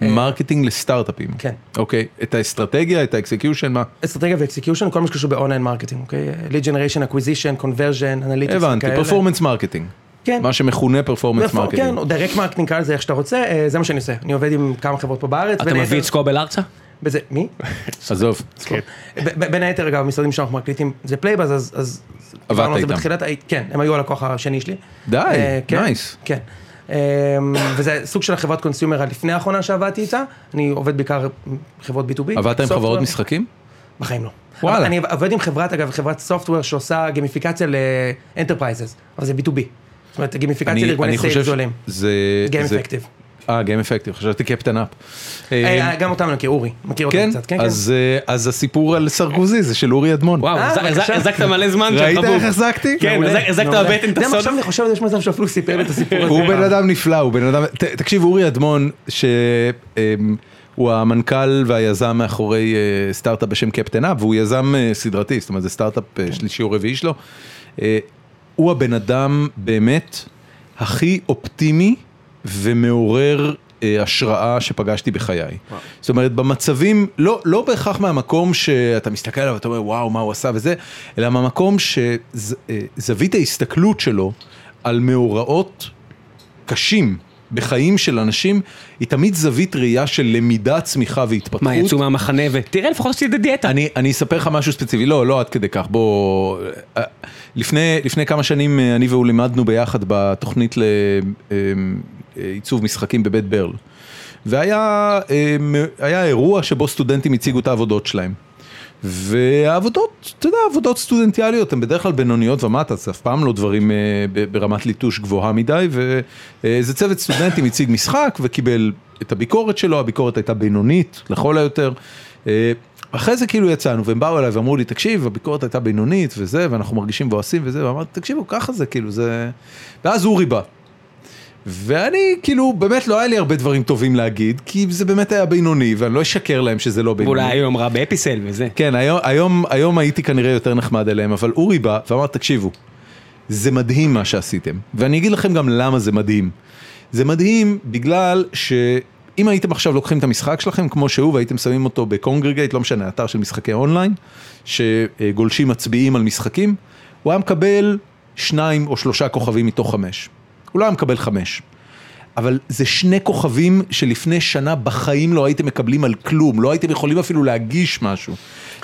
A: מרקטינג לסטארט-אפים.
C: כן.
A: אוקיי, את האסטרטגיה, את האקסקיושן, מה?
C: אסטרטגיה ואקסקיושן, כל מה שקשור באונליין מרקטינג, אוקיי? ליד ג'נריישן, אקוויזישן, קונברז'ן, אנליטיקס
A: הבנתי, פרפורמנס מרקטינג.
C: כן.
A: מה שמכונה פרפורמנס
C: פרפור- כן,
A: מרקטינג.
C: או direct מרקטינג, קרא לזה איך שאתה רוצה, אה, זה מה שאני עושה. אני עובד עם כמה חברות פה בארץ.
B: אתה
C: בין
B: מביא
C: היתר-
B: את סקובל ארצה?
C: בזה, מי?
A: עזוב.
C: כן. ב- ב- בין היתר, אגב, המשרדים שאנחנו מקליטים זה פלייבאז, אז... אז דיברנו על זה
A: איתם.
C: בתחילת, ה- כן, הם היו הלקוח השני שלי.
A: די,
C: אה, כן,
A: nice.
C: כן. אה, וזה סוג של החברת קונסיומר הלפני האחרונה שעבדתי איתה, אני עובד בעיקר עם חברות B2B.
A: עבדת עם
C: software.
A: חברות משחקים?
C: בחיים לא.
A: וואלה.
C: אבל אני עובד עם חברת, אגב, חברת סופטוור שעושה גמיפיקציה לאנטרפרייזס, אבל זה B2B. זאת אומרת, גמיפיקציה לארגוני סייל גדולים.
A: זה...
C: Game
A: זה-
C: Effective.
A: אה, Game Effective, חשבתי קפטן אפ.
C: אה, גם אותם אני מכיר, אורי, מכיר אותם
A: כן,
C: קצת. כן, כן.
A: אז אה, אז הסיפור על סרקוזי זה של אורי אדמון.
B: וואו,
C: אה,
B: החזק-
C: בבקשה.
B: החזק- החזקת מלא זמן שם,
A: ראית
B: חבוב.
A: איך החזקתי?
B: כן,
C: מעולה,
B: החזק- החזקת
C: מעולה.
B: בבטן את
C: אתה יודע מה, עכשיו
B: הסוד.
C: אני חושב שיש מצב שאפילו סיפר לי את [LAUGHS] הסיפור הזה.
A: הוא בן אדם נפלא, הוא בן אדם, ת- תקשיב אורי אדמון, שהוא המנכ"ל והיזם מאחורי אה, סטארט-אפ בשם קפטן אפ, והוא יזם אה, סדרתי, זאת אומרת זה סטארט-אפ אה, שלישי או רביעי שלו, אה, הוא הבן אדם באמת הכי אופטימי ומעורר אה, השראה שפגשתי בחיי. זאת אומרת במצבים, לא, לא בהכרח מהמקום שאתה מסתכל עליו ואתה אומר וואו מה הוא עשה וזה, אלא מהמקום שזווית ההסתכלות שלו על מאורעות קשים בחיים של אנשים, היא תמיד זווית ראייה של למידה, צמיחה והתפתחות.
B: מה, יצאו מהמחנה ותראה לפחות עשיתי את הדיאטה.
A: אני, אני אספר לך משהו ספציפי, לא, לא עד כדי כך, בוא... אה, לפני, לפני כמה שנים אה, אני והוא לימדנו ביחד בתוכנית לעיצוב משחקים בבית ברל. והיה אה, מ- היה אירוע שבו סטודנטים הציגו את העבודות שלהם. והעבודות, אתה יודע, עבודות סטודנטיאליות, הן בדרך כלל בינוניות ומטה, זה אף פעם לא דברים אה, ב- ברמת ליטוש גבוהה מדי, ואיזה צוות סטודנטים [LAUGHS] הציג משחק וקיבל את הביקורת שלו, הביקורת הייתה בינונית לכל היותר. אה, אחרי זה כאילו יצאנו, והם באו אליי ואמרו לי, תקשיב, הביקורת הייתה בינונית וזה, ואנחנו מרגישים מבואסים וזה, ואמרתי, תקשיבו, ככה זה, כאילו, זה... ואז אורי בא. ואני, כאילו, באמת לא היה לי הרבה דברים טובים להגיד, כי זה באמת היה בינוני, ואני לא אשקר להם שזה לא בינוני.
B: ואולי היום רע באפיסל וזה.
A: כן, היום, היום, היום הייתי כנראה יותר נחמד אליהם, אבל אורי בא ואמר, תקשיבו, זה מדהים מה שעשיתם, ואני אגיד לכם גם למה זה מדהים. זה מדהים בגלל שאם הייתם עכשיו לוקחים את המשחק שלכם כמו שהוא והייתם שמים אותו בקונגרגייט, לא משנה, אתר של משחקי אונליין, שגולשים מצביעים על משחקים, הוא היה מקבל שניים או שלושה כוכבים מתוך חמש. הוא לא היה מקבל חמש. אבל זה שני כוכבים שלפני שנה בחיים לא הייתם מקבלים על כלום, לא הייתם יכולים אפילו להגיש משהו.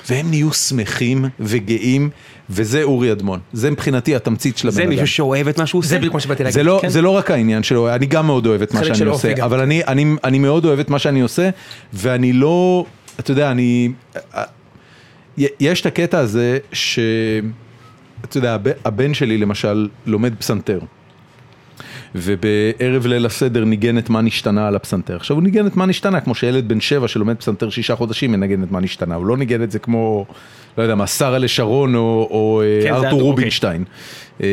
A: והם נהיו שמחים וגאים, וזה אורי אדמון. זה מבחינתי התמצית של הבן
B: זה
A: אדם.
B: מישהו שאוהב את מה שהוא עושה.
C: זה בדיוק מה שבאתי להגיד.
A: זה לא,
C: כן?
A: זה לא רק העניין שלו, אני גם מאוד אוהב את מה
C: חלק
A: שאני
C: של
A: עושה,
C: אופי גם.
A: אבל אני, אני, אני מאוד אוהב את מה שאני עושה, ואני לא, אתה יודע, אני, י- יש את הקטע הזה ש... אתה יודע, הב- הבן שלי למשל לומד פסנתר. ובערב ליל הסדר ניגן את מה נשתנה על הפסנתר. עכשיו הוא ניגן את מה נשתנה, כמו שילד בן שבע שלומד פסנתר שישה חודשים מנגן את מה נשתנה, הוא לא ניגן את זה כמו, לא יודע מה, שרה לשרון או, או
B: כן,
A: כן,
B: זה
A: ארתור
B: ארתור,
C: אוקיי.
A: רובינשטיין. אמ,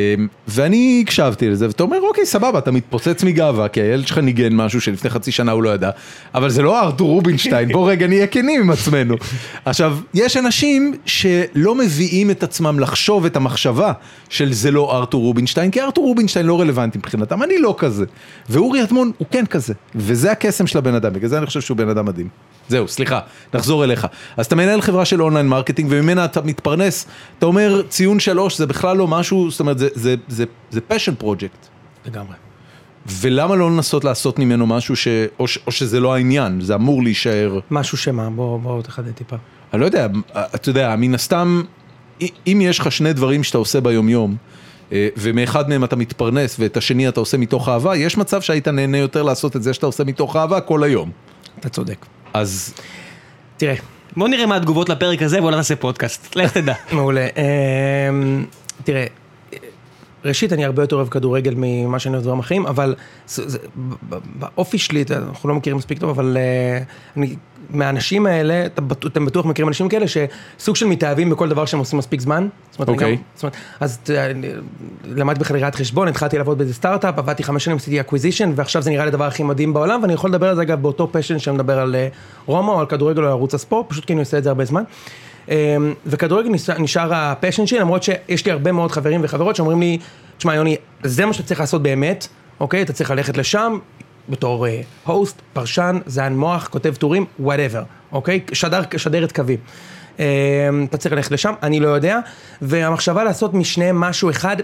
A: ואני הקשבתי לזה, ואתה אומר, אוקיי, סבבה, אתה מתפוצץ מגאווה, כי הילד שלך ניגן משהו שלפני חצי שנה הוא לא ידע, אבל זה לא ארתור רובינשטיין, בוא רגע נהיה כנים עם עצמנו. עכשיו, יש אנשים שלא מביאים את עצמם לחשוב את המחשבה של זה לא ארתור רובינשטיין, כי ארתור רובינשטיין לא רלוונטי מבחינתם, אני לא כזה. ואורי אדמון הוא כן כזה, וזה הקסם של הבן אדם, בגלל זה אני חושב שהוא בן אדם מדהים. זהו, סליחה, נחזור אליך. אז אתה מנהל חברה של אונליין מרקטינג וממנה אתה מתפרנס, אתה אומר ציון שלוש זה בכלל לא משהו, זאת אומרת זה, זה, זה, זה passion project.
C: לגמרי.
A: ולמה לא לנסות לעשות ממנו משהו ש... או, ש... או שזה לא העניין, זה אמור להישאר,
C: משהו שמה, בוא בוא תחדד טיפה.
A: אני לא יודע, אתה יודע, מן הסתם, אי- אם יש לך שני דברים שאתה עושה ביומיום, אה, ומאחד מהם אתה מתפרנס ואת השני אתה עושה מתוך אהבה, יש מצב שהיית נהנה יותר לעשות את זה שאתה עושה מתוך אהבה כל היום.
C: אתה צודק.
A: אז
C: תראה,
B: בוא נראה מה התגובות
C: [LAUGHS]
B: לפרק הזה, בוא נעשה פודקאסט. לך תדע.
C: מעולה. אמ, תראה, ראשית, אני הרבה יותר אוהב כדורגל ממה שאני אוהב דברים אחרים, אבל זה, זה, ב- ב- באופי שלי, אתה- אנחנו לא מכירים מספיק טוב, אבל אה, אני, מהאנשים האלה, אתה בטוח- אתם בטוח מכירים אנשים כאלה שסוג של מתאהבים בכל דבר שהם עושים מספיק זמן. זאת אומרת, אני
A: אוקיי.
C: גם- זאת אומרת, אז אתה יודע, אני- למדתי בכלל ראיית חשבון, התחלתי לעבוד באיזה סטארט-אפ, עבדתי חמש שנים, עשיתי אקוויזישן, ועכשיו זה נראה לי הדבר הכי מדהים בעולם, ואני יכול לדבר על זה אגב באותו פשן שאני מדבר על אה, רומא או על כדורגל או על ערוץ הספורט, פשוט כי אני עושה את זה הרבה זמן. אמ, וכדורגל נשאר- נשאר הפשן שלי, למרות שיש לי הרבה מאוד חברים וחברות שאומרים לי, תשמע יוני, זה מה שאתה צריך לעשות באמת, אוקיי? אתה צריך ללכת לשם, בתור הוסט, פרשן, זן מוח, כותב טורים, וואטאבר, אוקיי? שדר, שדרת קווים. אמ, אתה צריך ללכת לשם, אני לא יודע, והמחשבה לעשות משניהם משהו אחד,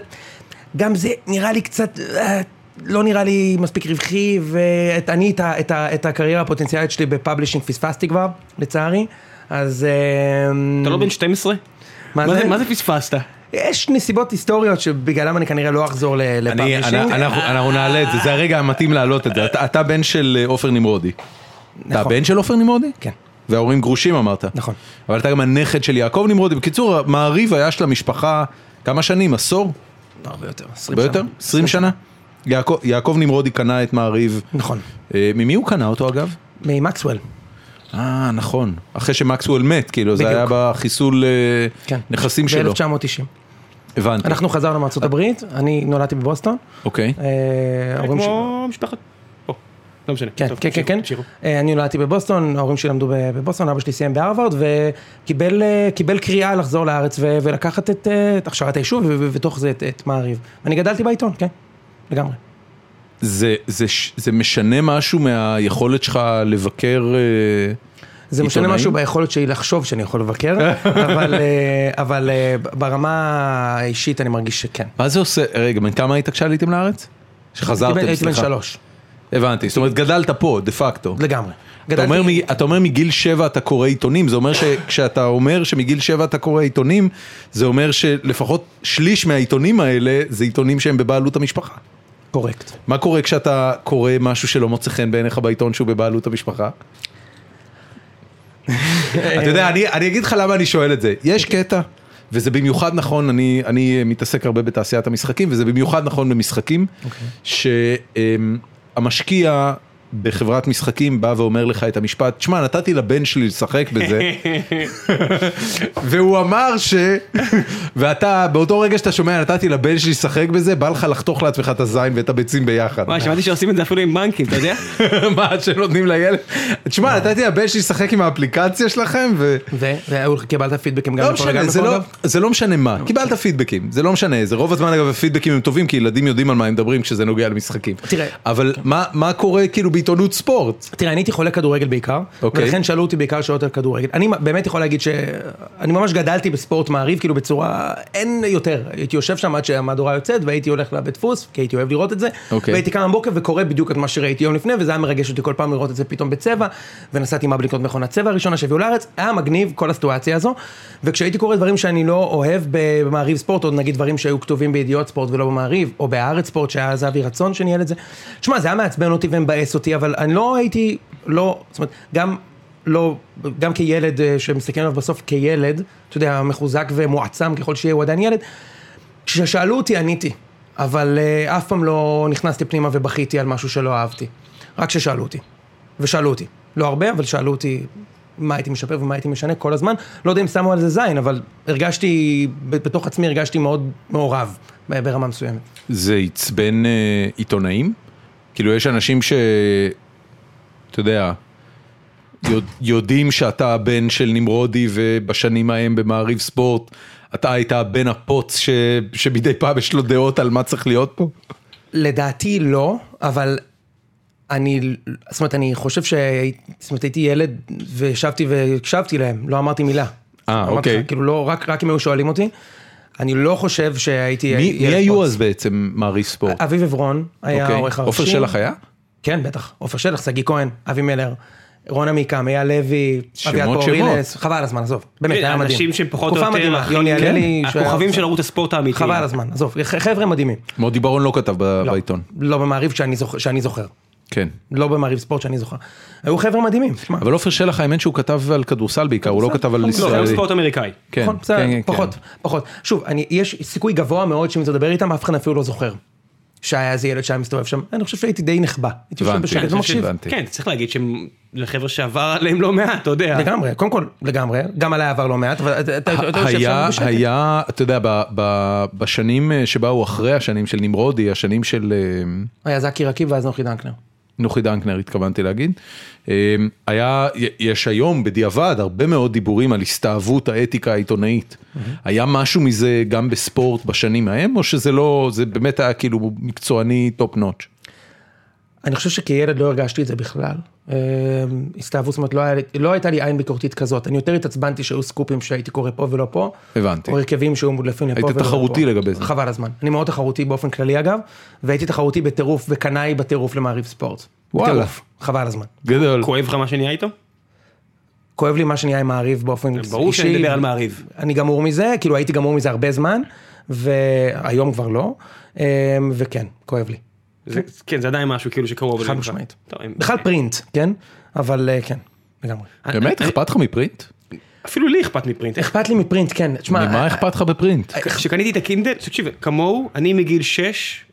C: גם זה נראה לי קצת, אה, לא נראה לי מספיק רווחי, ואני את, ה- את, ה- את הקריירה הפוטנציאלית שלי בפאבלישינג פספסתי כבר, לצערי, אז... אמ,
B: אתה לא בן 12?
C: מה
B: מה
C: זה?
B: זה- מה זה פספסת?
C: יש נסיבות היסטוריות שבגללם אני כנראה לא אחזור ל-
A: אני,
C: לפאבלישינג.
A: אנחנו, אנחנו נעלה את זה, זה הרגע המתאים להעלות את זה. אתה, אתה בן של אה, עופר נמרודי. אתה
C: נכון.
A: הבן של עופר נמרודי?
C: כן.
A: וההורים גרושים אמרת.
C: נכון.
A: אבל אתה גם הנכד של יעקב נמרודי. בקיצור, מעריב היה של המשפחה כמה שנים? עשור?
C: הרבה יותר, 20
A: הרבה יותר? 20 שנה? יעקב, יעקב נמרודי קנה את מעריב.
C: נכון.
A: אה, ממי הוא קנה אותו אגב?
C: ממקסוול.
A: אה, נכון. אחרי שמקסוול מת, כאילו, זה
C: בדיוק.
A: היה בחיסול אה, נכסים שלו.
C: כן. ב-1990.
A: הבנתי.
C: אנחנו חזרנו מארצות הברית, אני נולדתי בבוסטון.
A: אוקיי.
C: אה, ההורים שלי-
B: כמו משפחת... פה. לא משנה.
C: כן,
B: טוב,
C: כן, כן,
B: תמשיכו,
C: כן.
B: תמשיכו.
C: אה, אני נולדתי בבוסטון, ההורים שלי למדו ב- בבוסטון, אבא שלי סיים בהרווארד, וקיבל אה, קיבל קריאה לחזור לארץ ו- ולקחת את אה, את הכשרת היישוב, ו- ובתוך זה את- את מעריב. אני גדלתי בעיתון, כן, לגמרי.
A: זה, זה, ש- זה משנה משהו מהיכולת שלך לבקר... אה,
C: זה משנה
A: עיתונאים?
C: משהו ביכולת שלי לחשוב שאני יכול
A: [LAUGHS]
C: לבקר, אבל, אה, אבל אה, ברמה האישית אני מרגיש שכן.
A: מה זה עושה? רגע, בן כמה היית כשעליתם לארץ? שחזרתם, סליחה.
C: הייתי בן שלוש,
A: הבנתי, זאת אומרת, גדלת פה, דה פקטו.
C: לגמרי.
A: אתה אומר, מ- אתה אומר מגיל שבע אתה קורא עיתונים, זה אומר שכשאתה אומר שמגיל שבע אתה קורא עיתונים, זה אומר שלפחות שליש מהעיתונים האלה זה עיתונים שהם בבעלות המשפחה.
C: קורקט.
A: מה קורה כשאתה קורא משהו שלא מוצא חן בעיניך בעיתון שהוא בבעלות המשפחה? אתה יודע, אני, אני אגיד לך למה אני שואל את זה. יש קטע, וזה במיוחד נכון, אני, אני מתעסק הרבה בתעשיית המשחקים, וזה במיוחד נכון במשחקים, שהמשקיע בחברת משחקים בא ואומר לך את המשפט, שמע, נתתי לבן שלי לשחק בזה, והוא אמר ש... ואתה, באותו רגע שאתה שומע, נתתי לבן שלי לשחק בזה, בא לך לחתוך לעצמך את הזין ואת הביצים ביחד.
B: וואי, שמעתי שעושים את זה אפילו עם בנקים, אתה יודע?
A: [LAUGHS] מה שנותנים לילד? תשמע, נתתי לבן שלי לשחק עם האפליקציה שלכם, ו...
C: וקיבלת פידבקים גם
A: לא
C: לפה וגם
A: משנה, זה
C: לפה
A: לא-
C: אגב?
A: זה לא משנה מה, קיבלת פידבקים, זה לא משנה, זה רוב הזמן אגב הפידבקים הם טובים, כי ילדים יודעים על מה הם מדברים כשזה נוגע למשחקים.
C: תראה.
A: אבל מה- מה קורה כאילו בעיתונות ספורט?
C: תראה, אני הייתי חולה כדורגל בעיקר,
A: אוקיי.
C: ולכן שאלו אותי בעיקר שאלות על כדורגל. אני באמת יכול להגיד שאני ממש גדלתי בספורט מעריב, כאילו בצורה, אין יותר. הייתי יושב שם עד שהמהדורה יוצאת, והייתי הולך לבית דפוס, כי הייתי אוהב לראות את זה,
A: אוקיי.
C: והייתי קם בבוקר וקורא בדיוק את מה שראיתי יום לפני, וזה היה מרגש אותי כל פעם לראות את זה פתאום בצבע, ונסעתי עם אבא לקנות מכונת צבע הראשונה שהביאו לארץ, היה מגניב כל הסיטואציה הזו, וכשהייתי קורא דברים שאני לא אוהב במעריב ספורט, או נגיד דברים שהיו כתובים בידיעות ספורט ולא במעריב, או בהארץ ספורט, שהיה אז אבי רצון שניהל את זה, שמע, זה היה מעצבן אותי ומבאס אותי, אבל אני לא הייתי, לא, זאת אומרת, גם... לא, גם כילד אה, שמסתכלים עליו בסוף כילד, אתה יודע, מחוזק ומועצם ככל שיהיה, הוא עדיין ילד, כששאלו אותי עניתי, אבל uh, אף פעם לא נכנסתי פנימה ובכיתי על משהו שלא אהבתי. רק כששאלו אותי. ושאלו אותי. לא הרבה, אבל שאלו אותי מה הייתי משפר ומה הייתי משנה כל הזמן. לא יודע אם שמו על זה זין, אבל הרגשתי, ב- בתוך עצמי הרגשתי מאוד מעורב ב- ברמה מסוימת.
A: זה עצבן אה, עיתונאים? כאילו יש אנשים ש... אתה יודע, יודע, יודעים שאתה הבן של נמרודי ובשנים ההם במעריב ספורט, אתה היית הבן הפוץ ש... שמדי פעם יש לו דעות על מה צריך להיות פה?
C: לדעתי לא, אבל אני, זאת אומרת, אני חושב שהייתי, זאת אומרת, הייתי ילד וישבתי והקשבתי להם, לא אמרתי מילה. אמרתי
A: אוקיי.
C: לך, כאילו לא, רק, רק אם היו שואלים אותי. אני לא חושב שהייתי...
A: מי,
C: ילד
A: מי היו
C: פוץ.
A: אז בעצם מעריב ספורט?
C: אביב עברון היה
A: אוקיי.
C: העורך הראשי.
A: עופר שלח היה?
C: כן, בטח. עופר שלח, שגיא כהן, אבי מלר, רון עמיקם, אייל לוי,
A: שמות,
C: אביעד פורילס,
A: שמות.
C: חבל על הזמן, עזוב. [LAUGHS] באמת, היה מדהים.
B: כן, אנשים שהם פחות או יותר...
C: תקופה מדהימה,
B: הכי-
C: יוני הללי.
B: כן,
C: שהיה-
B: הכוכבים של ערוץ הספורט האמיתי. כן.
C: חבל על הזמן, עזוב. ח- חבר'ה מדהימים.
A: מודי ברון לא כתב ב- בעיתון.
C: לא במעריב שאני זוכר- שאני זוכר.
A: כן.
C: לא במעריב ספורט שאני זוכר. היו חבר'ה מדהימים, תשמע,
A: אבל עופר שלח האמת שהוא כתב על כדורסל בעיקר, הוא לא כתב על
B: לא, גם
A: ישראלי.
B: ספורט אמריקאי.
A: כן,
C: נכון? בסדר,
A: כן, כן,
C: פחות,
A: כן.
C: פחות. שוב, אני, יש סיכוי גבוה מאוד שאם אתה מדבר איתם, אף אחד אפילו לא זוכר. שהיה איזה ילד שהיה מסתובב שם, אני חושב שהייתי די נחבא. הייתי יושב
A: הבנתי,
C: בשקט
A: אני חושב
C: ומקשיב.
A: הבנתי.
B: כן, צריך להגיד שהם- לחבר'ה שעבר עליהם לא מעט, אתה יודע.
C: לגמרי, קודם כל, לגמרי, גם עליי עבר לא מעט, אבל אתה- אתה אתה יושב שם
A: היה,
C: בשקט.
A: היה, אתה יודע, ב- ב- בשנים אה, שבאו אחרי השנים של נמרודי, השנים של אה,
C: היה זקי רקיב ואז נוחי דנקנר.
A: נוחי דנקנר התכוונתי להגיד. אה, היה, י- יש היום בדיעבד הרבה מאוד דיבורים על הסתאבות האתיקה העיתונאית. היה משהו מזה גם בספורט בשנים ההם, או שזה לא, זה באמת היה כאילו מקצועני טופ נוטש?
C: אני חושב שכילד לא הרגשתי את זה בכלל. אה, הסתאבות, זאת אומרת, לא היה לי- לא הייתה לי עין ביקורתית כזאת. אני יותר התעצבנתי שהיו סקופים שהייתי קורא פה ולא פה.
A: הבנתי.
C: או הרכבים שהיו מודלפים לפה
A: היית
C: ולא לפה.
A: תחרותי לגבי זה.
C: חבל הזמן. אני מאוד תחרותי באופן כללי אגב, והייתי תחרותי בטירוף וקנאי בטירוף למעריב ספורט.
A: וואלה.
C: בטירוף. חבל הזמן.
A: גדול.
B: כואב לך מה שנהיה איתו?
C: כואב לי מה שנהיה עם מעריב באופן אישי.
B: ברור שאני מדבר על מעריב.
C: אני גמור מזה, כאילו הייתי גמור מזה הרבה זמן, והיום כבר לא, אה, וכן, כואב לי.
B: זה- כן, זה עדיין משהו כאילו שקרוב
C: חד
B: אליך.
C: משמעית.
B: טוב, הם-
C: בכלל פרינט, כן? אבל אה, כן, לגמרי.
A: באמת, אכפת לך מפרינט?
B: אה, אפילו לי אכפת מפרינט. איך-
C: אכפת לי מפרינט, כן, תשמע,
A: ממה אכפת לך בפרינט?
B: כשקניתי את הקינדל, תקשיב, כמוהו, אני מגיל 6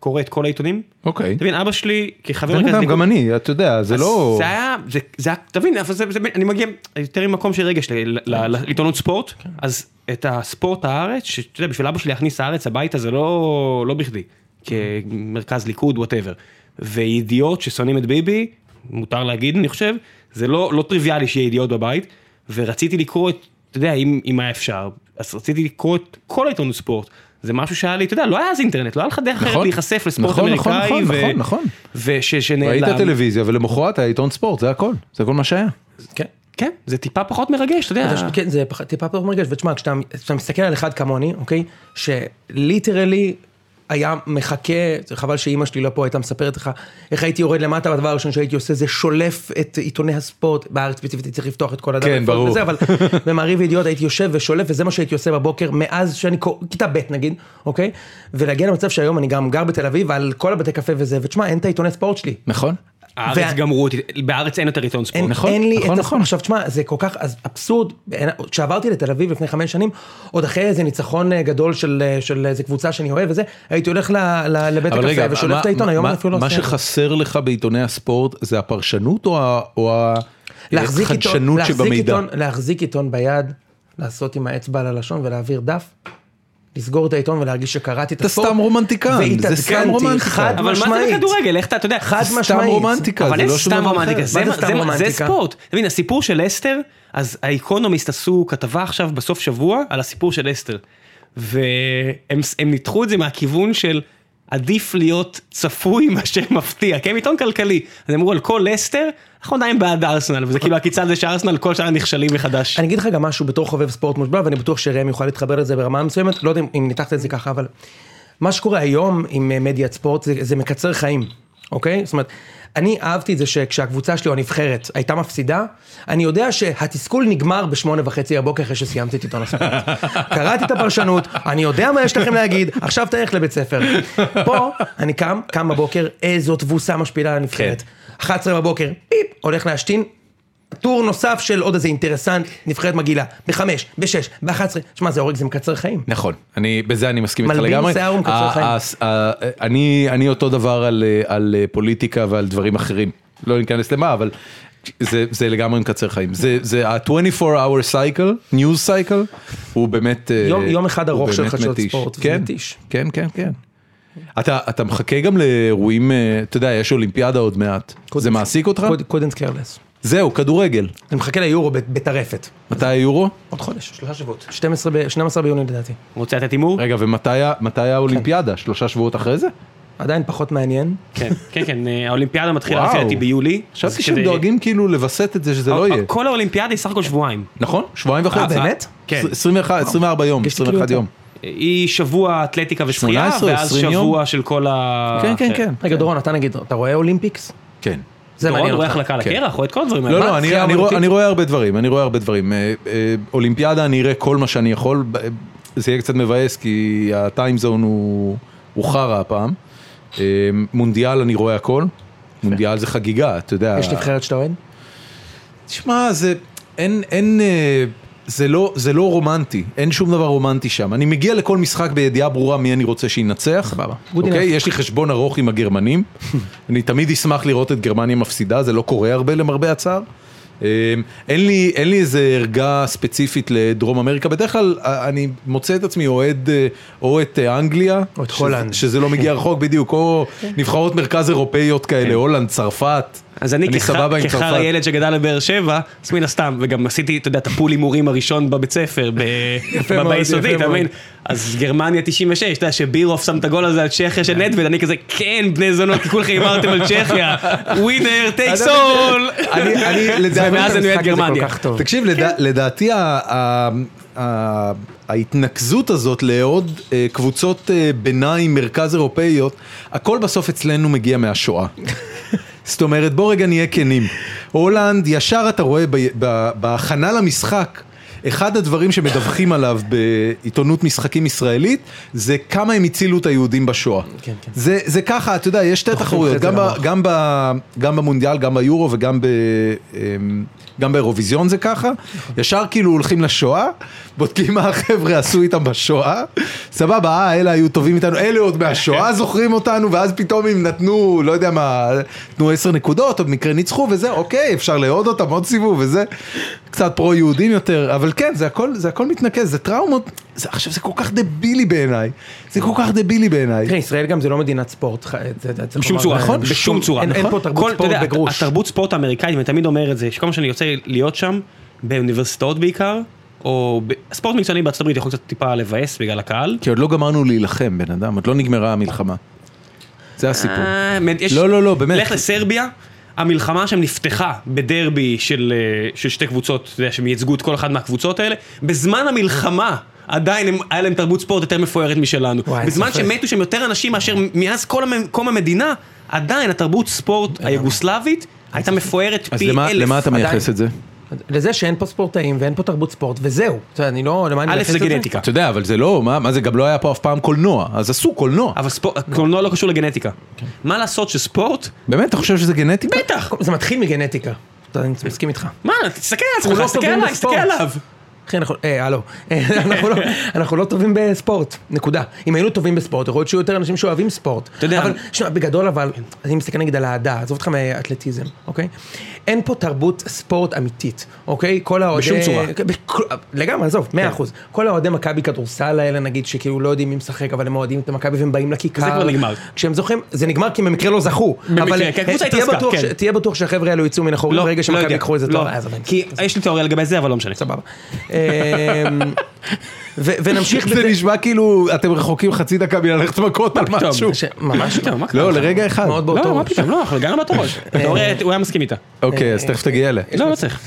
B: קורא את כל העיתונים.
A: אוקיי.
B: אתה מבין, אבא שלי כחבר
A: בן
B: מרכז
A: אדם,
B: ליכוד-
A: גם אני, אתה יודע, זה
B: אז
A: לא...
B: זה היה, זה- זה היה, תבין, אבל זה, זה- אני מגיע יותר ממקום של רגש ל-
A: כן.
B: ל- לעיתונות ספורט, אז את הספורט הארץ, שאתה יודע, בשביל אבא שלי להכניס הארץ הביתה זה לא, לא בכדי, כמרכז ליכוד, וואטאבר. וידיעות ששונאים את ביבי, מותר להגיד, אני חושב, זה לא, לא טריוויאלי שיהיה ידיעות בבית, ורציתי לקרוא את, אתה יודע, אם, אם היה אפשר, אז רציתי לקרוא את כל העיתונות ספורט. זה משהו שהיה לי, אתה יודע, לא היה אז אינטרנט, לא היה לך דרך אחרת
A: נכון.
B: להיחשף לספורט
A: נכון, נכון,
B: אמריקאי.
A: נכון,
B: ו-
A: נכון, נכון.
B: וש- שנעלם.
A: ראית טלוויזיה ולמחרת היה עיתון ספורט, זה הכל, זה כל מה שהיה.
C: כן.
B: כן, זה טיפה פחות מרגש, אתה יודע.
C: זה- כן, זה פח- טיפה פחות מרגש, ותשמע, כשאתה כשאתה מסתכל על אחד כמוני, אוקיי, שליטרלי היה מחכה, זה חבל שאימא שלי לא פה הייתה מספרת לך, איך הייתי יורד למטה, והדבר הראשון שהייתי עושה זה שולף את עיתוני הספורט, בארץ ספציפית הייתי צריך לפתוח את כל הדף,
A: כן,
C: לפתוח
A: ברור. [LAUGHS]
C: וזה, אבל במעריב ידיעות הייתי יושב ושולף, וזה מה שהייתי עושה בבוקר מאז שאני, קו- כיתה ב' נגיד, אוקיי, ולהגיע למצב שהיום אני גם גר בתל אביב, על כל הבתי קפה וזה, ותשמע, אין את העיתוני ספורט שלי,
A: נכון.
B: הארץ
C: ו-
B: גמרו אותי, בארץ אין יותר עיתון
C: אין,
B: ספורט.
A: נכון,
C: נכון, אין לי
A: נכון,
C: את
A: נכון.
C: נכון. עכשיו תשמע זה כל כך אז אבסורד אין- כשעברתי לתל אביב לפני חמש שנים עוד אחרי איזה ניצחון אה, גדול של, אה, של איזה קבוצה שאני אוהב וזה הייתי הולך ל, ל, לבית
A: אבל
C: הקפה
A: רגע,
C: ושולף
A: מה-
C: את העיתון
A: מה-
C: היום
A: מה-
C: אני אפילו לא
A: מה
C: עושה את זה.
A: שחסר לך בעיתוני הספורט זה הפרשנות או ה- או ה-
C: להחזיק עיתון,
A: החדשנות
C: להחזיק,
A: שבמידע?
C: עיתון, להחזיק עיתון ביד לעשות עם האצבע על הלשון ולהעביר דף. לסגור את העיתון ולהרגיש שקראתי את
A: אתה
C: הספורט.
A: סתם רומנטיקן, זה
C: והתעדכנתי,
A: סתם רומנטיקן.
C: חד
B: אבל מה זה
C: משמעית.
B: בכדורגל? איך אתה, אתה יודע,
C: חד
A: סתם
C: משמעית.
A: רומנטיקה,
B: אבל
A: זה
B: אין
A: לא שום
B: סתם
A: דבר
B: רומנטיקה,
A: אחר.
B: זה,
C: מה זה
B: זה,
C: סתם
B: זה, זה
C: רומנטיקה?
B: ספורט. אתה מבין, הסיפור של אסתר, אז האיקונומיסט עשו כתבה עכשיו בסוף שבוע על הסיפור של אסתר. והם הם ניתחו את זה מהכיוון של עדיף להיות צפוי [LAUGHS] מאשר מפתיע, כן? עיתון כלכלי. אז הם אמרו על כל אסתר, אנחנו עדיין בעד ארסנל, וזה כאילו הקיצה על זה שארסנל כל שנה נכשלים מחדש.
C: אני אגיד לך גם משהו בתור חובב ספורט מושבע, ואני בטוח שראם יוכל להתחבר לזה ברמה מסוימת, לא יודע אם- אם ניתחת את זה ככה, אבל מה שקורה היום עם אה, מדיית ספורט זה, זה מקצר חיים, אוקיי? זאת אומרת, אני אהבתי את זה שכשהקבוצה שלי או הנבחרת הייתה מפסידה, אני יודע שהתסכול נגמר בשמונה וחצי הבוקר אחרי שסיימתי את עיתון הספורט. קראתי את הפרשנות, אני יודע מה יש לכם להגיד, עכשיו תלך לבית ספר. פה אני קם, קם בבוקר, איזו תבוסה משפילה על הנבחרת. 11 בבוקר, פיפ, הולך להשתין, טור נוסף של עוד איזה אינטרסנט, נבחרת מגעילה, בחמש, בשש, באחת עשרה, שמע זה הורג, זה מקצר חיים.
A: נכון, אני, בזה אני מסכים איתך
C: מלבין
A: לגמרי.
C: שיער ומקצר
A: ה-
C: חיים.
A: ה- ה- אני, אני אותו דבר על, אה, על אה, פוליטיקה ועל דברים אחרים. לא ניכנס למה, אבל זה, זה לגמרי מקצר חיים. זה, זה ה-24 hour cycle, news cycle, הוא באמת... אה,
C: יום- יום אחד
A: הוא
C: ארוך של
A: באמת
C: חדשות
A: מתיש.
C: ספורט, זה
A: כן,
C: מתיש.
A: כן, כן, כן. אתה, אתה מחכה גם לאירועים, אה, אתה יודע, יש אולימפיאדה עוד מעט. זה מעסיק אותך?
C: קודנס קרלס.
A: זהו, כדורגל.
C: אני מחכה ליורו ב- בטרפת.
A: מתי היורו?
C: עוד חודש. שלושה שבועות. 12 ב- 12 ביוני לדעתי.
B: רוצה לתת הימור?
A: רגע, ומתי ה- מתי
C: כן.
A: האולימפיאדה? שלושה שבועות אחרי זה?
C: עדיין פחות מעניין.
B: כן, כן, כן, אה, האולימפיאדה מתחילה
A: וואו.
B: לפי דעתי ביולי. אז
A: חשבתי
B: כדי-
A: שהם דואגים כאילו לווסת את זה שזה לא
B: אה,
A: יהיה.
B: כל האולימפיאדה היא סך הכל שבועיים.
A: נכון? שבועיים וחצי.
C: אה, באמת?
B: כן.
A: 21, 24 יום,
C: יש לי כאילו
A: 21 יום.
B: היא שבוע אתלטיקה ושחייה,
A: 18,
B: ואז
A: 20 יום.
B: שבוע של כל ה...
A: כן, כן, כן.
C: רגע דורון, אתה נגיד, אתה רואה אולימפיקס?
A: כן.
C: זה
B: דורון
C: מעניין
B: רואה
C: אותך.
B: החלקה
A: כן.
B: לקרח, רואה את כל הדברים
C: אה,
B: האלה.
A: לא,
B: מה?
A: לא, אני-
C: שחייה
A: אני רואה-
C: אולימפית?
A: אני רואה הרבה דברים, אני רואה הרבה דברים. אה, אה, אולימפיאדה, אני אראה כל מה שאני יכול. ב- אה, זה יהיה קצת מבאס, כי הטיימזון הוא הוא חרא הפעם. אה, מונדיאל, אני רואה הכל. מונדיאל זה חגיגה, אתה יודע.
C: יש נבחרת שאתה אוהד?
B: אה,
A: תשמע, זה, אין, אין, אה, זה לא, זה לא רומנטי, אין שום דבר רומנטי שם. אני מגיע לכל משחק בידיעה ברורה מי אני רוצה שינצח. סבבה.
C: Good
A: אוקיי?
C: enough.
A: יש לי חשבון ארוך עם הגרמנים. אני תמיד אשמח לראות את גרמניה מפסידה, זה לא קורה הרבה למרבה הצער. אה, אין לי, אין לי איזה ערגה ספציפית לדרום אמריקה, בדרך כלל אה, אני מוצא את עצמי אוהד אה, או את אה, אנגליה,
C: או את
A: שזה-
C: הולנד.
A: שזה לא מגיע רחוק בדיוק, או נבחרות מרכז אירופאיות כאלה, הולנד, צרפת,
B: אז אני כח-
A: סבבה עם
B: כחר
A: צרפת.
B: הילד שגדל בבאר שבע, אז מן הסתם, וגם עשיתי, אתה יודע, את הפול הימורים הראשון בבית ספר,
A: [LAUGHS]
B: ב- ב-
C: מאוד,
B: ביסודי,
C: יפה
B: אתה
C: מאוד.
B: מבין? אז גרמניה 96, אתה יודע, שבירוף שם את הגול הזה על צ'כיה של נדווד, אני כזה, כן, בני זונות, כי כולכם הימרתם על
A: [LAUGHS]
B: צ'כיה, ווינר, טייק סול.
A: אני, אני,
B: [LAUGHS]
A: לדעתי,
B: ומאז אני אוהד
C: המשחק הזה כל
B: גרמניה.
C: כך טוב.
A: תקשיב, לדע,
C: כן.
A: לדעתי ה, ה, ה, ההתנקזות הזאת לעוד אה, קבוצות אה, ביניים מרכז אירופאיות, הכל בסוף אצלנו מגיע
C: [LAUGHS]
A: מהשואה. זאת אומרת, בוא רגע נהיה כנים. הולנד, ישר אתה רואה ב, ב, בהכנה למשחק, אחד הדברים שמדווחים עליו בעיתונות משחקים ישראלית, זה כמה הם הצילו את היהודים בשואה.
C: כן, כן.
A: זה, זה ככה, אתה יודע, יש שתי תחרויות,
C: חצי
A: גם, ב,
C: למוח.
A: גם, ב, גם במונדיאל, גם ביורו וגם ב, אמ, גם באירוויזיון זה ככה. ישר כאילו הולכים לשואה, בודקים מה החבר'ה עשו איתם בשואה, סבבה, אה, אלה היו טובים איתנו, אלה עוד מהשואה זוכרים אותנו, ואז פתאום הם נתנו, לא יודע מה, נתנו עשר נקודות, או במקרה ניצחו וזה, אוקיי, אפשר לאהוד אותם עוד סיבוב וזה. קצת פרו יהודים יותר, אבל כן, זה הכל, זה הכל מתנקז, זה טראומות, זה, עכשיו זה כל כך דבילי בעיניי, זה כל כך דבילי בעיניי.
C: תראה, ישראל גם זה לא מדינת ספורט, ח- זה- זה- צריך
B: בשום
C: לומר,
B: צורה,
C: זה-
B: נכון? בשום צורה.
C: אין- אין
B: נכון?
C: פה
B: כל-
C: תרבות
B: אתה
C: ספורט
B: יודע,
C: בגרוש.
B: התרבות ספורט האמריקאית, ואני תמיד אומר את זה, שכל מה שאני יוצא להיות שם, באוניברסיטאות בעיקר, או ב- ספורט מקצועני בארצות הברית יכול קצת טיפה לבאס בגלל הקהל.
A: כי עוד לא גמרנו להילחם, בן אדם, עוד לא נגמרה המלחמה. זה הסיפור.
B: אה, באמת, יש-
A: לא, לא, לא, באמת.
B: לך לסרביה, המלחמה שם נפתחה בדרבי של, אה, של שתי קבוצות, אתה יודע, שמייצגו את כל אחת מהקבוצות האלה, בזמן המלחמה. עדיין הם, היה להם תרבות ספורט יותר מפוארת משלנו.
C: וואי, אין
B: בזמן
C: ספק.
B: שמתו שם יותר אנשים מאשר מאז כל המ- קום המדינה, עדיין התרבות ספורט היוגוסלבית הייתה מפוארת
A: אז
B: פי אלף.
A: למה, למה אתה
C: עדיין.
A: מייחס את זה?
C: לזה שאין פה ספורטאים ואין פה תרבות ספורט, וזהו. אתה יודע, אני לא... למה אני
B: א'
C: מייחס
B: זה
C: את
B: גנטיקה.
A: אתה יודע, אבל זה לא, מה, מה זה, גם לא היה פה אף פעם קולנוע, אז עשו קולנוע.
B: אבל ספורט, קולנוע לא קשור לגנטיקה.
A: כן.
B: מה לעשות שספורט?
A: באמת, אתה חושב שזה גנטיקה?
B: בטח.
C: זה מתחיל מגנטיקה. אתה יודע, אני מסכים איתך.
B: מה, תסתכל על
C: אנחנו
B: עצמך,
C: לא
B: תסתכל
C: טובים
B: עליי, תסתכל
C: בספורט.
B: עליו.
C: אחי, אנחנו, אה, הלו, אה, [LAUGHS] אנחנו לא- אנחנו לא טובים בספורט, נקודה. אם היינו טובים בספורט, יכול להיות שיהיו יותר אנשים שאוהבים ספורט.
B: אתה יודע,
C: אבל,
B: אני-
C: שמע, בגדול אבל, אני מסתכל נגיד על האהדה, עזוב אותך מאתלטיזם, אוקיי? אין פה תרבות ספורט אמיתית, אוקיי? כל האוהדי... כן,
B: בשום צורה. כן.
C: בכל- לגמרי, עזוב, מאה אחוז. כל האוהדי מכבי כדורסל האלה, נגיד, שכאילו לא יודעים מי משחק, אבל הם אוהדים את המכבי והם באים לכיכר.
B: זה כבר נגמר.
C: כשהם זוכים, זה נגמר כי הם במקרה לא זכו.
B: במקרה,
C: אבל,
B: כי הקבוצה
C: אה, תהיה
B: התרסקה,
C: בטוח
B: כן.
C: ש- תהיה בטוח שהחבר'ה האלו יצאו מן
A: לא-
C: החורים ברגע שמכבי ייקחו איזה תואר.
B: לא.
C: אז עדיין.
B: כי יש לי תיאוריה לגבי זה, אבל לא משנה.
C: סבבה. אמ, ו- ונמשיך
A: זה
C: בזה.
A: נשמע כאילו אתם רחוקים חצי דקה מללכת מכות על
B: פתאום?
A: משהו.
C: ש- ממש לא. אה,
B: פתאום, מה
A: לא,
B: קרה?
A: לרגע אחד.
C: מאוד באותו
B: לא, מה
C: ראש.
B: פתאום, לא, אנחנו לגמרי באותו ראש. התיאוריה, הוא היה מסכים איתה.
A: אוקיי, אז תכף תגיע אליה.
B: לא, לא צריך.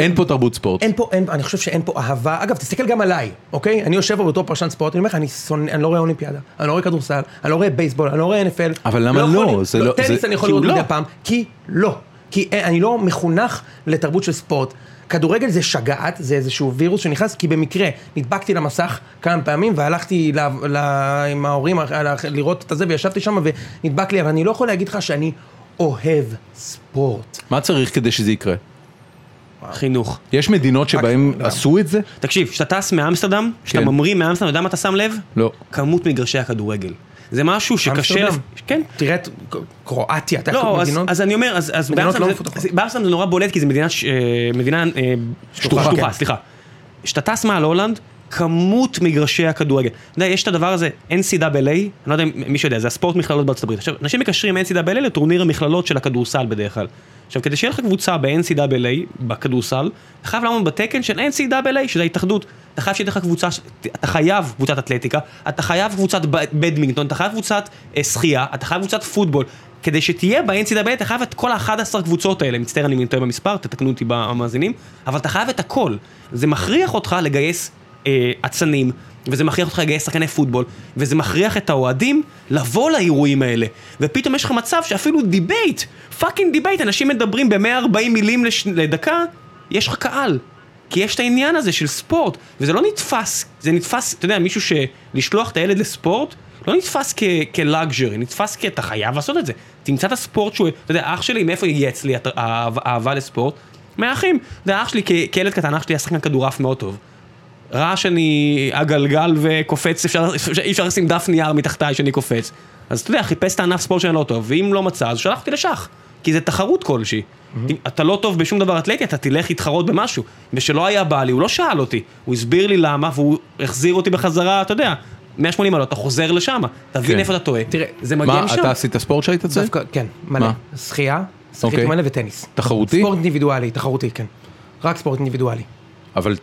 A: אין פה תרבות ספורט.
C: אה, אין פה, אין, אני חושב שאין פה אהבה, אגב, תסתכל גם עליי, אוקיי? אני יושב פה בתור פרשן ספורט, אני אומר לך, אני שונא, אני לא רואה אולימפיאדה, אני לא רואה כדורסל, אני לא רואה בייסבול, אני לא רואה NFL.
A: אבל למה לא?
C: יכול-
A: זה לא-
C: טניס
A: זה-
C: אני יכול
A: כי הוא
C: לראות
A: לא.
C: מדי פעם, כי לא. כי אה, אני לא מחונך לתרבות של ספורט. כדורגל זה שגעת, זה איזשהו וירוס שנכנס, כי במקרה נדבקתי למסך כמה פעמים והלכתי ל, ל, עם ההורים ה- ל- לראות את זה וישבתי שם ונדבק לי, אבל אני לא יכול להגיד לך שאני אוהב ספורט.
A: מה צריך כדי שזה יקרה?
B: חינוך.
A: יש מדינות שבהן
C: אה,
A: עשו את זה?
B: תקשיב, כשאתה טס מאמסטרדם, כשאתה
A: כן.
B: ממריא מאמסטרדם, אתה יודע מה אתה שם לב?
A: לא.
B: כמות מגרשי הכדורגל. זה משהו שקשה...
C: אמסטרדם.
B: לפ- כן.
C: תראה את קרואטיה, אתה
B: לא,
C: יכול
B: אז,
C: מדינות-
B: אז אני אומר, אז, אז
C: מדינות
B: באמסטרדם
C: לא
B: זה-
C: מפותחות.
B: זה- באמסטרדם זה נורא בולט, כי זו מדינה, ש- אה, מדינה אה,
A: שטוחה,
B: שטוחה,
A: כן.
B: סליחה. כשאתה טס מעל הולנד, כמות מגרשי הכדורגל. אתה יודע, יש את הדבר הזה, NCAA, אני לא יודע אם מישהו יודע, זה הספורט מכללות בארצות הברית. עכשיו, אנשים מקשרים NCAA לטורניר המכללות של הכדורסל בדרך כלל. עכשיו, כדי שיהיה לך קבוצה ב-NCAA, בכדורסל, אתה חייב לעמוד בתקן של NCAA, שזה ההתאחדות. אתה חייב שתהיה לך קבוצה, ש- אתה חייב קבוצת אתלטיקה, אתה חייב קבוצת ב- בדמינגטון, אתה חייב קבוצת אה, שחייה, אתה חייב קבוצת פוטבול. כדי שתהיה ב-NCAA, אתה חייב את כל ה-11 קבוצות האלה, מצטער אני טועה במספר, תתקנו אותי במאזינים, אבל אתה חייב את הכל. זה מכריח אותך לגייס אה, אצנים, וזה מכריח אותך לגייס שחקני פוטבול, וזה מכריח את האוהדים לבוא לאירועים האלה. ופתאום יש לך מצב שאפילו דיבייט, פאקינג דיבייט, אנשים מדברים ב-140 מילים לש... לדקה, יש לך קהל. כי יש את העניין הזה של ספורט, וזה לא נתפס, זה נתפס, אתה יודע, מישהו שלשלוח את הילד לספורט, לא נתפס כ- כלאגז'רי, נתפס כי אתה חייב לעשות את זה. תמצא את הספורט שהוא, אתה יודע, אח שלי, מאיפה הגיע אצלי הת- האהבה האהבה לספורט? מהאחים. אתה יודע, אח שלי כ- כילד קטן, אח שלי היה שחקן כדורעף מאוד טוב. ראה שאני הגלגל וקופץ, אפשר- אפשר- אי אפשר לשים דף נייר מתחתיי שאני קופץ. אז אתה יודע, חיפש את הענף ספורט שאני לא טוב, ואם לא מצא, אז שלחתי לשח. כי זה תחרות כלשהי. אתה לא טוב בשום דבר אתלטי, אתה תלך להתחרות במשהו. ושלא היה בא לי, הוא לא שאל אותי. הוא הסביר לי למה, והוא החזיר אותי בחזרה, אתה יודע, 180 מעלות, אתה חוזר לשם,
A: כן.
B: תבין איפה אתה טועה.
C: תראה,
B: זה מגיע
A: מה,
B: משם.
A: אתה עשית ספורט שהיית צריך?
C: דווקא, כן, מלא.
A: מה?
C: שחייה,
A: אוקיי.
C: שחייה מלא וטניס.
A: תחרותי?
C: ספורט אינדיבידואלי, תחרותי, כן. רק ספורט אינדיבידואלי.
A: אבל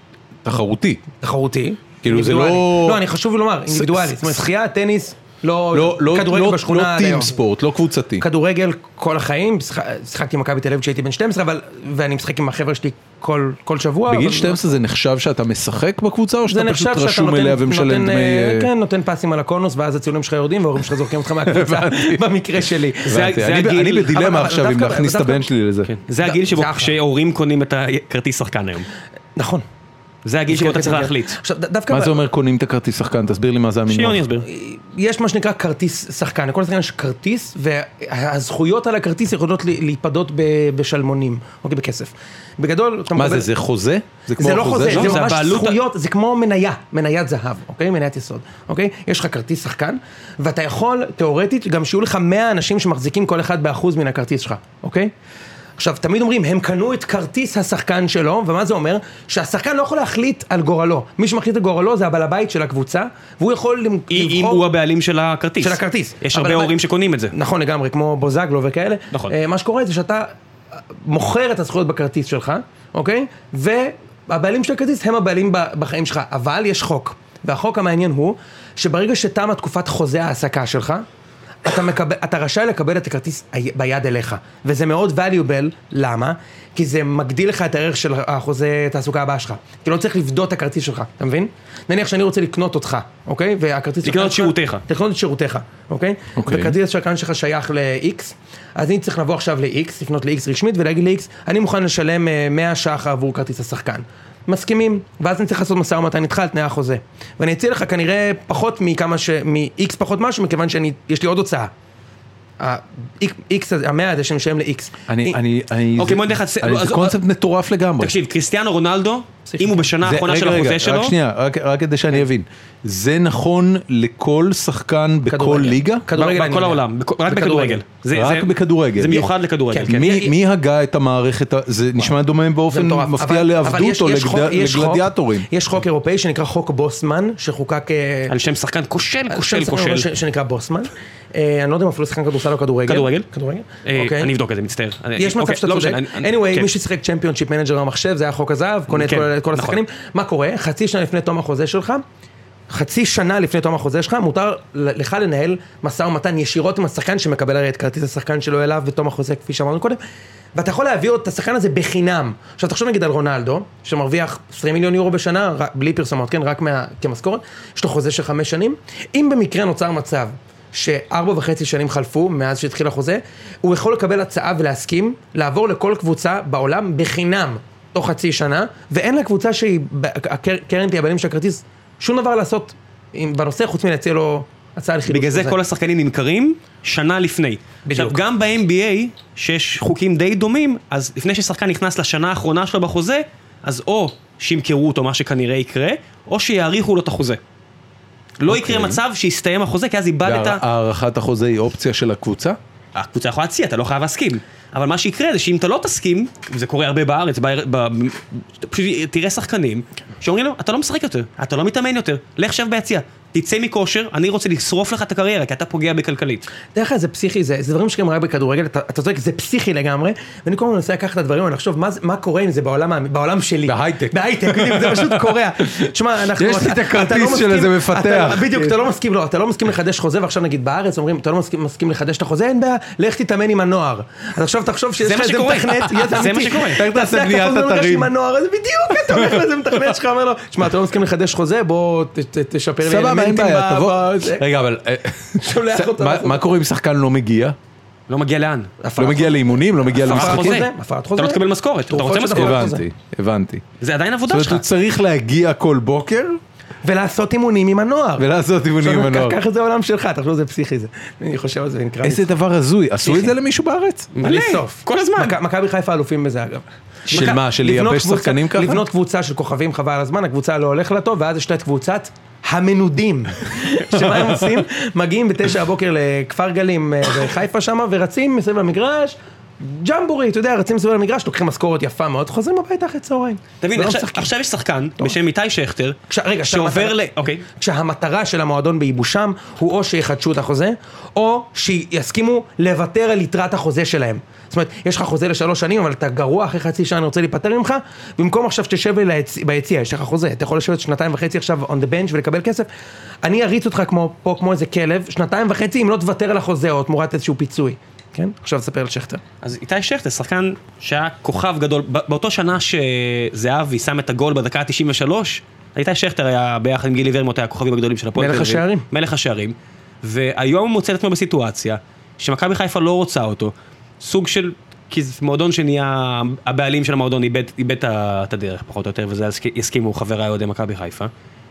A: תחרותי.
C: תחרותי.
A: כאילו, זה לא-
C: אינדיבידואלי. לא, אני חשוב לי לומר,
A: ס-
C: אינדיבידואלי. זאת אומרת, שחייה, טניס, לא...
A: לא, לא,
C: כדורגל
A: לא,
C: בשכונה
A: לא
C: עד היום.
A: טים ספורט, לא קבוצתי.
C: כדורגל כל החיים, שח- שיחקתי עם מכבי תל אביב כשהייתי בן 12, אבל... ואני משחק עם החבר'ה שלי כל כל שבוע.
A: בגיל
C: אבל- לא
A: 12 זה נחשב שאתה משחק בקבוצה, או
C: זה
A: שאתה פשוט
C: נחשב שאתה
A: רשום
C: נותן,
A: אליה ומשלם
C: נותן,
A: דמי...
C: אה,
A: אה,
C: כן, נותן פסים על הקונוס, ואז הציונים שלך יורדים וההורים שלך זורקים אותך
A: [LAUGHS]
C: מהקבוצה, במקרה שלי.
B: זה-
A: הבנתי.
B: זה
A: אני-
B: הגיל-
A: אני
C: אבל-
A: בדילמה
C: אבל
A: עכשיו אם
C: דווקא-
A: להכניס את
C: דווקא- כן.
A: הבן שלי לזה.
B: זה
C: זה-
B: הגיל שבו
C: זה אחלה.
B: כשהורים קונים את הכרטיס שחקן היום.
C: נכון.
B: זה הגיל שבו אתה צריך להחליט.
C: עכשיו, ד- דווקא...
A: מה
C: ב-
A: זה אומר קונים את הכרטיס שחקן? תסביר לי מה זה המינוח.
B: שיוני יסביר.
C: יש מה שנקרא כרטיס שחקן, לכל שחקן יש כרטיס, והזכויות על הכרטיס יכולות ל- להיפדות ב- בשלמונים, אוקיי, בכסף. בגדול, אתה
A: מה
C: מקבל-
A: זה, זה חוזה? כמו
C: זה לא
A: החוזה
C: חוזה,
A: שלו?
B: לא, זה
C: זה ממש
B: הבעלות ה-
C: זכויות, זה כמו מניה, מניית זהב, אוקיי? מניית יסוד, אוקיי? יש לך כרטיס שחקן, ואתה יכול, תיאורטית, גם שיהיו לך 100 אנשים שמחזיקים כל אחד באחוז מן הכרטיס שלך, אוקיי? עכשיו, תמיד אומרים, הם קנו את כרטיס השחקן שלו, ומה זה אומר? שהשחקן לא יכול להחליט על גורלו. מי שמחליט על גורלו זה הבעל הבית של הקבוצה, והוא יכול למ-
B: אם אם
C: לבחור...
B: הוא הבעלים של הכרטיס.
C: של הכרטיס.
B: יש
C: אבל-
B: הרבה הורים שקונים את זה.
C: נכון לגמרי, כמו בוזגלו וכאלה.
B: נכון.
C: אה, מה שקורה זה שאתה אה, מוכר את הזכויות בכרטיס שלך, אוקיי? והבעלים של הכרטיס הם הבעלים ב- בחיים שלך, אבל יש חוק. והחוק המעניין הוא, שברגע שתמה תקופת חוזה ההעסקה שלך, אתה, מקבל, אתה רשאי לקבל את הכרטיס ה- ביד אליך, וזה מאוד valuable, למה? כי זה מגדיל לך את הערך של החוזה תעסוקה הבא שלך. כי לא צריך לבדות את הכרטיס שלך, אתה מבין? נניח שאני רוצה לקנות אותך, אוקיי? והכרטיס...
B: לקנות את
C: שלך-
B: שירותיך.
C: לקנות את שירותיך, אוקיי?
A: אוקיי.
C: וכרטיס השקרן שלך שייך ל-X, אז אני צריך לבוא עכשיו ל-X, לפנות ל-X רשמית ולהגיד ל-X, אני מוכן לשלם אה, 100 ש"ח עבור כרטיס השחקן. מסכימים, ואז אני צריך לעשות משא ומתן איתך על תנאי החוזה. ואני אציע לך כנראה פחות מכמה ש... מ-X פחות משהו, מכיוון שאני, יש לי עוד הוצאה. ה-X, המאה הזה שאני משלם ל-X.
A: אני, אני, אני,
B: אוקיי,
A: זה-
B: בוא נלך לצ-
A: אני-
B: אז-
A: זה קונספט מטורף לגמרי.
B: תקשיב, קריסטיאנו רונלדו, אם הוא בשנה
A: זה-
B: האחרונה של
A: רגע,
B: החוזה
A: רגע,
B: שלו,
A: רק שנייה, רק, רק כדי
C: כן.
A: שאני אבין. זה נכון לכל שחקן בכל
C: כדורגל.
A: ליגה?
C: כדורגל.
B: ב-
C: אני
B: בכל
C: יודע.
B: העולם, בכ- רק
C: בכדורגל.
B: בכדורגל. זה-
A: רק
B: זה-
A: בכדורגל.
B: זה מיוחד
C: כן,
B: לכדורגל, כן.
C: כן.
A: מי, מי הגה את המערכת, ה- זה נשמע דומה באופן
C: מטורף.
A: מפתיע
C: אבל- אבל
A: לעבדות
C: יש-
A: או
C: יש חוק-
A: לגד-
C: יש חוק-
A: לגלדיאטורים.
C: יש חוק אירופאי שנקרא חוק בוסמן, שחוקק... אה,
B: על שם שחקן כושל, כן, כושל,
C: שם שחקן
B: כושל.
C: אה, ש- שנקרא בוסמן. אה, אני לא יודע אם אפילו שחקן כדורסל או כדורגל.
B: כדורגל?
C: כדורגל.
B: אה,
C: אוקיי.
B: אני אבדוק את זה, מצטער. אני-
C: יש מצב
B: אוקיי,
C: שאתה
B: לא
C: צודק.
B: משנה, אני-
C: anyway,
B: כן.
C: מי ששיחק צ'מפיונשיפ מנג'ר במחשב, זה היה חוק הזהב, קונה את
B: כן,
C: כל- את כל
B: נכון.
C: השחקנים. מה קורה? חצי שנה לפני תום החוזה שלך, חצי שנה לפני תום החוזה שלך, מותר ל- לך לנהל משא ומתן ישירות עם השחקן שמקבל הרי את כרטיס השחקן שלו אליו בתום החוזה, כפי שאמרנו קודם. ואתה יכול להביא את השחקן הזה בחינם. עכשיו תחשוב נגיד על רונלדו, שמרוויח 20 מיליון יורו בשנה, רק- בלי פרסומות, כן? רק מה, כמשכורת, יש לו חוזה של חמש שנים. אם במקרה נוצר מצב שארבע וחצי שנים חלפו מאז שהתחיל החוזה, הוא יכול לקבל הצעה ולהסכים לעבור לכל קבוצה בעולם בחינם תוך חצי שנה, ואין לקבוצה שהיא, ב- הקר- קרן תהיה הבעלים של הכרטיס, שום דבר לעשות עם, בנושא חוץ מלהציע לו הצעה לחילוץ.
B: בגלל זה
C: חוזה.
B: כל השחקנים נמכרים שנה לפני. עכשיו,
C: כאילו, בדיוק.
B: גם ב-NBA, שיש חוקים די דומים, אז לפני ששחקן נכנס לשנה האחרונה שלו בחוזה, אז או שימכרו אותו, מה שכנראה יקרה, או שיאריכו לו את החוזה. לא יקרה מצב שיסתיים החוזה, כי אז איבדת...
A: אה. הארכת החוזה היא אופציה של הקבוצה?
B: הקבוצה יכולה להציע, אתה לא חייב להסכים. אבל מה שיקרה זה שאם אתה לא תסכים, זה קורה הרבה בארץ, ב... ב... פשוט תראה שחקנים שאומרים לו, אתה לא משחק יותר, אתה לא מתאמן יותר, לך שב ביציע, תצא מכושר, אני רוצה לשרוף לך את הקריירה, כי אתה פוגע בכלכלית.
C: דרך אגב זה פסיכי, זה, זה דברים שקורים רק בכדורגל, אתה אתה צודק, זה פסיכי לגמרי, ואני כל הזמן מנסה לקחת את הדברים ולחשוב מה, זה- מה קורה עם זה בעולם, האמ- בעולם שלי.
A: בהייטק.
C: בהייטק, בדיוק, זה פשוט קורע. תשמע, אנחנו...
A: יש לי את
C: אתה-
A: הכרטיס
C: אתה לא
A: של
C: מסכים-
A: איזה מפתח.
C: אתה, בדיוק, אתה לא מסכים, לא, אתה לא מסכים לחדש חוזה, ועכשיו נגיד בארץ אומרים, אתה לא מסכים, מסכים לחדש את החוזה, אין בעיה, לך תתאמן עם הנוער. אז עכשיו תחשוב שיש
B: זה
C: לך
B: מה
C: איזה
B: שקורה. [LAUGHS]
C: מתכנת,
B: זה מה שקורה.
A: לך תעשה
C: תעשה
A: בניית
C: כחוזר מגרש
A: אתרים.
C: עם הנוער, אז בדיוק, אתה הולך לאיזה מתכנת שלך, אומר לו, שמע, אתה לא מסכים לחדש חוזה, בוא ת- ת- תשפר לי
A: סבבה, אין
C: אלמנטים
A: בעיה,
C: ב-
A: תבוא.
C: ב- זה.
A: רגע, אבל... אה,
C: שולח אותו
A: מה-
C: לעשות.
A: מה קורה אם שחקן לא מגיע?
B: לא מגיע לאן.
A: לא מגיע לאימונים, לא מגיע
B: הפרת
A: למשחקים.
B: חוזה.
C: הפרת חוזה.
B: אתה לא תקבל משכורת, אתה
C: תרופות
B: רוצה
C: של
B: משכורת.
C: דבר.
A: הבנתי, הבנתי.
C: לא,
B: זה עדיין
A: זאת
B: עבודה
A: אומרת,
B: שלך.
A: הוא צריך להגיע כל בוקר
C: ולעשות אימונים עם הנוער.
A: ולעשות אימונים עם
C: קח-
A: הנוער.
C: קח את זה העולם שלך, תחשוב זה פסיכי זה. אני חושב על זה, זה נקרא... לי-
A: איזה דבר הזוי, עשו את זה למישהו בארץ?
B: מלא,
C: בלי סוף.
B: כל הזמן.
C: מכ- מכבי חיפה אלופים בזה אגב.
A: של
C: מכ-
A: מה, של
C: לבנות
A: לייבש
C: קבוצה-
A: שחקנים ככה?
C: לבנות קבוצה של כוכבים חבל על הזמן, הקבוצה לא הולך לה טוב, ואז יש לה את קבוצת המנודים.
A: [LAUGHS]
C: שמה הם עושים? מגיעים בתשע הבוקר לכפר גלים אה, בחיפה שם, ורצים מסביב למגרש. ג'מבורי, אתה יודע, רצים מסביב למגרש, לוקחים משכורת יפה מאוד, חוזרים הביתה אחרי צהריים.
B: תבין,
C: ולא
B: עכשיו-
C: לא משחקים.
B: עכשיו יש שחקן בשם איתי שכטר,
C: כש- רגע,
B: שעובר ל...
C: כשהמטרה-
B: אוקיי.
C: כשהמטרה של המועדון בייבושם הוא או שיחדשו את החוזה, או שיסכימו לוותר על יתרת החוזה שלהם. זאת אומרת, יש לך חוזה לשלוש שנים, אבל אתה גרוע, אחרי חצי שנה אני רוצה להיפטר ממך, במקום עכשיו שתשב לי ליצ- ביציע, יש לך חוזה, אתה יכול לשבת שנתיים וחצי עכשיו on the bench ולקבל כסף, אני אריץ אותך כמו, פה כמו איזה כלב, שנתיים וחצי אם לא תוותר על החוזה או תמורת איזשהו פיצוי. כן? עכשיו תספר על שכטר.
B: אז איתי שכטר, שחקן שהיה כוכב גדול, ב- באותו שנה שזהבי שם את הגול בדקה ה-93, איתי שכטר היה ביחד עם גילי ורמוט, היה הכוכבים הגדולים של הפועל
C: מלך
B: תל אביב.
C: השערים.
B: מלך השערים. והיום הוא מוצא את עצמו בסיטואציה שמכבי חיפה לא רוצה אותו. סוג של, כי זה מועדון שנהיה, הבעלים של המועדון איבד, איבד את ה- את הדרך פחות או יותר, וזה יסכ- יסכימו חבריי אוהדי מכבי חיפה.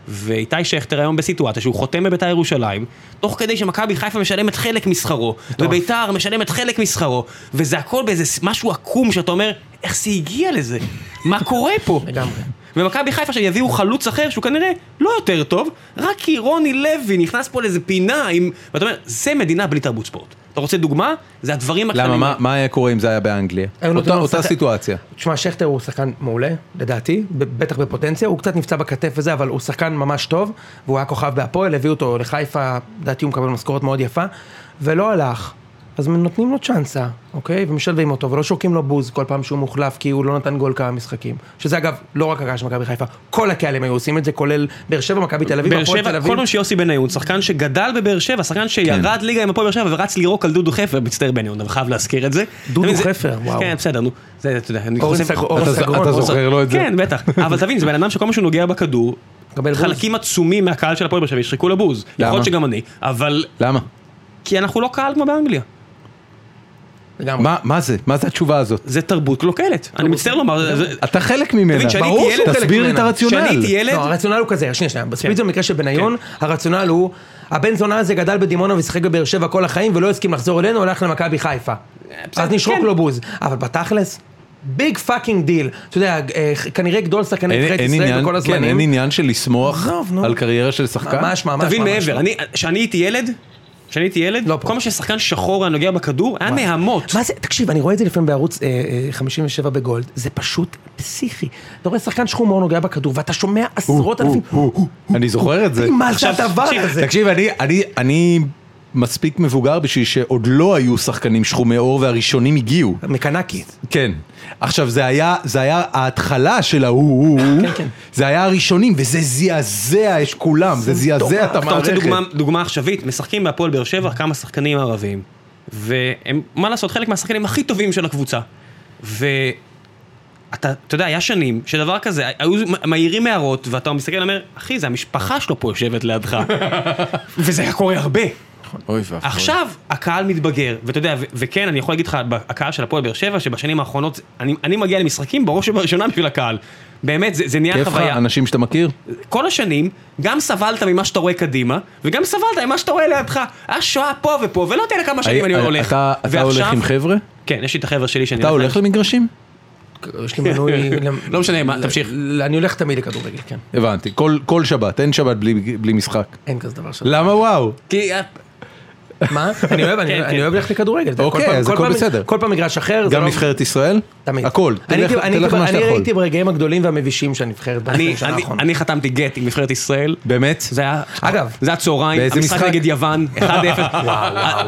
B: ואיתי שכטר היום בסיטואציה שהוא חותם בביתר ירושלים, תוך כדי שמכבי חיפה משלמת חלק משכרו, וביתר משלמת חלק משכרו, וזה הכל באיזה ס- משהו עקום שאתה אומר, איך זה הגיע לזה? מה קורה פה?
C: לגמרי.
B: ומכבי חיפה עכשיו יביאו חלוץ אחר שהוא כנראה לא יותר טוב, רק כי רוני לוי נכנס פה לאיזה פינה עם... ואתה אומר, זה מדינה בלי תרבות ספורט. אתה רוצה דוגמה? זה הדברים הקטנים.
A: למה, מה-
B: האלה.
A: מה היה קורה אם זה היה באנגליה?
C: היו נותנים
A: אותה
C: לו
A: אותה
C: שחק-
A: סיטואציה.
C: תשמע, שכטר הוא שחקן מעולה, לדעתי, ב- בטח בפוטנציה, הוא קצת נפצע בכתף וזה, אבל הוא שחקן ממש טוב, והוא היה כוכב בהפועל, הביאו אותו לחיפה, לדעתי הוא מקבל משכורת מאוד יפה, ולא הלך. אז נותנים לו צ'אנסה, אוקיי? ומשלבים אותו, ולא שורקים לו בוז כל פעם שהוא מוחלף, כי הוא לא נתן גול כמה משחקים. שזה אגב, לא רק הקהל של מכבי חיפה, כל הקהלים היו עושים את זה, כולל באר שבע, מכבי תל אביב,
B: באר
C: הפועל תל
B: שבע, כל
C: אביב.
B: פעם שיוסי בניון, שחקן שגדל בבאר שבע, שחקן שירד
A: כן.
B: ליגה עם הפועל באר שבע ורץ לירוק על דודו חפר בהצטער בניון, אבל חייב להזכיר את זה. אתה
C: דודו
B: מבין, זה-
C: חפר, וואו.
B: כן, בסדר, נו. זה, אתה יודע, אני
C: אורן
B: חושב...
C: סג- אורן
A: אתה-
C: סגרון,
A: אתה
C: אורן
A: זוכר? לו את זה.
B: כן, בטח.
A: [LAUGHS]
B: אבל תבין, זה בן אדם שכל מה שהוא נוגע בכדור,
C: מקבל בוז.
B: חלקים עצומים מהקהל של הפועל באר שבע ישחקו לבוז. יכול
A: למה?
B: להיות שגם אני, אבל...
A: למה?
B: כי אנחנו לא קהל כמו באנגליה.
C: לגמרי.
A: מה- מה זה? מה זה התשובה הזאת?
B: זה תרבות קלוקלת. אני מצטער לומר, זה-
A: אתה חלק ממנה,
B: תבין, כשאני
A: ברור,
B: הייתי ילד-
A: תסביר לי את
C: כשאני
A: הרציונל.
B: כשאני הייתי ילד,
C: לא, הרציונל הוא כזה,
A: כן.
C: שנייה, שנייה, בספיץ במקרה של בניון, הרציונל הוא, הבן זונה הזה גדל בדימונה ושיחק בבאר שבע כל החיים ולא הסכים לחזור אלינו, הלך למכבי חיפה.
A: אה,
C: אז נשרוק
B: כן.
C: לו בוז. אבל בתכלס, ביג פאקינג דיל. אתה יודע, אה, כנראה גדול שחקני
A: אין-
C: נבחרת
A: אין
C: ישראל
A: עניין-
C: בכל
A: כן, אין
C: הזמנים.
A: עניין של לשמוח
C: עזוב, נו.
A: על קריירה של שחקן?
C: ממש ממש
B: תבין
C: ממש
B: מעבר,
C: לא.
B: אני- כשאני הייתי ילד, כשאני הייתי ילד,
C: לא פה.
B: כל מה ששחקן שחור היה נוגע בכדור, היה נהמות.
C: מה זה, תקשיב, אני רואה את זה לפעמים בערוץ אה, אה, 57 בגולד, זה פשוט פסיכי. אתה רואה שחקן שחומור נוגע בכדור, ואתה שומע עשרות אלפים,
A: אני זוכר את זה.
C: מה זה
B: עכשיו,
C: הדבר
B: תקשיב,
C: הזה?
A: תקשיב, אני- אני- אני מספיק מבוגר בשביל שעוד לא היו שחקנים שחומי עור והראשונים הגיעו.
C: מקנקי.
A: כן. עכשיו, זה היה, זה היה ההתחלה של ההוא, זה היה הראשונים, וזה זעזע את כולם, זה זעזע את
C: מטורף.
B: אתה רוצה
A: המערכת.
B: דוגמה- דוגמה עכשווית, משחקים בהפועל באר שבע כמה שחקנים ערבים, והם, מה לעשות, חלק מהשחקנים הכי טובים של הקבוצה. ואתה, אתה יודע, היה שנים שדבר כזה, היו מעירים הערות, ואתה מסתכל ואומר, אחי, זה המשפחה שלו פה יושבת
C: [LAUGHS]
B: לידך. וזה היה קורה הרבה.
A: אוי ואבוי.
B: עכשיו הקהל מתבגר, ואתה יודע, ו- וכן, אני יכול להגיד לך, ב- הקהל של הפועל באר שבע, שבשנים האחרונות, אני, אני מגיע למשחקים בראש ובראשונה בשביל הקהל. באמת, זה, זה נהיה
A: כיף לך,
B: חוויה.
A: אנשים שאתה מכיר?
B: כל השנים, גם סבלת ממה שאתה רואה קדימה, וגם סבלת ממה שאתה רואה לידך. היה שואה פה ופה, ולא תראה כמה שנים אני
A: אה,
B: הולך.
A: אתה אתה הולך
B: ועכשיו-
A: עם חבר'ה?
B: כן, יש לי את החבר'ה שלי שאני...
A: אתה הולך למגרשים?
C: יש לי
A: [LAUGHS]
C: מנוי...
B: לא משנה, מה, תמשיך.
C: אני הולך תמיד לכדורגל, כן.
A: הבנתי, כל- כל שבת, אין שבת בלי בלי משחק.
C: אין כזה דבר שלא.
A: למה וואו?
B: כי...
C: מה? לא. [LAUGHS] אני אוהב, אני-
B: כן,
C: אני
B: כן.
C: אוהב ללכת לכדורגל. אתה יודע,
A: אוקיי,
C: כל פעם-
A: אז
C: כל
A: הכל
C: פעם-
A: בסדר.
C: כל פעם מגרש אחר, זה
A: גם
C: לא-
A: נבחרת ישראל?
C: תמיד.
A: הכל,
C: אני
A: תלך
C: הייתי- אני
A: תלך
C: הייתי-
A: מה שאתה
C: אני
A: יכול.
C: ראיתי ברגעים הגדולים והמבישים של הנבחרת
B: אני,
C: ב-20 שנה
B: אני,
C: האחרונה.
B: אני חתמתי גט עם נבחרת ישראל.
A: באמת?
B: זה היה,
C: נכון. אגב,
B: זה היה צהריים,
A: באיזה
B: המשחק
A: משחק?
B: נגד יוון, 1-0,
C: וואו,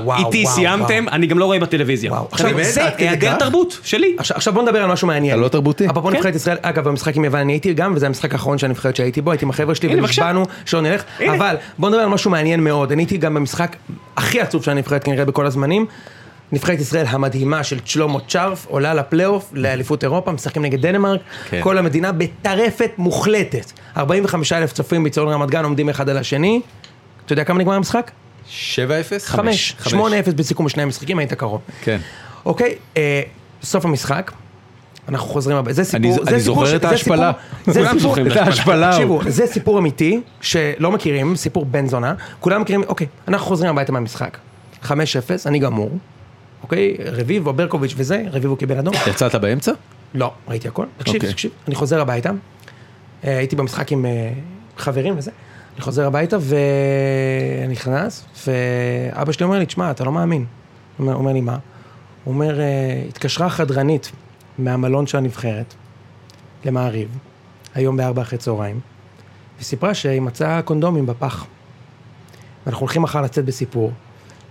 C: וואו,
B: איתי
C: וואו,
B: סיימתם, אני גם לא רואה בטלוויזיה.
C: וואו,
B: עכשיו,
C: באמת?
B: זה
C: עד כדי
B: היעדר
C: כך?
B: תרבות שלי.
C: עכשיו עכשיו בוא נדבר על משהו מעניין.
A: אתה לא תרבותי.
B: כן.
C: אפרופו נבחרת ישראל, אגב במשחק עם יוון אני הייתי גם, וזה המשחק האחרון של הנבחרת שהייתי בו, הייתי עם החבר'ה שלי
B: הנה, בבקשה.
C: ונשבענו שלא נלך,
B: הנה.
C: אבל בוא נדבר על משהו מעניין מאוד, אני הייתי גם במשחק הכי עצוב של הנבחרת כנראה בכל הזמנים. נבחרת ישראל המדהימה של שלמה צ'רף עולה לפלייאוף לאליפות אירופה, משחקים נגד דנמרק,
A: כן.
C: כל המדינה בטרפת מוחלטת. 45 אלף צופים בצהרון רמת גן עומדים אחד על השני. אתה יודע כמה נגמר המשחק?
A: 2-0 7-0?
C: 5, 8-0 בסיכום שני המשחקים, היית קרוב.
A: כן.
C: אוקיי, אה, סוף המשחק, אנחנו חוזרים הבא, זה
A: אני-
C: סיפור, זה
A: אני
C: סיפור
A: זוכר את
C: זה
A: ההשפלה.
C: סיפור- זה
A: כולם
C: סיפור-
A: זוכרים את ההשפלה.
C: [LAUGHS] תקשיבו, זה סיפור אמיתי, שלא מכירים, סיפור בן זונה, כולם מכירים, אוקיי, אנחנו חוזרים הביתה מהמשחק, 5-0, אני גמור, אוקיי, רביבו, ברקוביץ' וזה, רביבו קיבל אדום,
A: יצאת באמצע?
C: לא, ראיתי הכל, תקשיב,
A: אוקיי.
C: תקשיב, אני חוזר הביתה, אה, הייתי במשחק עם אה, חברים וזה, אני חוזר הביתה ואני נכנס, ואבא שלי אומר לי, תשמע, אתה לא מאמין. הוא אומר, אומר לי, מה? הוא אומר, "אה, התקשרה חדרנית מהמלון של הנבחרת למעריב, היום בארבע אחרי צהריים, וסיפרה שהיא מצאה קונדומים בפח. ואנחנו הולכים מחר לצאת בסיפור.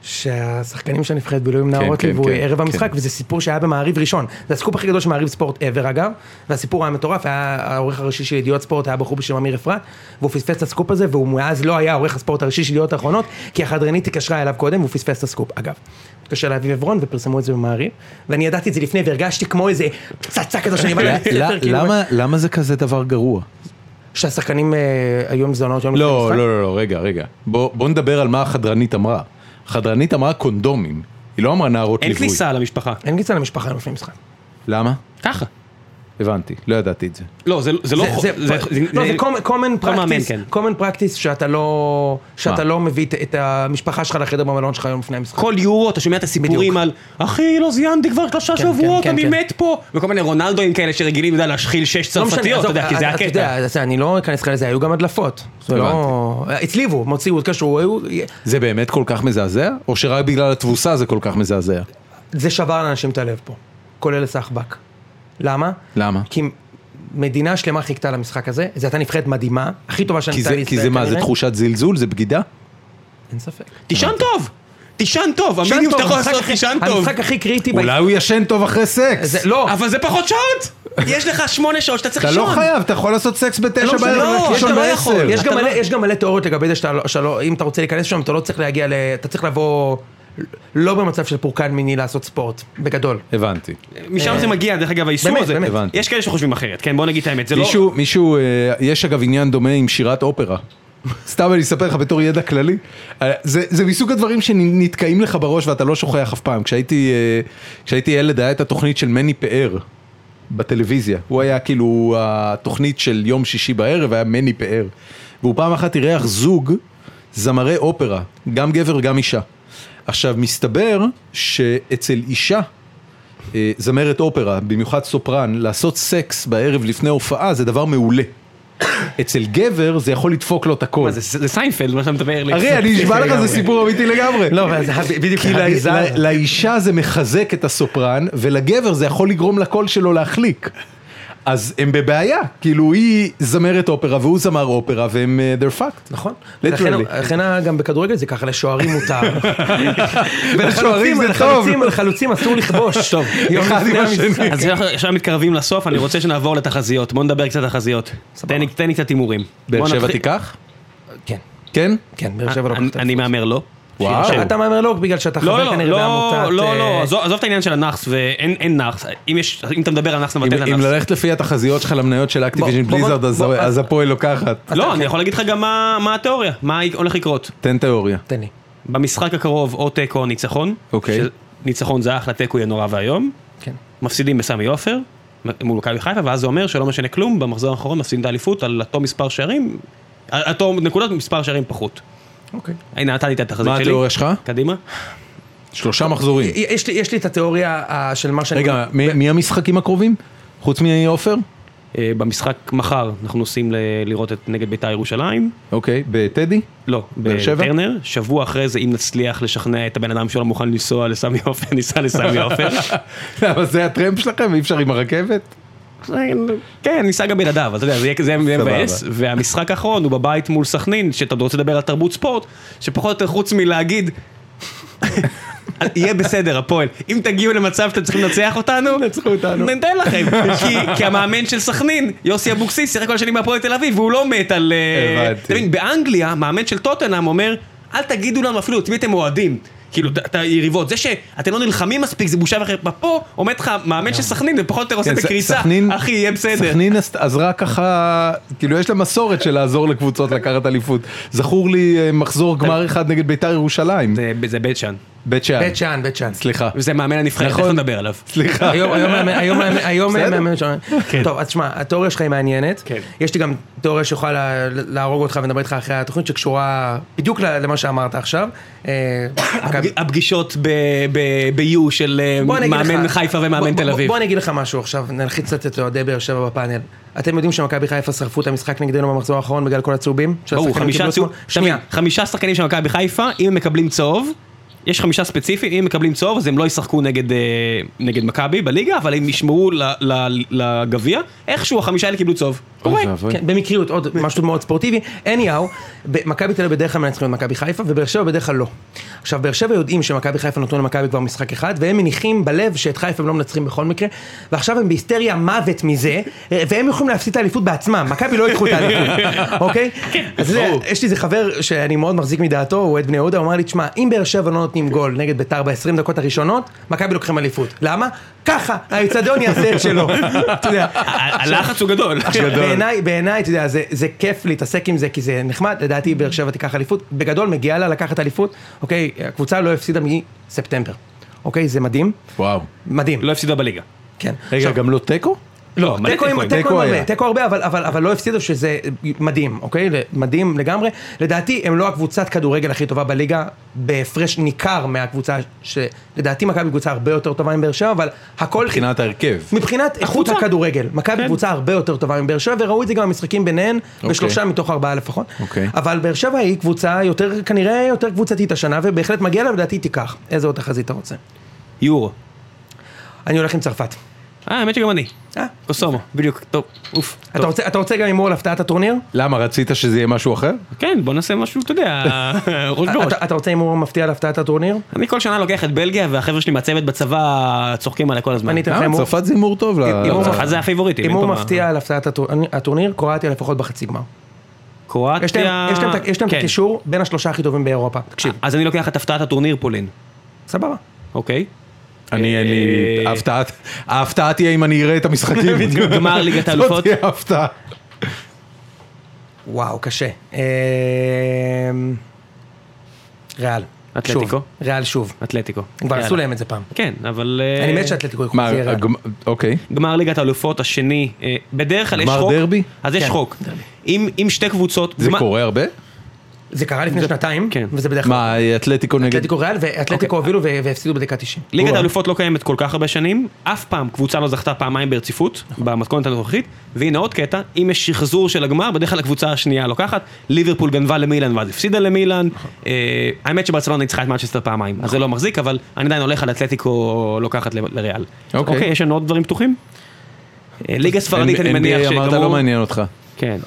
C: שהשחקנים של הנבחרת בילויים נערות
A: כן,
C: ליווי
A: כן,
C: ערב
A: כן.
C: המשחק, וזה סיפור שהיה במעריב ראשון. זה הסקופ הכי גדול של מעריב ספורט ever אגב, והסיפור היה מטורף, היה העורך הראשי של ידיעות ספורט, היה בחור בשם אמיר אפרת, והוא פספס את הסקופ הזה, והוא מאז לא היה עורך הספורט הראשי של ידיעות האחרונות, כי החדרנית התקשרה אליו קודם והוא פספס את הסקופ, אגב. התקשר לאביב עברון ופרסמו את זה במעריב, ואני ידעתי את זה לפני והרגשתי כמו איזה פצצה כזו שאני בא לבית הספר, כאילו,
A: למה זה כזה דבר גרוע?
C: שהשחקנים אה, היו עם זונות יום לפני
A: לא,
C: המשחק.
A: לא, לא, לא, רגע, רגע. בוא בוא נדבר על מה החדרנית אמרה. החדרנית אמרה קונדומים, היא לא אמרה נערות ליווי.
B: אין כניסה למשפחה.
C: אין גיצה למשפחה יום לפני משחק.
A: למה?
B: ככה.
A: הבנתי, לא ידעתי את זה.
B: לא, זה זה לא... חו-
C: זה- זה לא, זה common- common
B: לא מאמן,
C: practice,
B: כן.
C: common practice שאתה לא, שאתה
A: מה?
C: לא מביא את- את המשפחה שלך לחדר במלון שלך יום לפני המשחק.
B: כל יורו אתה שומע את הסיפורים
C: בדיוק.
B: על אחי לא זיינתי כבר שלושה
C: כן,
B: שבועות
C: כן,
B: אני
C: כן.
B: מת פה וכל מיני רונלדוים כאלה שרגילים אתה יודע, להשחיל שש
C: לא משנה,
B: צרפתיות אתה
C: עזוב,
B: יודע כי זה
C: אתה יודע,
B: הקטע.
C: זה- אני לא אכנס לך לזה, היו גם הדלפות. זה לא... הצליבו, מוציאו, התקשרו, היו...
A: זה באמת כל כך מזעזע? או שרק בגלל התבוסה זה כל כך מזעזע?
C: זה שבר לאנשים את הלב פה, כולל לסחבק. למה?
A: למה?
C: כי מדינה שלמה חיכתה למשחק הזה, זו הייתה נבחרת מדהימה, הכי טובה
A: כי
C: שניסתה
A: זה- כי זה מה, זה תחושת זלזול? זה בגידה?
C: אין ספק.
B: תישן טוב! תישן טוב! המינימום שאתה יכול
C: המשחק
B: לעשות
C: הכי-
B: תישן טוב!
C: המשחק הכי קריטי... ב-
A: אולי הוא ישן טוב אחרי סקס.
C: זה- לא,
B: אבל זה פחות שעות! יש לך שמונה שעות שאתה צריך
A: אתה
B: לישון!
A: לא חייב, אתה יכול לעשות סקס
C: לא
A: בתשע
C: משנה,
A: בערב,
C: לא,
A: ללכת
C: יש
A: לישון
C: גם-
A: בעשר.
C: יש גם
B: אתה
C: מלא-
B: לא-
C: יש גם מלא תיאוריות לגבי זה שאתה לא- שלא, אם אתה רוצה להיכנס שם, אתה לא צריך להגיע ל... אתה צריך לבוא לא במצב של פורקן מיני לעשות ספורט, בגדול.
A: הבנתי.
B: משם זה מגיע דרך אגב האיסור
C: באמת,
B: הזה.
C: באמת.
A: הבנתי.
B: יש כאלה שחושבים אחרת כן בוא נגיד את האמת זה לא...
A: מישהו, מישהו, אה, יש אגב עניין דומה עם שירת אופרה. [LAUGHS] סתם אני אספר לך בתור ידע כללי. אה, זה, זה מסוג הדברים שנתקעים לך בראש ואתה לא שוכח אף פעם. כשהייתי, אה, כשהייתי ילד היה את התוכנית של מני פאר בטלוויזיה. הוא היה כאילו התוכנית של יום שישי בערב היה מני פאר. והוא פעם אחת אירח זוג זמרי אופרה, גם גבר גם אישה. עכשיו מסתבר שאצל אישה אה, זמרת אופרה, במיוחד סופרן, לעשות סקס בערב לפני הופעה זה דבר מעולה. [COUGHS] אצל גבר זה יכול לדפוק לו את הכל.
B: מה זה, זה סיינפלד מה שאתה מדבר לי.
A: הרי אני נשבע לך זה סיפור אמיתי לגמרי.
C: לא, אבל זה היה בדיוק
A: כי
C: היה
A: לא-
C: ביזאר.
A: לא- לאישה זה מחזק את הסופרן, ולגבר זה יכול לגרום לקול שלו להחליק. אז הם בבעיה, כאילו היא זמרת אופרה והוא זמר אופרה והם אה, they're fucked.
C: נכון,
A: Literally.
C: לכן לכן גם בכדורגל זה ככה, לשוערים מותר.
A: לשוערים זה
C: ולחלוצים-
A: טוב.
C: לחלוצים- לחלוצים אסור לכבוש.
B: טוב,
C: יום
A: אחד עם
C: לפני
A: השני.
C: המשחק.
B: אז אנחנו עכשיו מתקרבים לסוף אני רוצה שנעבור לתחזיות בוא נדבר קצת תחזיות. תן לי- תן לי קצת הימורים.
A: באר
B: בוא
A: שבע
B: נתחיל-
A: תיקח?
C: כן,
A: כן?
C: כן, באר שבע לא
B: אני-
C: קחת.
B: אני מהמר לא.
A: וואו.
B: שיהיה
C: עכשיו,
B: שם.
C: אתה מהמר לא בגלל שאתה
B: לא,
C: חבר
B: לא,
C: כנראה
B: לא,
C: בעמותת...
B: לא, לא,
C: אה,
B: עזוב עזוב את העניין של הנאחס ואין אין נאחס, אם יש- אם אתה מדבר על נאחס
A: אם
B: נבטל את
A: אם
B: הנאחס.
A: ללכת לפי התחזיות שלך למניות של אקטיביז'ן
C: בוא, בוא,
A: בליזארד אז-
C: בוא, אה-
A: אז
C: אז-
A: הפועל לוקחת.
B: לא, אני יכול להגיד לך גם מה מה התיאוריה, מה הולך לקרות.
A: תן תיאוריה.
C: תן לי.
B: במשחק הקרוב או תיקו או ניצחון.
A: אוקיי.
B: ניצחון זה אחלה, תיקו יהיה נורא ואיום.
C: כן.
B: מפסידים בסמי עופר מול מכבי חיפה, ואז זה אומר שלא משנה כלום, במחזור האחרון מפסידים את האליפות על אותו מספר שערים, על אותו נקודות מספר שערים פחות.
C: אוקיי.
B: הנה, נתתי את התחזית
A: מה
B: שלי.
A: התיאוריה שלך?
B: קדימה.
A: שלושה מחזורים.
C: יש לי- יש לי את התיאוריה אה, של מה שאני...
A: רגע, מי- מי המשחקים הקרובים? חוץ מעופר?
B: אה, במשחק מחר אנחנו נוסעים ל- לראות את נגד בית"ר ירושלים.
A: אוקיי, בטדי? [LAUGHS]
B: לא,
A: באר שבע?
B: בטרנר, שבוע אחרי זה אם נצליח לשכנע את הבן אדם שלא מוכן לנסוע לסמי עופר, [LAUGHS] ניסע לסמי עופר.
A: למה זה הטרמפ שלכם? אי אפשר עם הרכבת?
B: כן, ניסע גם בלעדיו, אתה יודע, זה יהיה- זה יהיה
A: סבבה.
B: מבאס. והמשחק האחרון הוא בבית מול סכנין, שאתה עוד רוצה לדבר על תרבות ספורט, שפחות או יותר חוץ מלהגיד, [LAUGHS] יהיה בסדר, הפועל. אם תגיעו למצב שאתם צריכים לנצח אותנו, נצחו אותנו. [LAUGHS] ניתן לכם.
A: [LAUGHS]
B: כי- כי המאמן של סכנין, יוסי אבוקסיס, שיחק כל שנים בהפועל תל אביב, והוא לא מת על... אה,
A: הבנתי.
B: אתה מבין, באנגליה, מאמן של טוטנאם אומר, אל תגידו לנו אפילו את מי אתם אוהדים. כאילו, את- את היריבות. זה שאתם לא נלחמים מספיק, זה בושה וחרפה. פה עומד לך מאמן של סכנין, ופחות או יותר עושה
A: כן,
B: את
A: ס-
B: הקריסה.
A: סכנין-
B: אחי, יהיה בסדר.
A: סכנין עשת- עזרה ככה, כאילו יש לה מסורת של לעזור לקבוצות לקחת אליפות. זכור לי אה, מחזור גמר אחד נגד ביתר ירושלים,
B: זה- זה בית שאן.
A: בית שאן,
C: בית שאן, בית שאן.
A: סליחה,
B: זה מאמן הנבחרת,
A: נכון.
B: תכף נדבר עליו.
A: סליחה.
C: היום- היום מאמן- היום מאמן- היום
A: בסדר.
C: מאמן שם. טוב, אז שמע, התיאוריה שלך היא מעניינת.
B: כן.
C: יש לי גם תיאוריה שיכולה לה- להרוג אותך ונדבר איתך אחרי התוכנית שקשורה בדיוק ל- למה שאמרת עכשיו. אה, מכבי-
B: הפג- הפגישות ב- ב- ב-U של אה,
C: בוא אני אגיד לך-
B: מאמן חיפה
C: בוא-
B: ומאמן
C: בוא-
B: תל אביב.
C: בוא אני אגיד לך משהו עכשיו, נלחיץ קצת את אוהדי באר שבע בפאנל. אתם יודעים שמכבי חיפה שרפו את המשחק נגדנו במחזור האחרון בגלל כל הצהובים?
B: ברור,
C: שהשחקנים
B: חמישה
C: קיבלו
B: צהוב,
C: אתמול?
B: שנייה,
C: שנייה.
B: חמישה שחקנים של מכבי חיפה, אם הם מקבלים צהוב, יש חמישה ספציפיים, אם הם מקבלים צהוב אז הם לא ישחקו נגד, אה, נגד מכבי בליגה, אבל הם ישמרו ל- ל- לגביע, איכשהו החמישה האלה קיבלו צהוב. אוקיי.
A: אוי
B: קורה.
A: ואבוי.
C: כן, במקריות, עוד משהו מאוד ספורטיבי. anyhow, ב- מכבי תל אביב בדרך כלל מנצחים את מכבי חיפה, ובאר שבע בדרך כלל לא. עכשיו, באר שבע יודעים שמכבי חיפה נתנו למכבי כבר משחק אחד, והם מניחים בלב שאת חיפה הם לא מנצחים בכל מקרה, ועכשיו הם בהיסטריה מוות מזה, והם יכולים להפסיד את האליפות בעצמם, מכבי לא ייקחו
A: [LAUGHS]
C: את האליפות, אוקיי?
A: כן.
C: אז זה, יש לי איזה חבר שאני מאוד מחזיק מדעתו, הוא אוהד בני יהודה, הוא אמר לי, תשמע, אם באר שבע לא נותנים גול נגד ביתר ב-20 דקות הראשונות, מכבי לוקחים אליפות. למה? ככה, האיצטדיון יעשה את שלו. [LAUGHS] אתה יודע,
B: ה- הלחץ הוא גדול.
C: עכשיו,
A: גדול.
C: כן, בעיניי, בעיניי, אתה יודע, זה, זה כיף להתעסק עם זה, כי זה נחמד, לדעתי באר שבע תיקח אליפות, בגדול מגיעה לה לקחת אליפות, אוקיי, הקבוצה לא הפסידה מספטמבר, אוקיי, זה מדהים,
A: וואו.
C: מדהים,
B: לא הפסידה בליגה.
C: כן.
A: רגע,
C: עכשיו,
A: גם לא תיקו?
B: לא, מלא
C: תיקו עם-
B: תיקואים.
C: תיקו
A: תיקו
C: עם הרבה,
A: היה.
C: תיקו הרבה, אבל, אבל, אבל לא הפסידו שזה מדהים, אוקיי? מדהים לגמרי. לדעתי הם לא הקבוצת כדורגל הכי טובה בליגה, בהפרש ניכר מהקבוצה, שלדעתי מכבי קבוצה הרבה יותר טובה מבאר שבע, אבל הכל
A: מבחינת ההרכב.
C: מבחינת איכות
B: הקבוצה. כן.
C: הכדורגל, מכבי קבוצה הרבה יותר טובה מבאר שבע, וראו את זה גם במשחקים ביניהן,
B: אוקיי.
C: בשלושה מתוך ארבעה לפחות.
A: אוקיי.
C: אבל באר שבע היא קבוצה יותר, כנראה יותר קבוצתית השנה, ובהחלט מגיע לה, ולדעתי תיקח. איזה עוד תחזית אתה רוצה?
B: יורו.
C: אני הולך עם צרפת.
B: אה, האמת שגם אני.
C: אה?
B: קוסומו, בדיוק, טוב, אוף.
C: אתה
B: טוב.
C: רוצה, אתה רוצה גם הימור על הפתעת הטורניר?
A: למה, רצית שזה יהיה משהו אחר?
B: כן, בוא נעשה משהו, אתה
C: [LAUGHS]
B: יודע, ראש בראש.
C: אתה, אתה רוצה הימור מפתיע על הפתעת הטורניר?
B: אני כל שנה לוקח את בלגיה, והחבר'ה שלי מהצוות בצבא צוחקים עליי כל הזמן.
C: אני אתן לך
A: למה,
C: הימור.
A: אה, צרפת זה הימור טוב. ל-
C: הימור
A: ל-
C: מפתיע.
B: אז אה, זה הפייבוריטים. אין
C: הימור
B: פה מה.
C: מפתיע על הפתעת הטור- הטורניר, קרואטיה לפחות בחצי גמר.
B: קרואטיה...
C: יש להם- יש להם את ה- יש להם את
B: כן.
C: הקישור בין השלושה הכי טובים באירופה. תקשיב,
B: אז אני לוקח את הפתעת הטורניר פולין,
C: סבבה.
B: אוקיי?
A: אני, אין לי...
B: אה,
A: ההפתעת- ההפתעה תהיה אם אני אראה את המשחקים.
B: בדיוק, [LAUGHS] גמר ליגת
A: זאת
B: האלופות.
A: תהיה ההפתעה.
C: וואו, קשה. אמ, ריאל.
B: אתלטיקו?
C: שוב, ריאל שוב.
B: אתלטיקו.
C: כבר
B: יאללה.
C: עשו להם את זה פעם.
B: כן, אבל... אה,
C: אני מת שאתלטיקו יקחו
A: מה,
C: את זה ריאל.
A: הגמ- אוקיי.
B: גמר ליגת האלופות השני, אה, בדרך כלל יש
A: גמר
B: חוק.
A: דרבי?
B: אז יש
C: כן,
B: חוק. אם אם שתי קבוצות...
A: זה
B: גמר-
A: קורה הרבה?
C: זה קרה לפני שנתיים,
B: כן.
C: וזה בדרך כלל.
A: מה, אתלטיקו נגד...
C: אתלטיקו ריאל, ואתלטיקו הובילו ו- והפסידו בדקה 90.
B: ליגת
A: וואו.
B: האלופות לא קיימת כל כך הרבה שנים, אף פעם קבוצה לא זכתה פעמיים ברציפות,
A: נכון.
B: במתכונת הנוכחית, והנה עוד קטע, אם יש שחזור של הגמר, בדרך כלל הקבוצה השנייה לוקחת, ליברפול גנבה למילאן ואז הפסידה למילאן,
A: נכון.
B: אה, האמת שברצלונה ניצחה את מנצ'סטר פעמיים, אז זה לא מחזיק, אבל אני עדיין הולך על אתלטיקו לוקחת ל- לריאל.
A: אוקיי.
B: אוקיי, יש לנו עוד דברים פתוחים? אה, ליגה ספרדית אני
A: NBA
B: מניח
A: אמרת לא מעניין אותך.
B: כן,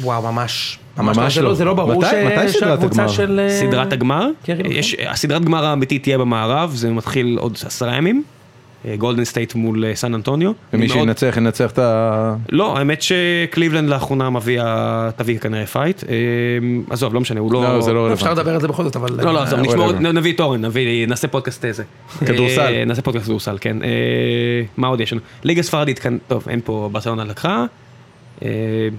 C: וואו, ממש.
A: ממש
C: ממש לא. זה
A: לא.
C: לא- זה לא ברור
A: מתי- מתי
C: ש-
A: סדרת הגמר?
C: שהקבוצה של... אה,
B: סדרת הגמר, אה,
C: כן, כן.
B: יש- הסדרת גמר האמיתית תהיה במערב, זה מתחיל עוד עשרה ימים, גולדן סטייט מול אה, סן אנטוניו.
A: ומי
B: אני מאוד-
A: שינצח, ינצח את ה...
B: לא, האמת שקליבלנד לאחרונה מביאה, תביא כנראה פייט. אה, עזוב, לא משנה, הוא לא...
A: לא, זה לא
C: אפשר
A: רלוונטי.
C: לדבר על זה בכל זאת, אבל...
B: לא, לא, עזוב,
A: אה,
B: נשמור,
A: whatever.
B: נביא את אורן, נביא, נעשה פודקאסט איזה.
A: כדורסל.
B: אה, נעשה פודקאסט כדורסל, כן. אה, מה עוד יש לנו? ליגה ספרדית, כאן, טוב, אין פה, ברצלונה לקחה. אה,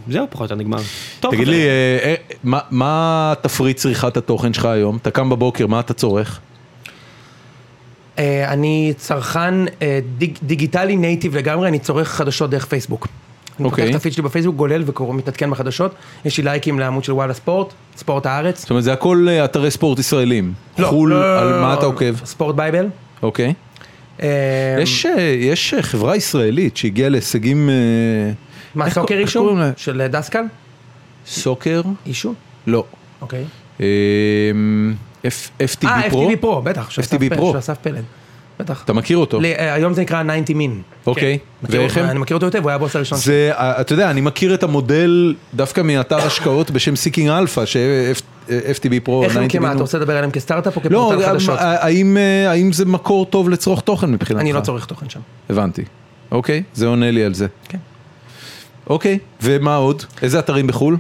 B: זהו, פחות או יותר נגמר. טוב,
A: תגיד
B: חברים.
A: לי, אה, אה, מה- מה תפריט צריכת התוכן שלך היום? אתה קם בבוקר, מה אתה צורך?
C: אה, אני צרכן אה, דיג- דיגיטלי נייטיב לגמרי, אני צורך חדשות דרך פייסבוק. אני פותח
A: אוקיי.
C: את הפיד שלי בפייסבוק, גולל ומתעדכן בחדשות, יש לי לייקים לעמוד של וואלה ספורט, ספורט הארץ.
A: זאת אומרת, זה הכל אה, אתרי ספורט ישראלים.
C: לא,
A: חו"ל,
C: לא, לא,
A: על
C: לא,
A: מה
C: לא,
A: אתה עוקב?
C: ספורט בייבל.
A: אוקיי.
C: אה,
A: יש, אה, יש אה, חברה ישראלית שהגיעה להישגים... אה,
C: מה
A: איך
C: סוקר
A: קור- איך
C: אישו?
A: קוראים לה?
C: של אה, דסקל?
A: סוקר?
C: אישו?
A: לא.
C: אוקיי.
A: אה, F-
C: אה,
A: FTB
C: FTV
A: Pro?
C: פרו, בטח. של אסף
A: FTV
C: פלד,
A: Pro.
C: של אסף פלד. בטח.
A: אתה מכיר אותו?
C: ל- אה, היום זה נקרא 90 מין.
A: אוקיי. ואיך הם?
C: אני מכיר אותו היטב, הוא היה הבוס הראשון. שלי.
A: זה, אה, אתה יודע, אני מכיר את המודל דווקא מאתר השקעות [LAUGHS] בשם סיקינג אלפא, ש-FTB Pro.
C: איך
A: 90.
C: הם כמעט? אתה רוצה לדבר עליהם כסטארט-אפ או
A: לא,
C: כפורטל
A: אה,
C: חדשות?
A: אה, האם, אה, האם זה מקור טוב לצרוך תוכן מבחינתך?
C: אני לא צורך תוכן שם.
A: הבנתי. אוקיי, זה עונה לי על זה.
C: כן.
A: אוקיי, ומה עוד? איזה אתרים בחו"ל?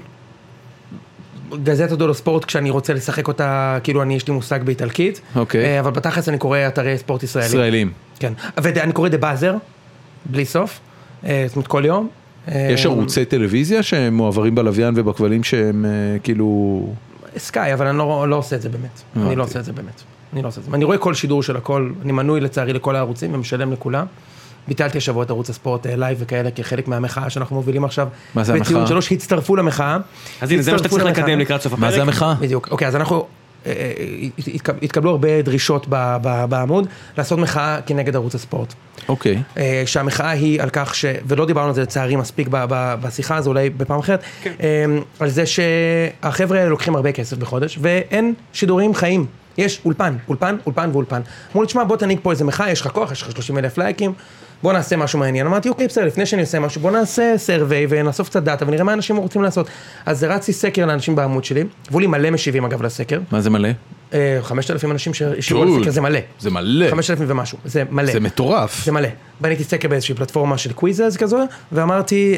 C: גזטה דולו ספורט, כשאני רוצה לשחק אותה, כאילו אני, יש לי מושג באיטלקית.
A: אוקיי.
C: אה, אבל בתכלס אני קורא אתרי ספורט ישראלים.
A: ישראלים.
C: כן. ואני קורא דה באזר, בלי סוף. אה, זאת אומרת, כל יום. אה,
A: יש ערוצי טלוויזיה שהם מועברים בלוויין ובכבלים שהם אה, כאילו...
C: סקאי, אבל אני לא, לא עושה את זה באמת. אני
A: הבנתי.
C: לא עושה את זה באמת. אני לא עושה את זה. אני רואה כל שידור של הכל, אני מנוי לצערי לכל הערוצים ומשלם לכולם. ביטלתי השבוע את ערוץ הספורט אה, לייב וכאלה כחלק מהמחאה שאנחנו מובילים עכשיו.
A: מה זה המחאה?
C: בציון שלוש הצטרפו למחאה.
B: אז הנה, זה מה שאתה
C: הצטרפו
B: צריך
C: למחאה.
B: לקדם לקראת סוף הפרק.
A: מה זה המחאה?
C: בדיוק, אוקיי, אז אנחנו, אה, אה, התקב- התקבלו הרבה דרישות ב- ב- בעמוד, לעשות מחאה כנגד ערוץ הספורט.
A: אוקיי.
C: אה, שהמחאה היא על כך ש... ולא דיברנו על זה לצערי מספיק ב- ב- בשיחה הזו, אולי בפעם אחרת,
A: כן.
C: אה, על זה שהחבר'ה האלה לוקחים הרבה כסף בחודש, ואין שידורים חיים. יש אולפן, אולפן, אולפן ואולפן. אמרו לי, תשמע, בוא תנהיג פה איזה מחאה, יש לך כוח, יש לך 30 אלף לייקים, בוא נעשה משהו מעניין. אמרתי, אוקיי, בסדר, לפני שאני עושה משהו, בוא נעשה סרווי ונאסוף קצת דאטה ונראה מה אנשים רוצים לעשות. אז רצתי סקר לאנשים בעמוד שלי, והיו לי מלא משיבים אגב לסקר,
A: מה זה מלא?
C: אה, 5,000 אנשים שהשיבו
A: טוב.
C: לסקר, זה מלא.
A: זה מלא.
C: 5,000 ומשהו, זה מלא.
A: זה מטורף.
C: זה מלא. בניתי סקר באיזושהי פלטפורמה של קוויזז כזו, ואמרתי,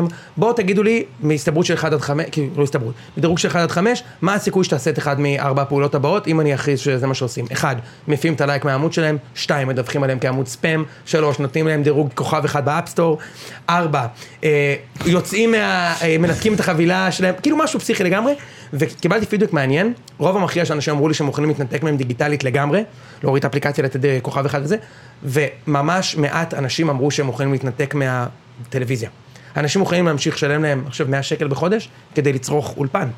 C: אמ, בואו תגידו לי, מהסתברות של 1 עד 5, כאילו, לא הסתברות, מדירוג של 1 עד 5, מה הסיכוי שתעשה את אחד מארבע הפעולות הבאות, אם אני אכריז שזה מה שעושים. 1. מפיעים את הלייק מהעמוד שלהם, 2. מדווחים עליהם כעמוד ספאם, 3. נותנים להם דירוג כוכב אחד באפסטור, 4. אה, יוצאים מה... אה, מנתקים את החבילה שלהם, כאילו משהו פסיכי לגמרי, וקיבלתי פידבק מעניין, רוב המכריע של אנשים אמרו לי שהם מוכנים להתנתק מהם דיגיטלית לגמרי, להוריד את האפליקציה לתת אה, כוכב אחד וזה, וממש מעט אנשים אמרו שהם מוכנים להתנתק מהטלוויזיה. אנשים מוכנים להמשיך לשלם להם עכשיו 100 שקל בחודש כדי לצרוך אולפן.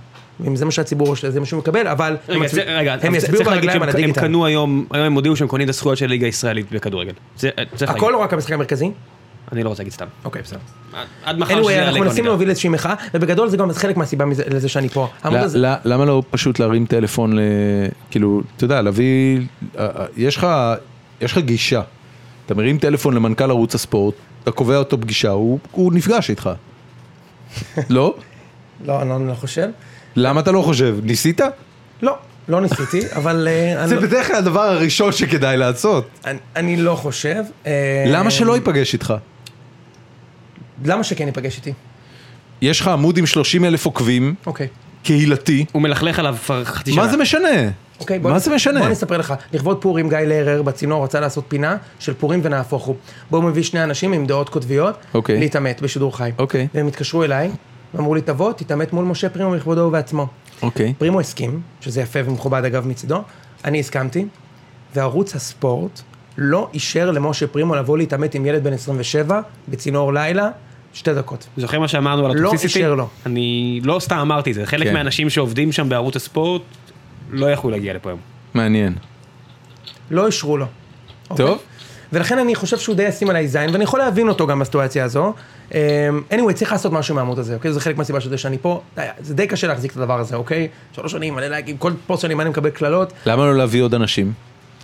C: אם זה מה שהציבור, זה מה שהוא מקבל, אבל הם
B: רגע,
C: יצביעו-
B: זה- רגע,
C: הם
B: אבל
C: יצביעו
B: צריך להגיד
C: ברגליים על
B: שהם- הם
C: הדיגיטל.
B: קנו היום, היום הם הודיעו שהם קונים את הזכויות של הליגה הישראלית בכדורגל. זה- צריך
C: הכל
B: להגיד.
C: לא רק המשחק המרכזי?
B: אני לא רוצה להגיד סתם.
C: אוקיי, בסדר.
B: עד- עד מחר שזה
C: anyway,
B: יעלה
C: אנחנו
B: כבר
C: מנסים
B: נדע.
C: להוביל איזושהי מחאה, ובגדול זה גם חלק מהסיבה מזה- לזה שאני פה. העמוד הזה-
A: ל- ל- למה לא פשוט להרים טלפון ל... כאילו, אתה יודע, להביא... אה, אה, יש לך, יש לך גישה. אתה מרים טלפון למנכ"ל ערוץ הספורט, אתה קובע אותו פגישה, הוא, הוא נפגש איתך. לא?
C: לא, אני לא חושב.
A: למה אתה לא חושב? ניסית?
C: לא, לא ניסיתי, אבל אה, אני
A: זה
C: לא-
A: בדרך כלל הדבר הראשון שכדאי לעשות.
C: אני- אני לא חושב. אה,
A: למה שלא ייפגש איתך?
C: למה שכן ייפגש איתי?
A: יש לך עמוד עם 30 אלף עוקבים,
C: אוקיי.
A: קהילתי,
B: הוא מלכלך עליו כבר חצי שנה.
A: מה זה משנה?
C: אוקיי, בוא
A: מה
C: נס-
A: זה משנה?
C: בוא נספר לך, לכבוד פורים גיא לרר בצינור רצה לעשות פינה של פורים ונהפוך הוא. בו הוא מביא שני אנשים עם דעות קוטביות,
A: אוקיי.
C: להתעמת בשידור חי.
A: אוקיי.
C: והם התקשרו אליי, ואמרו לי תבוא, תתעמת מול משה פרימו בכבודו ובעצמו.
A: אוקיי.
C: פרימו הסכים, שזה יפה ומכובד אגב מצידו, אני הסכמתי, וערוץ הספורט לא אישר למשה פרימו לבוא להתעמת עם ילד בן 27 בצינור לילה, שתי דקות.
B: זוכר מה שאמרנו על
C: לא
B: הטוקסיסיטי?
C: אישר לו.
B: אני לא סתם אמרתי את זה, חלק
A: כן.
B: מהאנשים שעובדים שם בערוץ הספורט לא יכלו להגיע לפה היום.
A: מעניין.
C: לא אישרו לו. אוקיי?
A: טוב.
C: ולכן אני חושב שהוא די ישים עליי זין, ואני יכול להבין אותו גם בסיטואציה הזו. אמ, anyway, צריך לעשות משהו מהעמוד הזה, אוקיי? זה חלק מהסיבה שזה שאני פה. די, זה די קשה להחזיק את הדבר הזה, אוקיי? שלוש שנים, מלא לייקים, כל פוסט שאני מעלה מקבל קללות.
A: למה לא להביא עוד אנשים?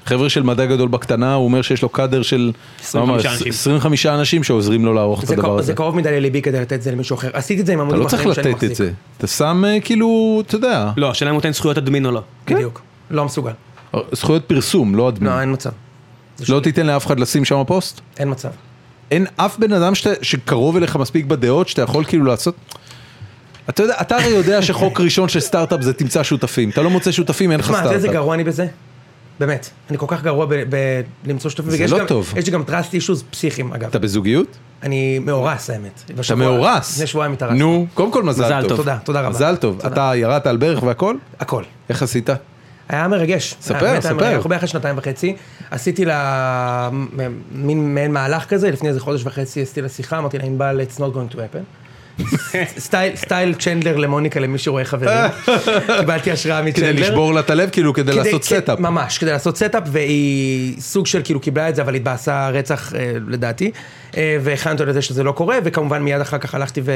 A: חבר'ה של מדע גדול בקטנה, הוא אומר שיש לו קאדר של
B: 25
A: ממש,
B: אנשים.
A: 25 אנשים שעוזרים לו לערוך את
C: זה,
A: הדבר
C: קרוב,
A: הזה.
C: זה קרוב מדי לליבי כדי לתת את זה למישהו אחר. עשיתי את זה עם
A: אתה
C: עמודים
A: לא צריך
C: אחרים שאני מחזיק.
A: לתת את זה. אתה שם אה, כאילו, אתה יודע,
B: לא, השאלה אם הוא נותן זכויות אדמין או לא.
C: בדיוק.
A: כן.
C: לא מסוגל.
A: Mm. זכויות פרסום, לא אדמין.
C: לא, אין מצב.
A: לא תיתן לאף אחד לשים שם פוסט?
C: אין מצב.
A: אין אף בן אדם שאתה- שקרוב אליך מספיק בדעות שאתה יכול כאילו לעשות... אתה יודע, אתה הרי יודע
C: [LAUGHS]
A: שחוק ראשון של סטארט-אפ זה תמצא שותפים. אתה לא מוצא שותפים, אין לך
C: תשמע, אתה יודע איזה
A: סטארט-אפ.
C: גרוע אני בזה? באמת. אני כל כך גרוע בלמצוא שותפים. ויש
A: לא
C: גם-
A: טוב.
C: יש לי גם trust issues פסיכיים, אגב.
A: אתה בזוגיות?
C: אני מאורס, האמת.
A: אתה מאורס.
C: לפני שבועיים התארסתי.
A: נו, קודם כל מזל
B: מזל
A: טוב.
B: טוב.
C: תודה, תודה רבה.
A: מזל טוב.
C: תודה.
A: אתה ירדת על ברך והכל?
C: הכל.
A: איך עשית?
C: היה מרגש.
A: ספר,
C: היה- באמת היה
A: ספר.
C: מרגש. אנחנו ביחד שנתיים וחצי. עשיתי לה מ- מין מעין מהלך כזה, לפני איזה חודש וחצי עשיתי לה שיחה, אמרתי לה, ענבל, it's not going to
A: [LAUGHS]
C: happen. סטייל- סטייל צ'נדלר למוניקה למי שרואה
A: [LAUGHS]
C: חברים. קיבלתי השראה מצ'נדלר.
A: כדי לשבור לה את הלב, כאילו, כדי
C: כדי-
A: לעשות
C: כן,
A: סטאפ.
C: ממש, כדי לעשות סטאפ, והיא סוג של כאילו קיבלה את זה, אבל התבאסה רצח אה, לדעתי, אה, והכנתי לזה שזה לא קורה, וכמובן מיד אחר כך הלכתי ו...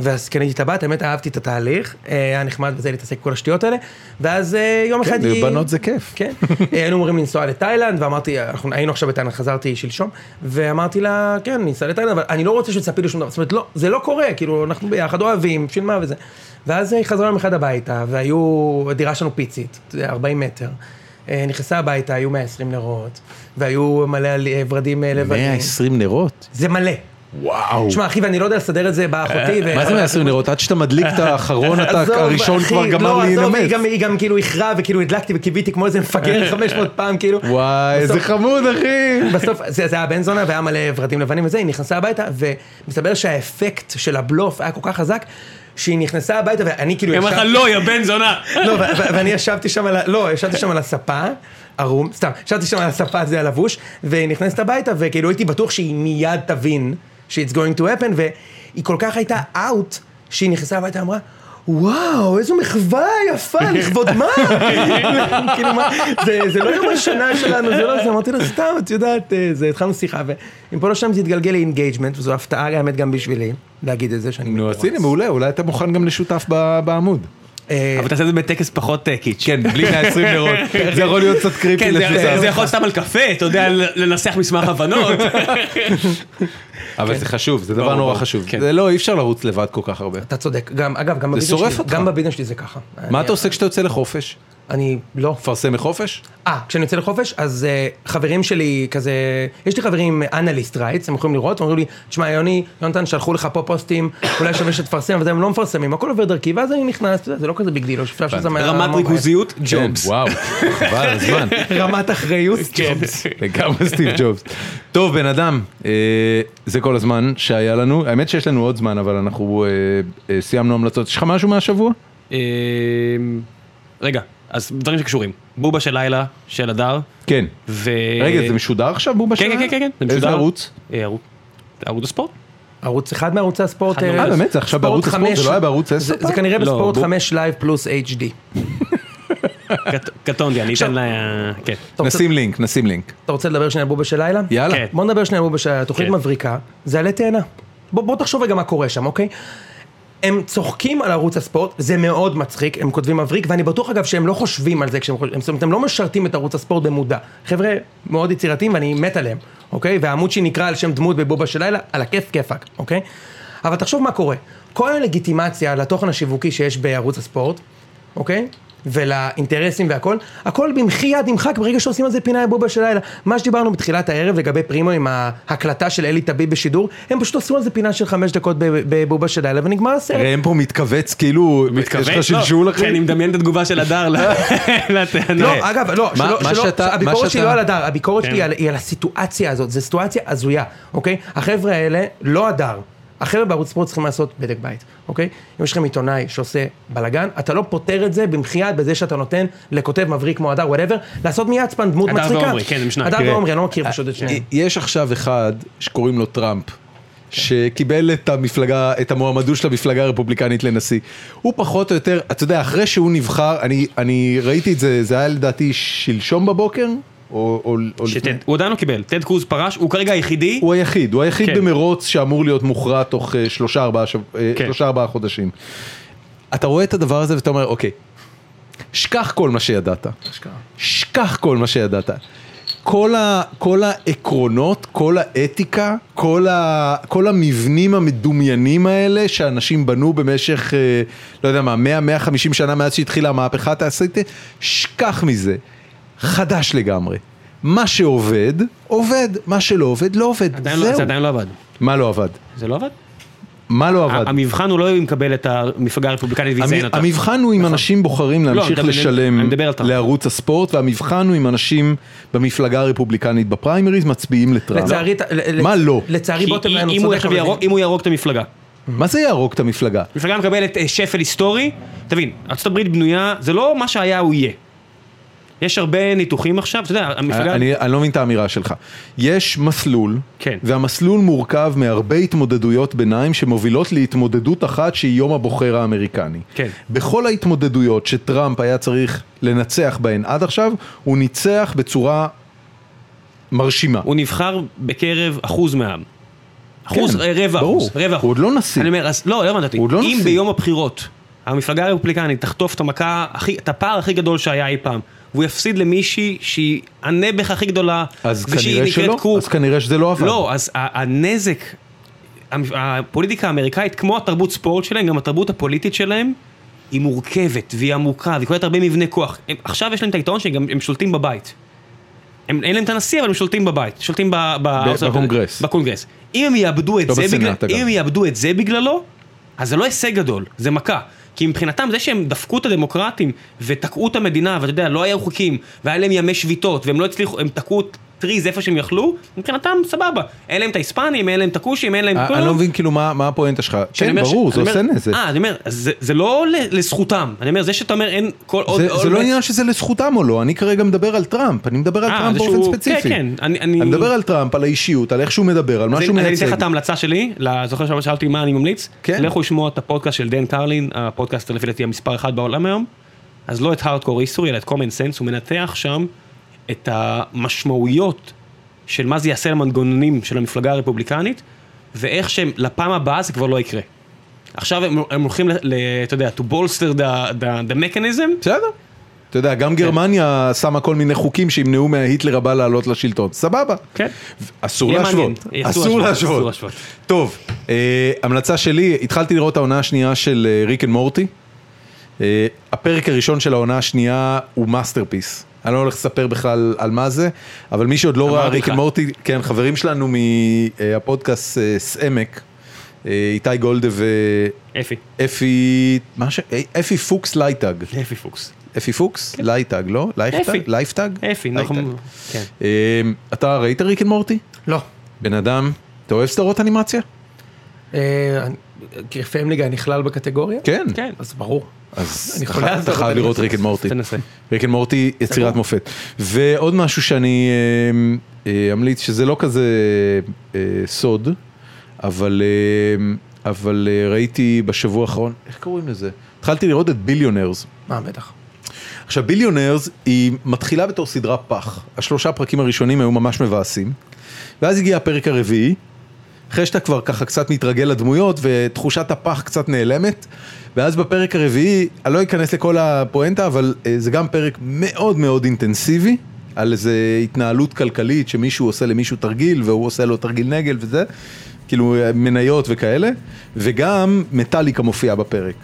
C: ואז קניתי את הבת, האמת אהבתי את התהליך, אה, היה נחמד בזה להתעסק בכל השטויות האלה, ואז אה, יום אחד היא...
A: בנות כן, זה כיף.
C: כן, [LAUGHS] אה, היינו אמורים לנסוע לתאילנד, ואמרתי, אנחנו היינו עכשיו בתאילנד, חזרתי שלשום, ואמרתי לה, כן, ניסע לתאילנד, אבל אני לא רוצה שתצפי לשום דבר, זאת אומרת, לא, זה לא קורה, כאילו, אנחנו ביחד אוהבים, בשביל מה וזה. ואז היא חזרה יום אחד הביתה, והיו, הדירה שלנו פיצית, אתה יודע, 40 מטר. אה, נכנסה הביתה, היו 120 נרות, והיו מלא על- אה, ורדים אה, לבנים.
A: 120 נרות?
C: זה מלא.
A: וואו.
C: תשמע, אחי, ואני לא יודע לסדר את זה באחותי. ו-
A: אה, מה זה מייסרים לראות? עד שאתה מדליק
C: [LAUGHS]
A: את האחרון, אתה
C: אה, עזוב,
A: הראשון
C: אחי,
A: כבר גמר
C: לא, עזוב, היא
A: להינמק.
C: גם- היא גם כאילו איחרה, וכאילו הדלקתי וקיוויתי כמו
A: [LAUGHS]
C: איזה מפגר 500 פעם, כאילו.
A: וואי, איזה
C: בסוף-
A: חמוד, אחי.
C: בסוף זה, זה היה בן זונה והיה מלא ורדים לבנים וזה, היא נכנסה הביתה ומסתבר שהאפקט של הבלוף היה כל כך חזק שהיא נכנסה הביתה ואני כאילו
B: היא אמרה לך לא, יא בן זונה.
C: לא, ו- ו- ואני ישבתי שם על ה... לא, ישבתי שם על הספה, ערום, סתם, ישבתי שם על הספה, זה הלבוש, והיא נכנסת הביתה וכאילו הייתי בטוח שהיא מיד תבין ש-it's going to happen והיא כל כך הייתה out שהיא נכנסה הביתה ואמרה וואו, איזו מחווה
A: [LAUGHS]
C: יפה, לכבוד מה? [LAUGHS] כאילו מה, זה, זה לא יום השנה שלנו, זה לא זה, אמרתי לה, סתם, את יודעת, אה, זה, התחלנו שיחה, ומפה לשם לא זה התגלגל לאינגייג'מנט, וזו הפתעה, האמת, גם בשבילי, להגיד את זה שאני
A: נו,
C: מטורף.
A: אז הנה, מעולה, אולי אתה מוכן גם לשותף ב- בעמוד.
C: אה,
B: אבל תעשה את זה בטקס פחות אה, קיץ'.
A: כן, בלי [LAUGHS] 120 לראות. זה יכול להיות קצת קריפי
B: כן, זה- זה- זה
A: לשותף.
B: יכול סתם על קפה, אתה יודע, לנסח מסמך הבנות.
A: אבל זה חשוב, זה דבר
B: כן. ברור,
A: נורא
B: ברור,
A: חשוב.
B: כן.
A: זה לא, אי אפשר לרוץ לבד כל כך הרבה.
C: אתה צודק, גם, אגב, גם בביזנס
A: שורף
C: שלי,
A: אותך.
C: גם בביזנס שלי זה ככה.
A: מה
C: אני-
A: אתה עושה כשאתה יוצא לחופש?
C: אני לא.
A: מפרסם מחופש?
B: כן,
C: אה, כשאני יוצא לחופש, אז uh, חברים שלי כזה, יש לי חברים אנליסט רייטס, הם יכולים לראות, אומרים לי, תשמע יוני, יונתן שלחו לך פה פוסטים, אולי שווה שתפרסם, וזה הם לא מפרסמים, הכל עובר דרכי, ואז אני נכנס, אתה יודע, זה לא כזה ביג דיל, אפשר לעשות את זה
B: רמת
C: מהמובייל.
B: ריכוזיות, ג'ובס.
A: כן, וואו, חבל, על הזמן.
C: [LAUGHS] רמת אחריות,
A: כן.
C: ג'ובס.
A: [LAUGHS] לגמרי סטיב ג'ובס. טוב, בן אדם, אה, זה כל הזמן שהיה לנו. האמת שיש לנו עוד זמן, אבל אנחנו אה, אה, סיימנו המלצות. יש לך משהו מהשבוע?
B: אמ, רגע, אז דברים שקשורים. בובה של לילה, של הדר,
A: כן.
B: ו...
A: רגע, זה משודר עכשיו, בובה
B: אה, כן,
A: שלנו?
B: כן, כן, כן, כן, זה
A: איזה
B: משודר.
A: ערוץ?
B: אה, ערוץ- ערוץ הספורט?
C: ערוץ אחד מערוצי הספורט.
B: אחד
C: אה,
B: מערוץ-
A: אה, באמת? זה עכשיו
C: ספורט
A: בערוץ הספורט?
C: חמש.
A: זה לא היה בערוץ עשר
C: זה
A: פעם?
C: כנראה
B: לא,
C: בספורט
B: בוא-
C: 5 לייב פלוס HD.
B: קט- קטונתי, אני אתן לה... כן.
C: אתה רוצה-
A: נשים לינק, נשים לינק.
C: אתה רוצה לדבר שנייה על בובה של לילה?
A: יאללה.
B: כן.
C: בוא נדבר שנייה על בובה של לילה. תוכנית
B: כן.
C: מבריקה, זה עלי תאנה. בוא, בוא תחשוב רגע מה קורה שם, אוקיי? הם צוחקים על ערוץ הספורט, זה מאוד מצחיק, הם כותבים מבריק, ואני בטוח אגב שהם לא חושבים על זה כשהם חושבים, זאת אומרת, הם לא משרתים את ערוץ הספורט במודע. חבר'ה מאוד יצירתיים ואני מת עליהם, אוקיי? והעמוד שנקרא על שם דמות בבובה של לילה, על הכיף כיפאק, אוקיי? אבל תחשוב מה קורה, כל הלגיטימציה לתוכן השיווקי שיש בערוץ הספורט, אוקיי? ולאינטרסים והכל, הכל במחי יד נמחק ברגע שעושים על זה פינה בובה של לילה. מה שדיברנו בתחילת הערב לגבי פרימו עם ההקלטה של אלי טביב בשידור, הם פשוט עשו על זה פינה של חמש דקות בב- בבובה של לילה ונגמר הסרט.
A: ראם פה מתכווץ כאילו, יש לך שלשול
B: כן,
A: אחי?
B: אני מדמיין את התגובה של
A: [LAUGHS]
B: הדר ל- לטענה.
C: לא, אגב, לא,
A: מה-
C: שלא-
A: מה
C: שלא-
A: שאתה- מה
C: הביקורת שלי
A: שאתה-
C: לא על הדר, הביקורת
B: כן.
C: שלי על- היא על הסיטואציה הזאת, זו סיטואציה הזויה, אוקיי? החבר'ה האלה, לא הדר. החבר'ה בערוץ ספורט צריכים לעשות בדק בית, אוקיי? אם יש לכם עיתונאי שעושה בלאגן, אתה לא פותר את זה במחי יד בזה שאתה נותן לכותב מבריק כמו הדר, וואטאבר, לעשות מיצפן דמות
B: הדר
C: מצחיקה.
B: ועומרי, כן, הם שניים,
C: הדר
B: תראה.
C: ועומרי, אני לא מכיר פשוט את
A: אה,
C: שניהם.
A: יש עכשיו אחד שקוראים לו טראמפ. שקיבל את המפלגה, את המועמדות של המפלגה הרפובליקנית לנשיא. הוא פחות או יותר, אתה יודע, אחרי שהוא נבחר, אני, אני ראיתי את זה, זה היה לדעתי שלשום בבוקר, או, או, או
B: שטד- הוא עדיין לא קיבל, טד קרוז פרש, הוא כרגע היחידי,
A: הוא היחיד, הוא היחיד
B: כן.
A: במרוץ שאמור להיות מוכרע תוך אה, שלושה ארבעה שב- אה,
B: כן.
A: שלושה, ארבעה חודשים. אתה רואה את הדבר הזה ואתה אומר, אוקיי, שכח כל מה שידעת. שכח כל מה שידעת. כל, ה, כל העקרונות, כל האתיקה, כל, ה, כל המבנים המדומיינים האלה שאנשים בנו במשך, אה, לא יודע מה, 100-150 שנה מאז שהתחילה המהפכה התעשייתית, שכח מזה. חדש לגמרי. מה שעובד, עובד, מה שלא עובד, לא עובד.
B: עדיין לא-
A: זהו.
B: זה עדיין לא עבד.
A: מה לא עבד?
B: זה לא עבד?
A: מה לא עבד?
B: המבחן הוא לא אם יקבל את המפלגה הרפובליקנית ויציין
A: המ-
B: אותה.
A: המבחן הוא אם אנשים בוחרים להמשיך
B: נכון. לא, אני מדבר- אני
A: לשלם
B: מדבר על טראמפ.
A: לערוץ הספורט, והמבחן הוא אם אנשים במפלגה הרפובליקנית בפריימריז מצביעים לטראמפ.
C: לצערי, ת- ל- ל-
A: לא. מה לא?
C: לצערי
B: כי
C: בוטם
B: אם
C: ליין הוא
B: הוא
C: צודק,
B: עכשיו
C: אבל
B: יהרוג- אם הוא יהרוג את המפלגה.
A: מה זה יהרוג את המפלגה?
B: המפלגה מקבלת אה, שפל היסטורי, תבין, ארה"ב בנויה, זה לא מה שהיה הוא יהיה. יש הרבה ניתוחים עכשיו, אתה יודע, המפלגה...
A: אני, אני לא מבין את האמירה שלך. יש מסלול,
B: כן.
A: והמסלול מורכב מהרבה התמודדויות ביניים שמובילות להתמודדות אחת שהיא יום הבוחר האמריקני.
B: כן.
A: בכל ההתמודדויות שטראמפ היה צריך לנצח בהן עד עכשיו, הוא ניצח בצורה מרשימה.
B: הוא נבחר בקרב אחוז מהעם. אחוז,
A: כן,
B: אה, רבע
A: ברור.
B: אחוז, רבע
A: הוא
B: אחוז.
A: עוד לא נשיא.
B: אני אומר, אז לא, לא הבנת אותי.
A: הוא עוד לא
B: אם
A: נשיא.
B: ביום הבחירות המפלגה הרפובליקנית תחטוף את המכה, הכי, את הפער הכי גדול שהיה אי פעם, והוא יפסיד למישהי שהיא הנעבך הכי גדולה,
A: אז
B: ושהיא
A: כנראה
B: נקראת
A: שלא,
B: קוק.
A: אז כנראה שזה לא עבד.
B: לא, אז ה- הנזק, המ- הפוליטיקה האמריקאית, כמו התרבות ספורט שלהם, גם התרבות הפוליטית שלהם, היא מורכבת והיא עמוקה, והיא כוללת הרבה מבני כוח. הם, עכשיו יש להם את היתרון שהם גם- הם שולטים בבית. הם, אין להם את הנשיא, אבל הם שולטים בבית, שולטים ב, ב,
A: בקונגרס.
B: בקונגרס. אם הם יאבדו את,
A: לא
B: זה
A: בסנאט,
B: בגלל,
A: אגב.
B: אם הם יאבדו את זה בגללו, אז זה לא הישג גדול, זה מכה. כי מבחינתם זה שהם דפקו את הדמוקרטים ותקעו את המדינה, ואתה יודע, לא היו חוקים, והיה להם ימי שביתות, והם לא הצליחו, הם תקעו טריז איפה שהם יכלו, מבחינתם סבבה. אין להם את ההיספנים, אין להם את הכושים, אין להם את
A: אני לא מבין כאילו מה מה הפואנטה שלך. כן,
B: שאני אומר ש-
A: ברור,
B: אני
A: זה
B: אומר-
A: עושה נזק.
B: אה, אני אומר, זה זה לא ל- לזכותם. אני אומר, זה שאתה אומר אין כל עוד...
A: זה- זה
B: עוד-
A: לא עניין שזה לזכותם או לא, אני כרגע מדבר על טראמפ, אני מדבר על
B: אה,
A: טראמפ
B: זה
A: באופן
B: שהוא-
A: ספציפי.
B: כן, כן, אני- אני-
A: אני מדבר על טראמפ, על האישיות, על איך שהוא מדבר, על מה
B: אז
A: שהוא
B: אני- אז אני אתן לך
A: מייצג.
B: את ההמלצה שלי, ל- זוכר שאמרת- שאלתי מה אני ממליץ?
A: כן.
B: לכו לשמוע את הפודקאסט של דן קרלין, הפודקאסט לפי דעתי המספר אחד בעולם היום. אז לא את הארדקור היסטורי, אלא את common sense, הוא מנתח שם את המשמעויות של מה זה יעשה למנגנונים של המפלגה הרפובליקנית, ואיך שהם, לפעם הבאה זה כבר לא יקרה. עכשיו הם, הם הולכים, ל, ל, אתה יודע, to bolster the, the, the mechanism,
A: בסדר. אתה יודע,
B: כן.
A: גם גרמניה שמה כל מיני חוקים שימנעו מההיטלר הבא לעלות לשלטון. סבבה.
B: כן.
A: אסור
B: יהיה
A: להשוות.
B: מעניין. אסור
A: אסור
B: להשוות, אסור
A: להשוות.
B: להשוות.
A: טוב, אה, המלצה שלי, התחלתי לראות את העונה השנייה של אה, ריק אנד מורטי. אה, הפרק הראשון של העונה השנייה הוא מאסטרפיס. אני לא הולך לספר בכלל על מה זה, אבל מי שעוד לא ראה
B: אמרתי
A: ריק
B: לך.
A: אנד מורטי, כן, חברים שלנו מהפודקאסט אה, סעמק, אה, איתי גולדה
B: אפי,
A: ואפי, מה ש... אה, אפי פוקס לייטג.
B: אפי פוקס.
A: אפי פוקס? לייטג, לא? לייפטג?
B: כן. אפי.
A: לייפטג?
B: אפי,
A: לייפטג.
B: נכון. כן.
A: אמ, אתה ראית ריק אנד מורטי?
C: לא.
A: בן אדם, אתה אוהב סדרות אנימציה?
C: אה, כי פמליגה נכלל בקטגוריה?
A: כן.
B: כן,
C: אז ברור.
A: אז
C: אני
A: אתה
C: חולה על
A: חי- אתה
C: סדרות
A: חייב לראות
C: אנימציה.
A: ריק אנד מורטי.
B: תנסה.
A: ריק אנד מורטי יצירת מופת. ועוד משהו שאני אמ, אה, אמליץ, שזה לא כזה אה, סוד, אבל אמ, אבל אה, ראיתי בשבוע האחרון, איך קוראים לזה? התחלתי לראות את ביליונרס.
C: מה, בטח.
A: עכשיו ביליונרס היא מתחילה בתור סדרה פח. השלושה פרקים הראשונים היו ממש מבאסים. ואז הגיע הפרק הרביעי, אחרי שאתה כבר ככה קצת מתרגל לדמויות ותחושת הפח קצת נעלמת. ואז בפרק הרביעי, אני לא אכנס לכל הפואנטה, אבל אה, זה גם פרק מאוד מאוד אינטנסיבי, על איזה התנהלות כלכלית שמישהו עושה למישהו תרגיל והוא עושה לו תרגיל נגל וזה, כאילו אה, מניות וכאלה, וגם מטאליקה מופיעה בפרק.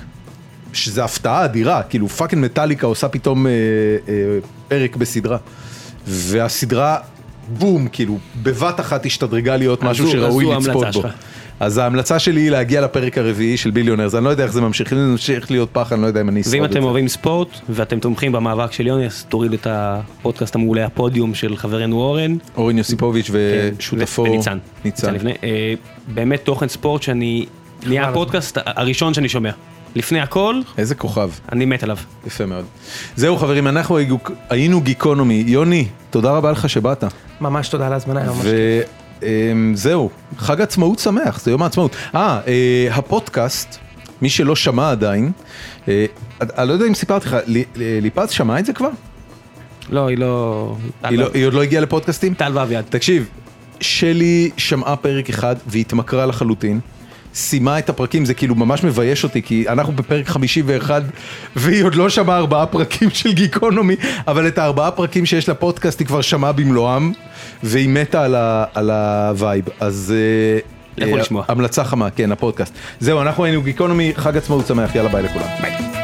A: שזה הפתעה אדירה, כאילו פאקינג מטאליקה עושה פתאום אה, אה, פרק בסדרה. והסדרה, בום, כאילו, בבת אחת השתדרגה להיות משהו
B: זו- אז
A: שראוי
B: זו
A: לצפות
B: ההמלצה
A: בו.
B: שלך.
A: אז ההמלצה שלי היא להגיע לפרק הרביעי של ביליונרס, אני לא יודע איך זה ממשיך, אם זה ממשיך להיות פח, אני לא יודע אם אני אשרוד
B: ואם
A: את זה.
B: אתם אוהבים ספורט ואתם תומכים במאבק של יוני, אז תוריד את הפודקאסט המעולה הפודיום של חברנו אורן.
A: אורן יוסיפוביץ' ושותפו...
B: כן, ו- וניצן.
A: ניצן.
B: לבנה. אה, באמת תוכן ספורט שאני, נהיה
C: הזמן.
B: הפודקאסט ה- הראשון שאני שומע. לפני הכל,
A: איזה כוכב,
B: אני מת עליו.
A: יפה מאוד. זהו חברים, אנחנו היינו- היינו גיקונומי. יוני, תודה רבה לך שבאת.
C: ממש תודה על ההזמנה היום.
A: וזהו, חג עצמאות שמח, זה יום העצמאות. אה, אה, הפודקאסט, מי שלא שמע עדיין, אה, אני לא יודע אם סיפרתי לך, לי- אה, ליפז שמעה את זה כבר?
B: לא, היא לא...
A: היא לא- היא עוד לא הגיעה לפודקאסטים?
B: טל ואביעד.
A: תקשיב, שלי שמעה פרק אחד והתמכרה לחלוטין. סיימה את הפרקים, זה כאילו ממש מבייש אותי, כי אנחנו בפרק 51 והיא עוד לא שמעה ארבעה פרקים של גיקונומי, אבל את הארבעה פרקים שיש לפודקאסט היא כבר שמעה במלואם, והיא מתה על, ה, על הווייב. אז... אה,
B: לכו
A: אה,
B: לשמוע.
A: המלצה חמה, כן, הפודקאסט. זהו, אנחנו היינו גיקונומי, חג עצמאות שמח, יאללה ביי לכולם. ביי.